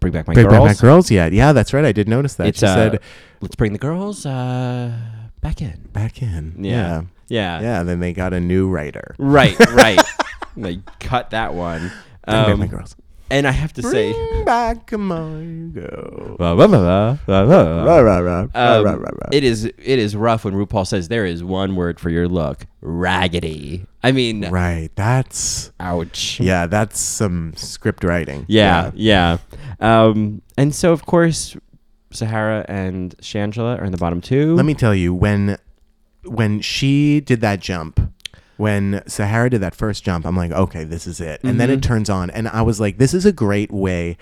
Speaker 5: "Bring back my
Speaker 4: Big
Speaker 5: girls."
Speaker 4: Bad Mad Girls yet? Yeah, that's right. I did notice that.
Speaker 5: It's
Speaker 4: she
Speaker 5: uh,
Speaker 4: said
Speaker 5: "Let's bring the girls uh, back in."
Speaker 4: back in.
Speaker 5: Yeah. Uh,
Speaker 4: Yeah.
Speaker 5: Yeah.
Speaker 4: yeah, Then they got a new writer.
Speaker 5: Right, right. they cut that one.
Speaker 4: Bring back
Speaker 5: Um,
Speaker 4: my girls.
Speaker 5: And I have to say,
Speaker 4: Bring back my girls.
Speaker 5: Blah, blah, blah, blah, blah,
Speaker 4: Rah,
Speaker 5: blah.
Speaker 4: rah, rah, rah,
Speaker 5: Um,
Speaker 4: rah, rah, rah.
Speaker 5: it is it is rough when RuPaul says there is one word for your look, raggedy. I mean,
Speaker 4: Right. That's
Speaker 5: ouch.
Speaker 4: yeah. That's some script writing.
Speaker 5: yeah, yeah. Um, and so of course, Sahara and Shangela are in the bottom two.
Speaker 4: Let me tell you when when she did that jump, when Sahara did that first jump, I'm like, okay, this is it. And then it
Speaker 5: Mm-hmm.
Speaker 4: turns on, and I was like, this is a great way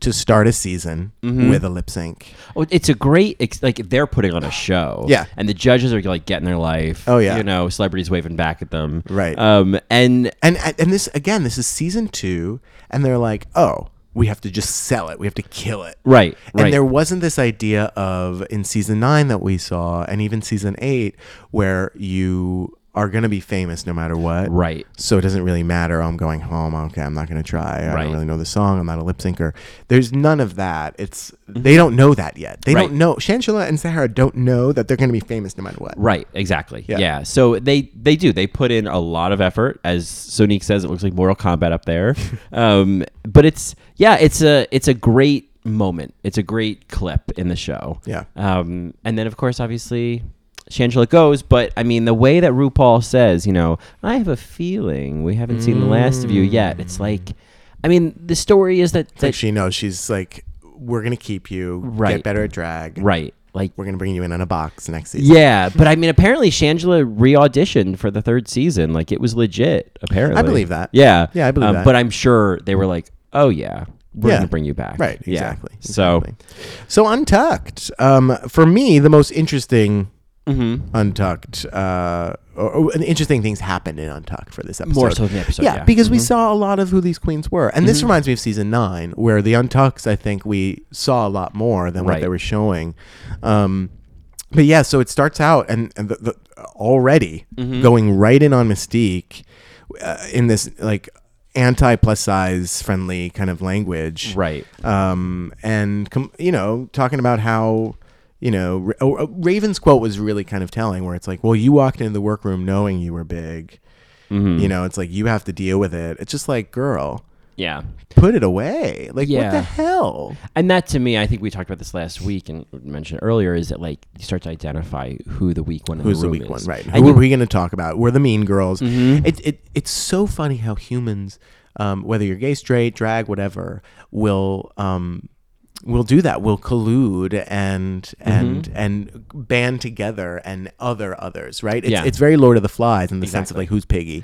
Speaker 4: to start a season
Speaker 5: Mm-hmm.
Speaker 4: with a lip sync.
Speaker 5: Oh, it's a great ex- like they're putting on a show.
Speaker 4: Yeah.
Speaker 5: and the judges are like getting their life.
Speaker 4: Oh, yeah.
Speaker 5: you know, celebrities waving back at them.
Speaker 4: Right.
Speaker 5: Um, and
Speaker 4: And and this again, this is season two, and they're like, oh, we have to just sell it, we have to kill it,
Speaker 5: right, right.
Speaker 4: And there wasn't this idea of in season nine that we saw, and even season eight, where you are going to be famous no matter what.
Speaker 5: Right.
Speaker 4: So it doesn't really matter. Oh, I'm going home. Okay, I'm not going to try. I
Speaker 5: Right.
Speaker 4: don't really know the song. I'm not a lip syncer. There's none of that. It's they don't know that yet. They
Speaker 5: Mm-hmm. Right.
Speaker 4: don't know. Shangela and Sahara don't know that they're going to be famous no matter what.
Speaker 5: Right, exactly. Yeah.
Speaker 4: Yeah.
Speaker 5: So they they do. They put in a lot of effort. As Sonique says, it looks like Mortal Kombat up there. um, but it's yeah, it's a it's a great moment. It's a great clip in the show.
Speaker 4: Yeah.
Speaker 5: Um, and then of course, obviously, Shangela goes. But I mean, the way that RuPaul says, you know, I have a feeling we haven't seen the last of you yet. It's like, I mean, the story is that that
Speaker 4: Like she knows she's like, we're going to keep you.
Speaker 5: Right.
Speaker 4: Get better at drag.
Speaker 5: right, like
Speaker 4: We're going to bring you in on a box next season.
Speaker 5: Yeah, but I mean, apparently Shangela re-auditioned for the third season. Like it was legit. Apparently,
Speaker 4: I believe that.
Speaker 5: Yeah, Um,
Speaker 4: Yeah, I believe that.
Speaker 5: But I'm sure they were like, "Oh yeah, we're
Speaker 4: Yeah.
Speaker 5: gonna bring you back."
Speaker 4: Right,
Speaker 5: Yeah.
Speaker 4: exactly.
Speaker 5: So
Speaker 4: exactly. so untucked. Um, for me, the most interesting
Speaker 5: Mm-hmm.
Speaker 4: untucked, uh, or, or an interesting things happened in untucked for this episode.
Speaker 5: More so than the episode, yeah.
Speaker 4: because we saw a lot of who these queens were, and this reminds me of season nine, where the untucks. I think we saw a lot more than what
Speaker 5: Right.
Speaker 4: they were showing. Um, but yeah, so it starts out and, and the, the, already going right in on Mystique uh, in this like anti plus size friendly kind of language
Speaker 5: right,
Speaker 4: um, and com- you know talking about how you know, Ra- oh, oh, Raven's quote was really kind of telling, where it's like, well, you walked into the workroom knowing you were big.
Speaker 5: Mm-hmm.
Speaker 4: You know, it's like you have to deal with it. It's just like, girl,
Speaker 5: Yeah.
Speaker 4: put it away. Like, what
Speaker 5: Yeah.
Speaker 4: the hell?
Speaker 5: And that to me, I think we talked about this last week and mentioned earlier, is that like you start to identify who the weak one in
Speaker 4: Who's
Speaker 5: the
Speaker 4: the
Speaker 5: room
Speaker 4: weak one?
Speaker 5: is.
Speaker 4: Right.
Speaker 5: And
Speaker 4: Who
Speaker 5: you- Mm-hmm.
Speaker 4: are we going to talk about? We're the mean girls. It, it, it's so funny how humans, um, whether you're gay, straight, drag, whatever, will um, will do that. Will collude and
Speaker 5: Mm-hmm.
Speaker 4: and and band together and other others. Right. It's,
Speaker 5: Yeah.
Speaker 4: it's very Lord of the Flies in the sense of like who's piggy.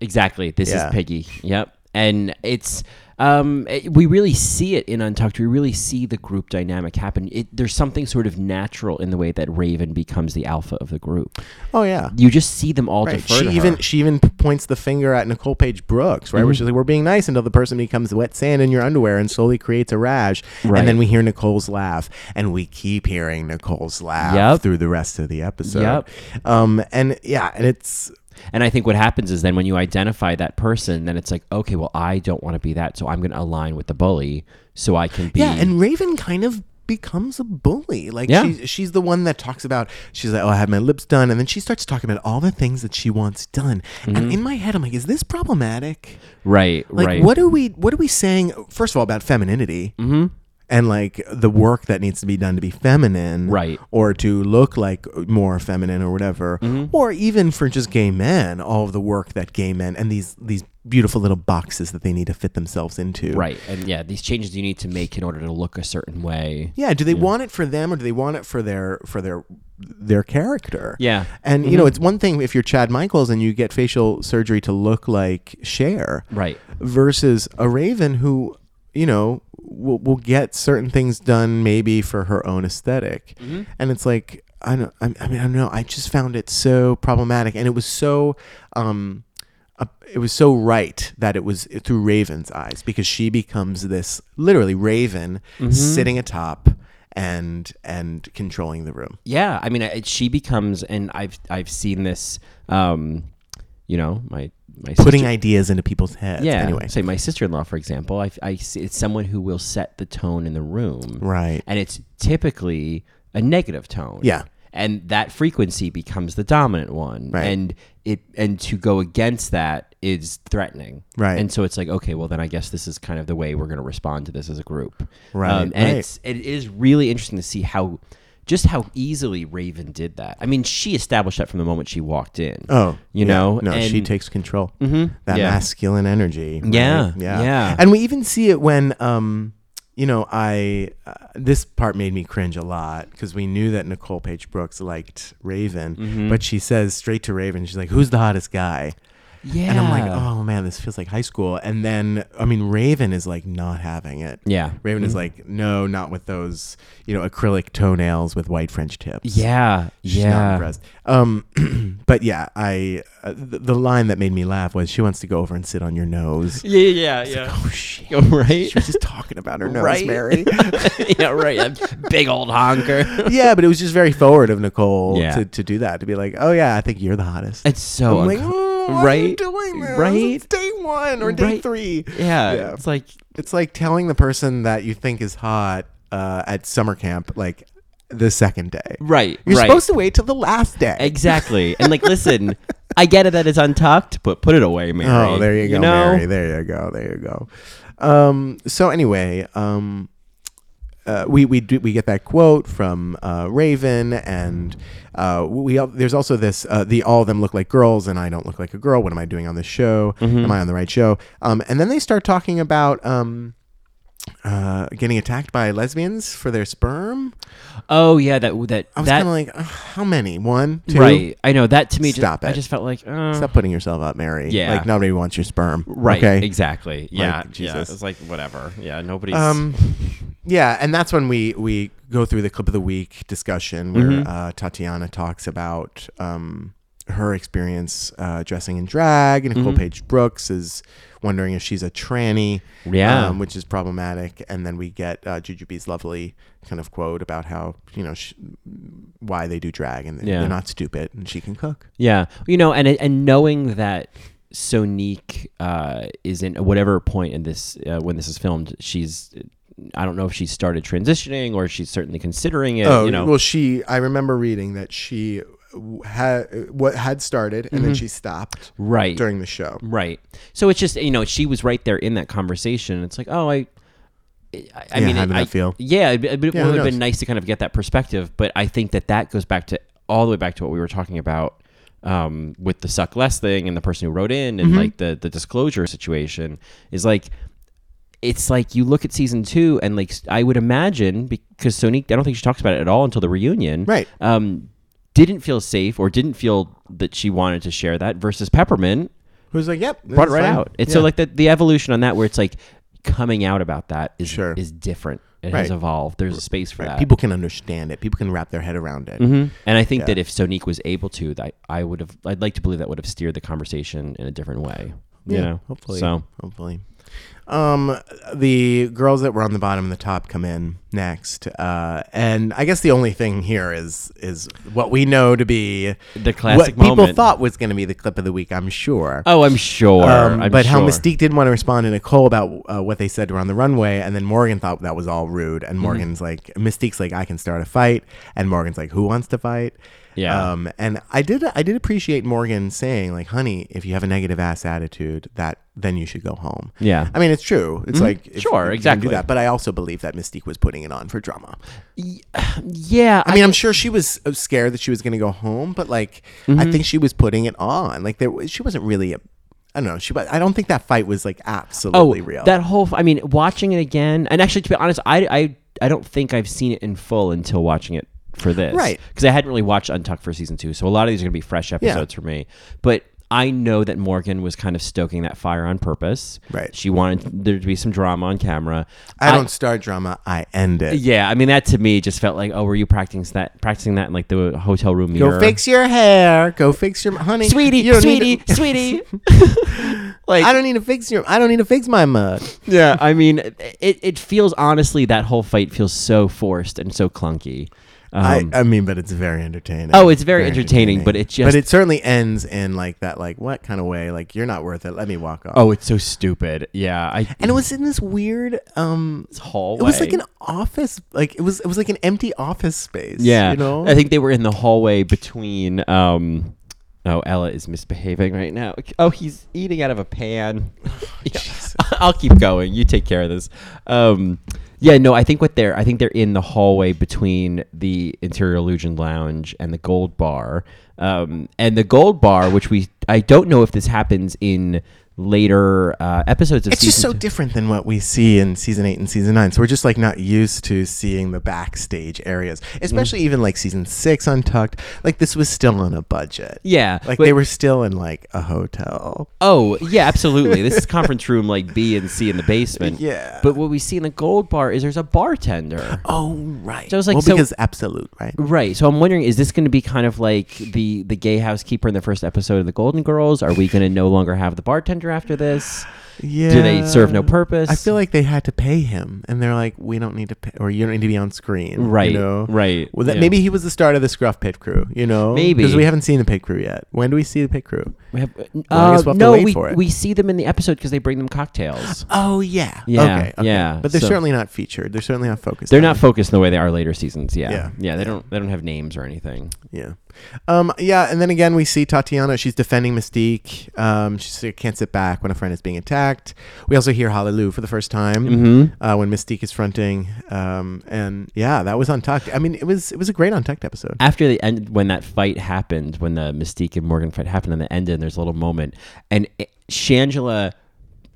Speaker 5: Exactly. This
Speaker 4: Yeah.
Speaker 5: is Piggy. Yep. And it's um, it- we really see it in Untucked. We really see the group dynamic happen. It, there's something sort of natural in the way that Raven becomes the alpha of the group.
Speaker 4: Oh yeah.
Speaker 5: You just see them all
Speaker 4: Right.
Speaker 5: defer
Speaker 4: She
Speaker 5: to
Speaker 4: even
Speaker 5: her.
Speaker 4: she even points the finger at Nicole Page Brooks, right? Where
Speaker 5: Mm-hmm.
Speaker 4: she's like, "We're being nice until the person becomes wet sand in your underwear and slowly creates a rash."
Speaker 5: Right.
Speaker 4: And then we hear Nicole's laugh, and we keep hearing Nicole's laugh
Speaker 5: Yep.
Speaker 4: through the rest of the episode.
Speaker 5: Yep.
Speaker 4: Um. And yeah, and it's
Speaker 5: And I think what happens is then when you identify that person, then it's like, okay, well, I don't want to be that, so I'm going to align with the bully, so I can be.
Speaker 4: yeah, and Raven kind of becomes a bully. Like
Speaker 5: Yeah.
Speaker 4: she's she's the one that talks about she's like, Oh, I have my lips done and then she starts talking about all the things that she wants done.
Speaker 5: Mm-hmm.
Speaker 4: And in my head I'm like, is this problematic?
Speaker 5: right,
Speaker 4: Like
Speaker 5: right.
Speaker 4: what are we what are we saying first of all about femininity? Mm-hmm. And like the work that needs to be done to be feminine,
Speaker 5: Right.
Speaker 4: Or to look like more feminine or whatever,
Speaker 5: Mm-hmm.
Speaker 4: or even for just gay men, all of the work that gay men and these these beautiful little boxes that they need to fit themselves into,
Speaker 5: Right, and yeah, these changes you need to make in order to look a certain way.
Speaker 4: Yeah, do they want it for them or do they want it for their for their their character?
Speaker 5: Yeah.
Speaker 4: And you know, it's one thing if you're Chad Michaels and you get facial surgery to look like Cher.
Speaker 5: Right.
Speaker 4: Versus a Raven who, you know, will will get certain things done maybe for her own esthetic And it's like I don't I, I mean I don't know, I just found it so problematic and it was so um uh, it was so right that it was through Raven's eyes because she becomes this literally Raven sitting atop and and controlling the room.
Speaker 5: Yeah, I mean, I, she becomes, and I've I've seen this. Um, you know, my my
Speaker 4: Putting
Speaker 5: sister-
Speaker 4: ideas into people's heads.
Speaker 5: yeah.
Speaker 4: Anyway.
Speaker 5: say my sister in law, for example, I, I see it's someone who will set the tone in the room,
Speaker 4: Right.
Speaker 5: And it's typically a negative tone,
Speaker 4: Yeah.
Speaker 5: And that frequency becomes the dominant one,
Speaker 4: Right.
Speaker 5: And it and to go against that is threatening,
Speaker 4: Right.
Speaker 5: And so it's like, okay, well then I guess this is kind of the way we're going to respond to this as a group,
Speaker 4: Right,
Speaker 5: Um, and
Speaker 4: right.
Speaker 5: it's it is really interesting to see how. Just how easily Raven did that. I mean, she established that from the moment she walked in.
Speaker 4: Oh,
Speaker 5: you
Speaker 4: yeah.
Speaker 5: know,
Speaker 4: no, she
Speaker 5: And-
Speaker 4: takes control. Mm-hmm. That
Speaker 5: Yeah.
Speaker 4: masculine energy. right?
Speaker 5: Yeah, yeah.
Speaker 4: And we even see it when, um, you know, I uh, this part made me cringe a lot because we knew that Nicole Page Brooks liked Raven,
Speaker 5: Mm-hmm.
Speaker 4: but she says straight to Raven, she's like, "Who's the hottest guy?"
Speaker 5: Yeah.
Speaker 4: And I'm like, oh man, this feels like high school. And then, I mean, Raven is like not having it.
Speaker 5: Yeah. Mm-hmm.
Speaker 4: Raven is like, no, not with those, you know, acrylic toenails with white French tips.
Speaker 5: Yeah.
Speaker 4: She's
Speaker 5: yeah.
Speaker 4: not impressed. Um, but yeah, I uh, the, the line that made me laugh was she wants to go over and sit on your nose.
Speaker 5: Yeah, yeah, yeah.
Speaker 4: Oh shit!
Speaker 5: Oh, right?
Speaker 4: She was just talking about her nose,
Speaker 5: Right?
Speaker 4: Mary.
Speaker 5: "Oh, yeah, right. That big old honker.
Speaker 4: yeah, but it was just very forward of Nicole
Speaker 5: Yeah.
Speaker 4: to, to do that to be like, oh yeah, I think you're the hottest.
Speaker 5: It's so
Speaker 4: I'm like,
Speaker 5: uncom-
Speaker 4: "Oh, why are you
Speaker 5: right,
Speaker 4: doing this?
Speaker 5: right.
Speaker 4: It's day one or day
Speaker 5: Right.
Speaker 4: three.
Speaker 5: yeah,
Speaker 4: Yeah.
Speaker 5: It's like
Speaker 4: It's like telling the person that you think is hot uh, at summer camp, like the second day.
Speaker 5: right.
Speaker 4: You're
Speaker 5: right.
Speaker 4: supposed to wait till the last day.
Speaker 5: exactly. And like, listen, I get it that it's untucked, but put it away, Mary.
Speaker 4: Oh, there you go,
Speaker 5: know?
Speaker 4: Mary. There you go. There you go. Um, so anyway, um, uh, we we do, we get that quote from uh, Raven, and uh, we al- there's also this uh, the all of them look like girls, and I don't look like a girl. What am I doing on this show?
Speaker 5: Mm-hmm.
Speaker 4: Am I on the right show? Um, and then they start talking about. Um, uh, getting attacked by lesbians for their sperm.
Speaker 5: Oh, yeah. That that
Speaker 4: I was
Speaker 5: that.
Speaker 4: kind of like, "Ugh, how many? One, two.
Speaker 5: right. I know that to me.
Speaker 4: Stop
Speaker 5: just,
Speaker 4: it.
Speaker 5: I just felt like. Uh,
Speaker 4: Stop putting yourself up, Mary.
Speaker 5: Yeah.
Speaker 4: Like nobody wants your sperm.
Speaker 5: Right.
Speaker 4: Okay.
Speaker 5: Exactly. Yeah. yeah.
Speaker 4: Jesus.
Speaker 5: It's like whatever. Yeah. Nobody's.
Speaker 4: Um, yeah, and that's when we we go through the clip of the week discussion where
Speaker 5: Mm-hmm.
Speaker 4: uh, Tatiana talks about um, her experience uh, dressing in drag, and
Speaker 5: Mm-hmm.
Speaker 4: Nicole Page Brooks is wondering if she's a tranny,
Speaker 5: Yeah.
Speaker 4: um, which is problematic. And then we get uh, Jujubee's lovely kind of quote about how you know sh why they do drag, and
Speaker 5: Yeah.
Speaker 4: they're not stupid, and she can cook.
Speaker 5: Yeah, you know, and and knowing that Sonique uh, is in whatever point in this uh, when this is filmed, she's I don't know if she started transitioning or she's certainly considering it.
Speaker 7: Oh,
Speaker 5: you know,
Speaker 7: well, she. I remember reading that she w- had what had started and then she stopped
Speaker 5: Mm-hmm. right
Speaker 7: during the show.
Speaker 5: Right. So it's just you know she was right there in that conversation. It's like oh I. I, I
Speaker 4: Yeah,
Speaker 5: mean,
Speaker 4: how did
Speaker 5: I,
Speaker 4: that feel?
Speaker 5: Yeah, it, it,
Speaker 7: Yeah,
Speaker 5: would
Speaker 7: who
Speaker 5: have
Speaker 7: knows?
Speaker 5: been nice to kind of get that perspective, but I think that that goes back to all the way back to what we were talking about um, with the suck less thing and the person who wrote in
Speaker 4: Mm-hmm.
Speaker 5: and like the the disclosure situation is like it's like you look at season two and like I would imagine because Sonique, I don't think she talks about it at all until the reunion,
Speaker 7: Right.
Speaker 5: Um, didn't feel safe or didn't feel that she wanted to share that versus Peppermint
Speaker 7: Who's like, yep, this
Speaker 5: brought it
Speaker 7: is
Speaker 5: right
Speaker 7: fine.
Speaker 5: out. It's so
Speaker 7: Yeah.
Speaker 5: like the, the evolution on that where it's like coming out about that is
Speaker 7: Sure.
Speaker 5: is different. It
Speaker 7: Right.
Speaker 5: has evolved. There's a space for
Speaker 4: Right.
Speaker 5: that.
Speaker 4: People can understand it. People can wrap their head around it.
Speaker 5: Mhm. And I think that if Sonique was able to, that I would have. I'd like to believe that would have steered the conversation in a different way. you know,
Speaker 4: hopefully.
Speaker 5: So
Speaker 4: hopefully, um, the girls that were on the bottom and the top come in next, uh, and I guess the only thing here is is what we know to be
Speaker 5: The classic
Speaker 4: what people
Speaker 5: moment.
Speaker 4: thought was going to be the clip of the week. I'm sure.
Speaker 5: oh, I'm sure.
Speaker 4: Um,
Speaker 5: I'm
Speaker 4: but how
Speaker 5: sure.
Speaker 4: Mystique didn't want to respond to Nicole about uh, what they said to her on the runway, and then Morgan thought that was all rude.
Speaker 5: Mm-hmm.
Speaker 4: And Morgan's like, Mystique's like, I can start a fight, and Morgan's like, Who wants to fight?
Speaker 5: Yeah.
Speaker 4: Um, and I did, I did appreciate Morgan saying like, Honey, if you have a negative ass attitude, that then you should go home.
Speaker 5: Yeah. Mm-hmm.
Speaker 4: I mean, it's true. It's like if- if
Speaker 5: Sure,
Speaker 4: you can
Speaker 5: exactly.
Speaker 4: Do that, but I also believe that Mystique was putting it on for drama.
Speaker 5: Yeah,
Speaker 4: I mean, I'm sure she was uh, scared that she was going to go home, but like,
Speaker 5: Mm-hmm.
Speaker 4: I think she was putting it on. Like, there, was- she wasn't really. I I don't know. She, wa- I don't think that fight was like absolutely real.
Speaker 5: Oh, That whole, f- I mean, watching it again, and actually, to be honest, I, I, I don't think I've seen it in full until watching it for this,
Speaker 4: Right.
Speaker 5: Because I hadn't really watched Untucked for season two, so a lot of these are gonna be fresh episodes for me. But I know that Morgan was kind of stoking that fire on purpose,
Speaker 4: Right.
Speaker 5: She wanted there to be some drama on camera.
Speaker 4: I don't start drama. I end it.
Speaker 5: Yeah, I mean that to me just felt like, oh, were you practicing that, practicing that in like the hotel room
Speaker 4: Go
Speaker 5: mirror?
Speaker 4: fix your hair. Go fix your honey,
Speaker 5: sweetie,
Speaker 4: you don't need
Speaker 5: sweetie,
Speaker 4: to-
Speaker 5: sweetie. like
Speaker 4: I don't need to fix your. I don't need to fix my mug.
Speaker 5: Yeah, I mean, it, it feels honestly that whole fight feels so forced and so clunky.
Speaker 4: I,
Speaker 5: Um,
Speaker 4: I mean, but it's very entertaining.
Speaker 5: Oh, it's very entertaining, but it just-
Speaker 4: But it certainly ends in like that, like what kind of way? Like you're not worth it. Let me walk off.
Speaker 5: oh, it's so stupid. Yeah, I
Speaker 4: and it was in this weird um
Speaker 5: hallway.
Speaker 4: It was like an office, like it was it was like an empty office space.
Speaker 5: yeah.
Speaker 4: you know.
Speaker 5: I think they were in the hallway between. Um, oh, Ella is misbehaving right now. Oh, he's eating out of a pan. Yeah. I'll keep going. You take care of this. Um, yeah, no, I think what they're I think they're in the hallway between the Interior Illusion Lounge and the Gold Bar. Um, and the Gold Bar, which we I don't know if this happens in later uh, episodes of
Speaker 4: it's just so
Speaker 5: season two.
Speaker 4: different than what we see in season eight and season nine. So we're just like not used to seeing the backstage areas,
Speaker 5: Mm-hmm.
Speaker 4: especially even like season six untucked. Like this was still on a budget.
Speaker 5: Yeah,
Speaker 4: like
Speaker 5: but-
Speaker 4: they were still in like a hotel.
Speaker 5: Oh yeah, absolutely. this is conference room like B and C in the basement.
Speaker 4: Yeah.
Speaker 5: But what we see in the gold bar is there's a bartender.
Speaker 4: Oh right.
Speaker 5: So I was like,
Speaker 4: well,
Speaker 5: so-
Speaker 4: because absolute, right?
Speaker 5: Right. So I'm wondering, is this going to be kind of like the the gay housekeeper in the first episode of The Golden Girls? Are we going to no longer have the bartender after this?
Speaker 4: Yeah.
Speaker 5: Do they serve no purpose?
Speaker 4: I feel like they had to pay him, and they're like, "We don't need to pay, or you don't need to be on screen."
Speaker 5: Right,
Speaker 4: You know?
Speaker 5: right,
Speaker 4: Well, that,
Speaker 5: yeah.
Speaker 4: maybe he was the start of the Scruff Pit Crew. You know.
Speaker 5: Maybe.
Speaker 4: because we haven't seen the Pit Crew yet. When do we see the Pit Crew?
Speaker 5: we have,
Speaker 4: I guess
Speaker 5: uh,
Speaker 4: we'll have to
Speaker 5: no,
Speaker 4: wait
Speaker 5: we
Speaker 4: for it.
Speaker 5: we see them in the episode because they bring them cocktails.
Speaker 4: Oh yeah.
Speaker 5: Yeah,
Speaker 4: Okay. okay.
Speaker 5: yeah,
Speaker 4: But they're
Speaker 5: so-
Speaker 4: certainly not featured. They're certainly not focused.
Speaker 5: They're
Speaker 4: on
Speaker 5: not
Speaker 4: it.
Speaker 5: focused in the way they are later seasons. Yeah,
Speaker 4: Yeah,
Speaker 5: yeah. they don't they don't have names or anything.
Speaker 4: Yeah. Um, yeah, and then again, we see Tatiana. She's defending Mystique. Um, she said, can't sit back when a friend is being attacked. We also hear Hallelujah for the first time
Speaker 5: Mm-hmm.
Speaker 4: uh, when Mystique is fronting. Um, and yeah, that was untucked. I mean, it was it was a great untucked episode.
Speaker 5: after the end when that fight happened when the mystique and morgan fight happened and the end and there's a little moment and it, shangela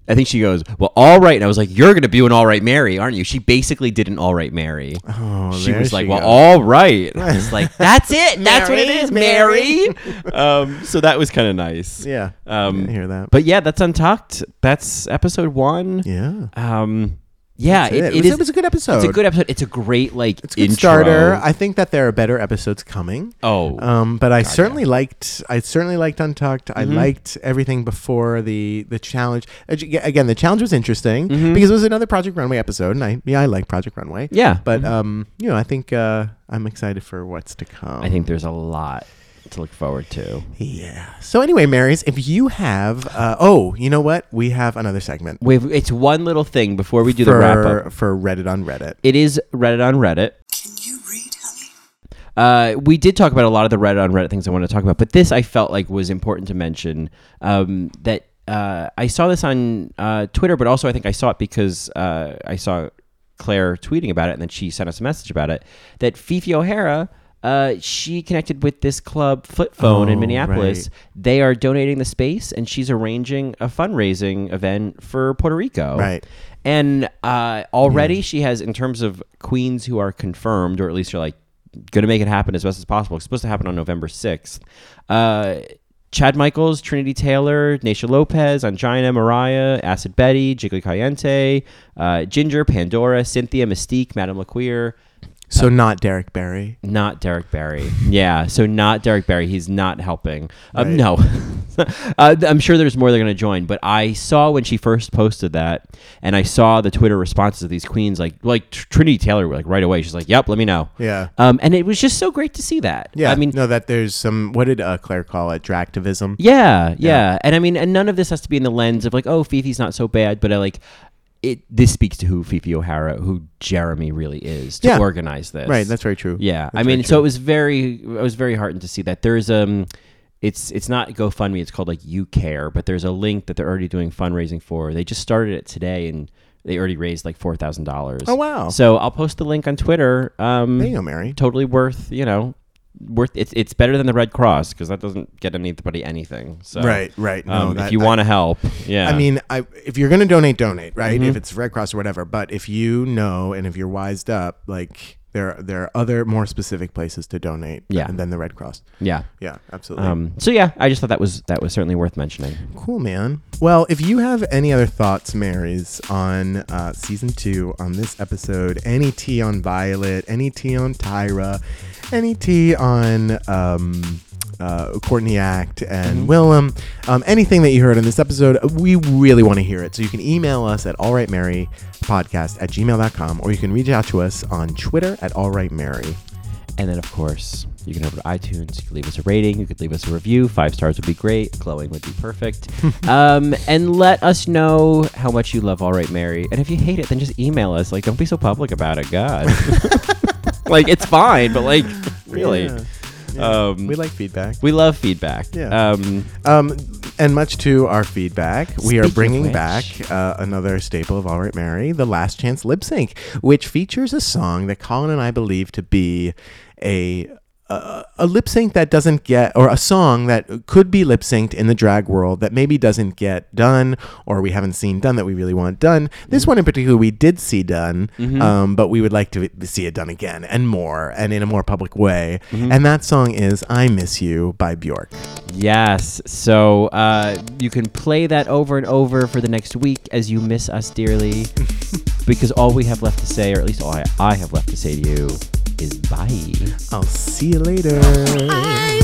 Speaker 5: i think she goes well all right and i was like you're gonna be an all right mary aren't you she basically did an all right mary oh, she
Speaker 4: there
Speaker 5: was like
Speaker 4: she
Speaker 5: well
Speaker 4: goes.
Speaker 5: all right And i was like that's it that's what it
Speaker 4: Mary,
Speaker 5: is mary um, so that was kind of nice
Speaker 4: Yeah.
Speaker 5: um,
Speaker 4: I hear that.
Speaker 5: but yeah that's untucked that's episode one
Speaker 4: yeah.
Speaker 5: um, yeah
Speaker 4: it. It was- it was a good episode.
Speaker 5: it's a good episode it's a great like
Speaker 4: It's a good
Speaker 5: intro.
Speaker 4: starter. I think that there are better episodes coming.
Speaker 5: oh
Speaker 4: Um, but I certainly liked. I certainly liked Untucked. I
Speaker 5: Mm-hmm.
Speaker 4: liked everything before the the challenge. Ag- Again, the challenge was interesting
Speaker 5: Mm-hmm.
Speaker 4: because it was another Project Runway episode, and I yeah I like Project Runway.
Speaker 5: Yeah. Mm-hmm.
Speaker 4: but um, you know, I think uh, I'm excited for what's to come.
Speaker 5: I think there's a lot to look forward to.
Speaker 4: Yeah. So anyway, Marys, if you have, uh, oh, you know what? We have another segment
Speaker 5: We have, it's one little thing before we do
Speaker 4: for
Speaker 5: the wrap up.
Speaker 4: for Reddit on Reddit.
Speaker 5: It is Reddit on Reddit. Uh, we did talk about a lot of the Reddit on Reddit things I wanted to talk about, but this I felt like was important to mention. Um, that uh, I saw this on uh, Twitter, but also I think I saw it because uh, I saw Claire tweeting about it, and then she sent us a message about it. That Fifi O'Hara, uh, she connected with this club, Foot Phone,
Speaker 4: Oh,
Speaker 5: in Minneapolis.
Speaker 4: right.
Speaker 5: They are donating the space, and she's arranging a fundraising event for Puerto Rico.
Speaker 4: Right.
Speaker 5: And uh, already she has, in terms of queens who are confirmed, or at least are like going to make it happen as best as possible. It's supposed to happen on November 6th. Uh, Chad Michaels, Trinity Taylor, Naisha Lopez, Angina, Mariah, Acid Betty, Jiggly Caliente, uh, Ginger, Pandora, Cynthia, Mystique, Madame LaQueer,
Speaker 4: So not Derek Barry.
Speaker 5: not Derek Barry. Yeah, so not Derek Barry. He's not helping. Um,
Speaker 4: Right.
Speaker 5: No, uh, I'm sure there's more they're going to join. But I saw when she first posted that, and I saw the Twitter responses of these queens, like like Tr- Trinity Taylor, like right away. She's like, "Yep, let me know."
Speaker 4: Yeah.
Speaker 5: Um, and it was just so great to see that.
Speaker 4: Yeah.
Speaker 5: I mean,
Speaker 4: no, that there's some. What did uh, Claire call it? Dractivism.
Speaker 5: yeah, yeah, And I mean, and none of this has to be in the lens of like, oh, Fifi's not so bad, but I like it. This speaks to who Fifi O'Hara, who Jeremy really is, to
Speaker 4: Yeah.
Speaker 5: organize this.
Speaker 4: Right. That's very true.
Speaker 5: Yeah, I
Speaker 4: That's
Speaker 5: mean,
Speaker 4: very
Speaker 5: so
Speaker 4: true.
Speaker 5: it was very, I was very heartened to see that there's um, it's it's not GoFundMe, it's called like You Care, but there's a link that they're already doing fundraising for. They just started it today, and they already raised like four thousand dollars.
Speaker 4: Oh, wow.
Speaker 5: So I'll post the link on Twitter. Um,
Speaker 4: There you go, Mary.
Speaker 5: totally worth you know, worth it's it's better than the Red Cross because that doesn't get anybody anything. So
Speaker 4: Right, right. No,
Speaker 5: um,
Speaker 4: that-
Speaker 5: if you uh,
Speaker 4: I-
Speaker 5: want to help, yeah.
Speaker 4: I mean, I, if you're going to donate, donate, right?
Speaker 5: Mm-hmm.
Speaker 4: If it's Red Cross or whatever. But if you know and if you're wised up, like there there are other more specific places to donate
Speaker 5: Yeah.
Speaker 4: than the Red Cross.
Speaker 5: yeah.
Speaker 4: Yeah, absolutely.
Speaker 5: Um, so yeah, I just thought that was that was certainly worth mentioning.
Speaker 4: cool, man. Well, if you have any other thoughts, Marys, on uh, season two, on this episode, any tea on Violet, any tea on Tyra, any tea on um, uh, Courtney Act and Willem, um, anything that you heard in this episode, we really want to hear it. So you can email us at allrightmarypodcast at gmail.com or you can reach out to us on Twitter at allrightmary.
Speaker 5: And then, of course, you can over to iTunes. You can leave us a rating. You could leave us a review. Five stars would be great. Glowing would be perfect. um, and let us know how much you love All Right Mary. And if you hate it, then just email us. Like, don't be so public about it. God. like, it's fine, but like, really.
Speaker 4: Yeah.
Speaker 5: Um,
Speaker 4: We
Speaker 5: we,
Speaker 4: like feedback.
Speaker 5: love feedback.
Speaker 4: Yeah.
Speaker 5: Um,
Speaker 4: Um, and much to our feedback, we
Speaker 5: Speaking
Speaker 4: are
Speaker 5: of
Speaker 4: bringing
Speaker 5: which-
Speaker 4: back uh, another staple of All Right Mary, The Last Chance Lip Sync, which features a song that Colin and I believe to be a. A, a lip sync that doesn't get, or a song that could be lip synced in the drag world that maybe doesn't get done, or we haven't seen done that we really want done.
Speaker 5: Mm-hmm.
Speaker 4: This one in particular, we did see done, um, but we would like to see it done again and more, and in a more public way.
Speaker 5: Mm-hmm.
Speaker 4: And that song is "I Miss You" by Bjork.
Speaker 5: Yes. So uh, you can play that over and over for the next week as you miss us dearly. because all we have left to say, or at least all I, I have left to say to you, is bye.
Speaker 4: I'll see you later.
Speaker 8: I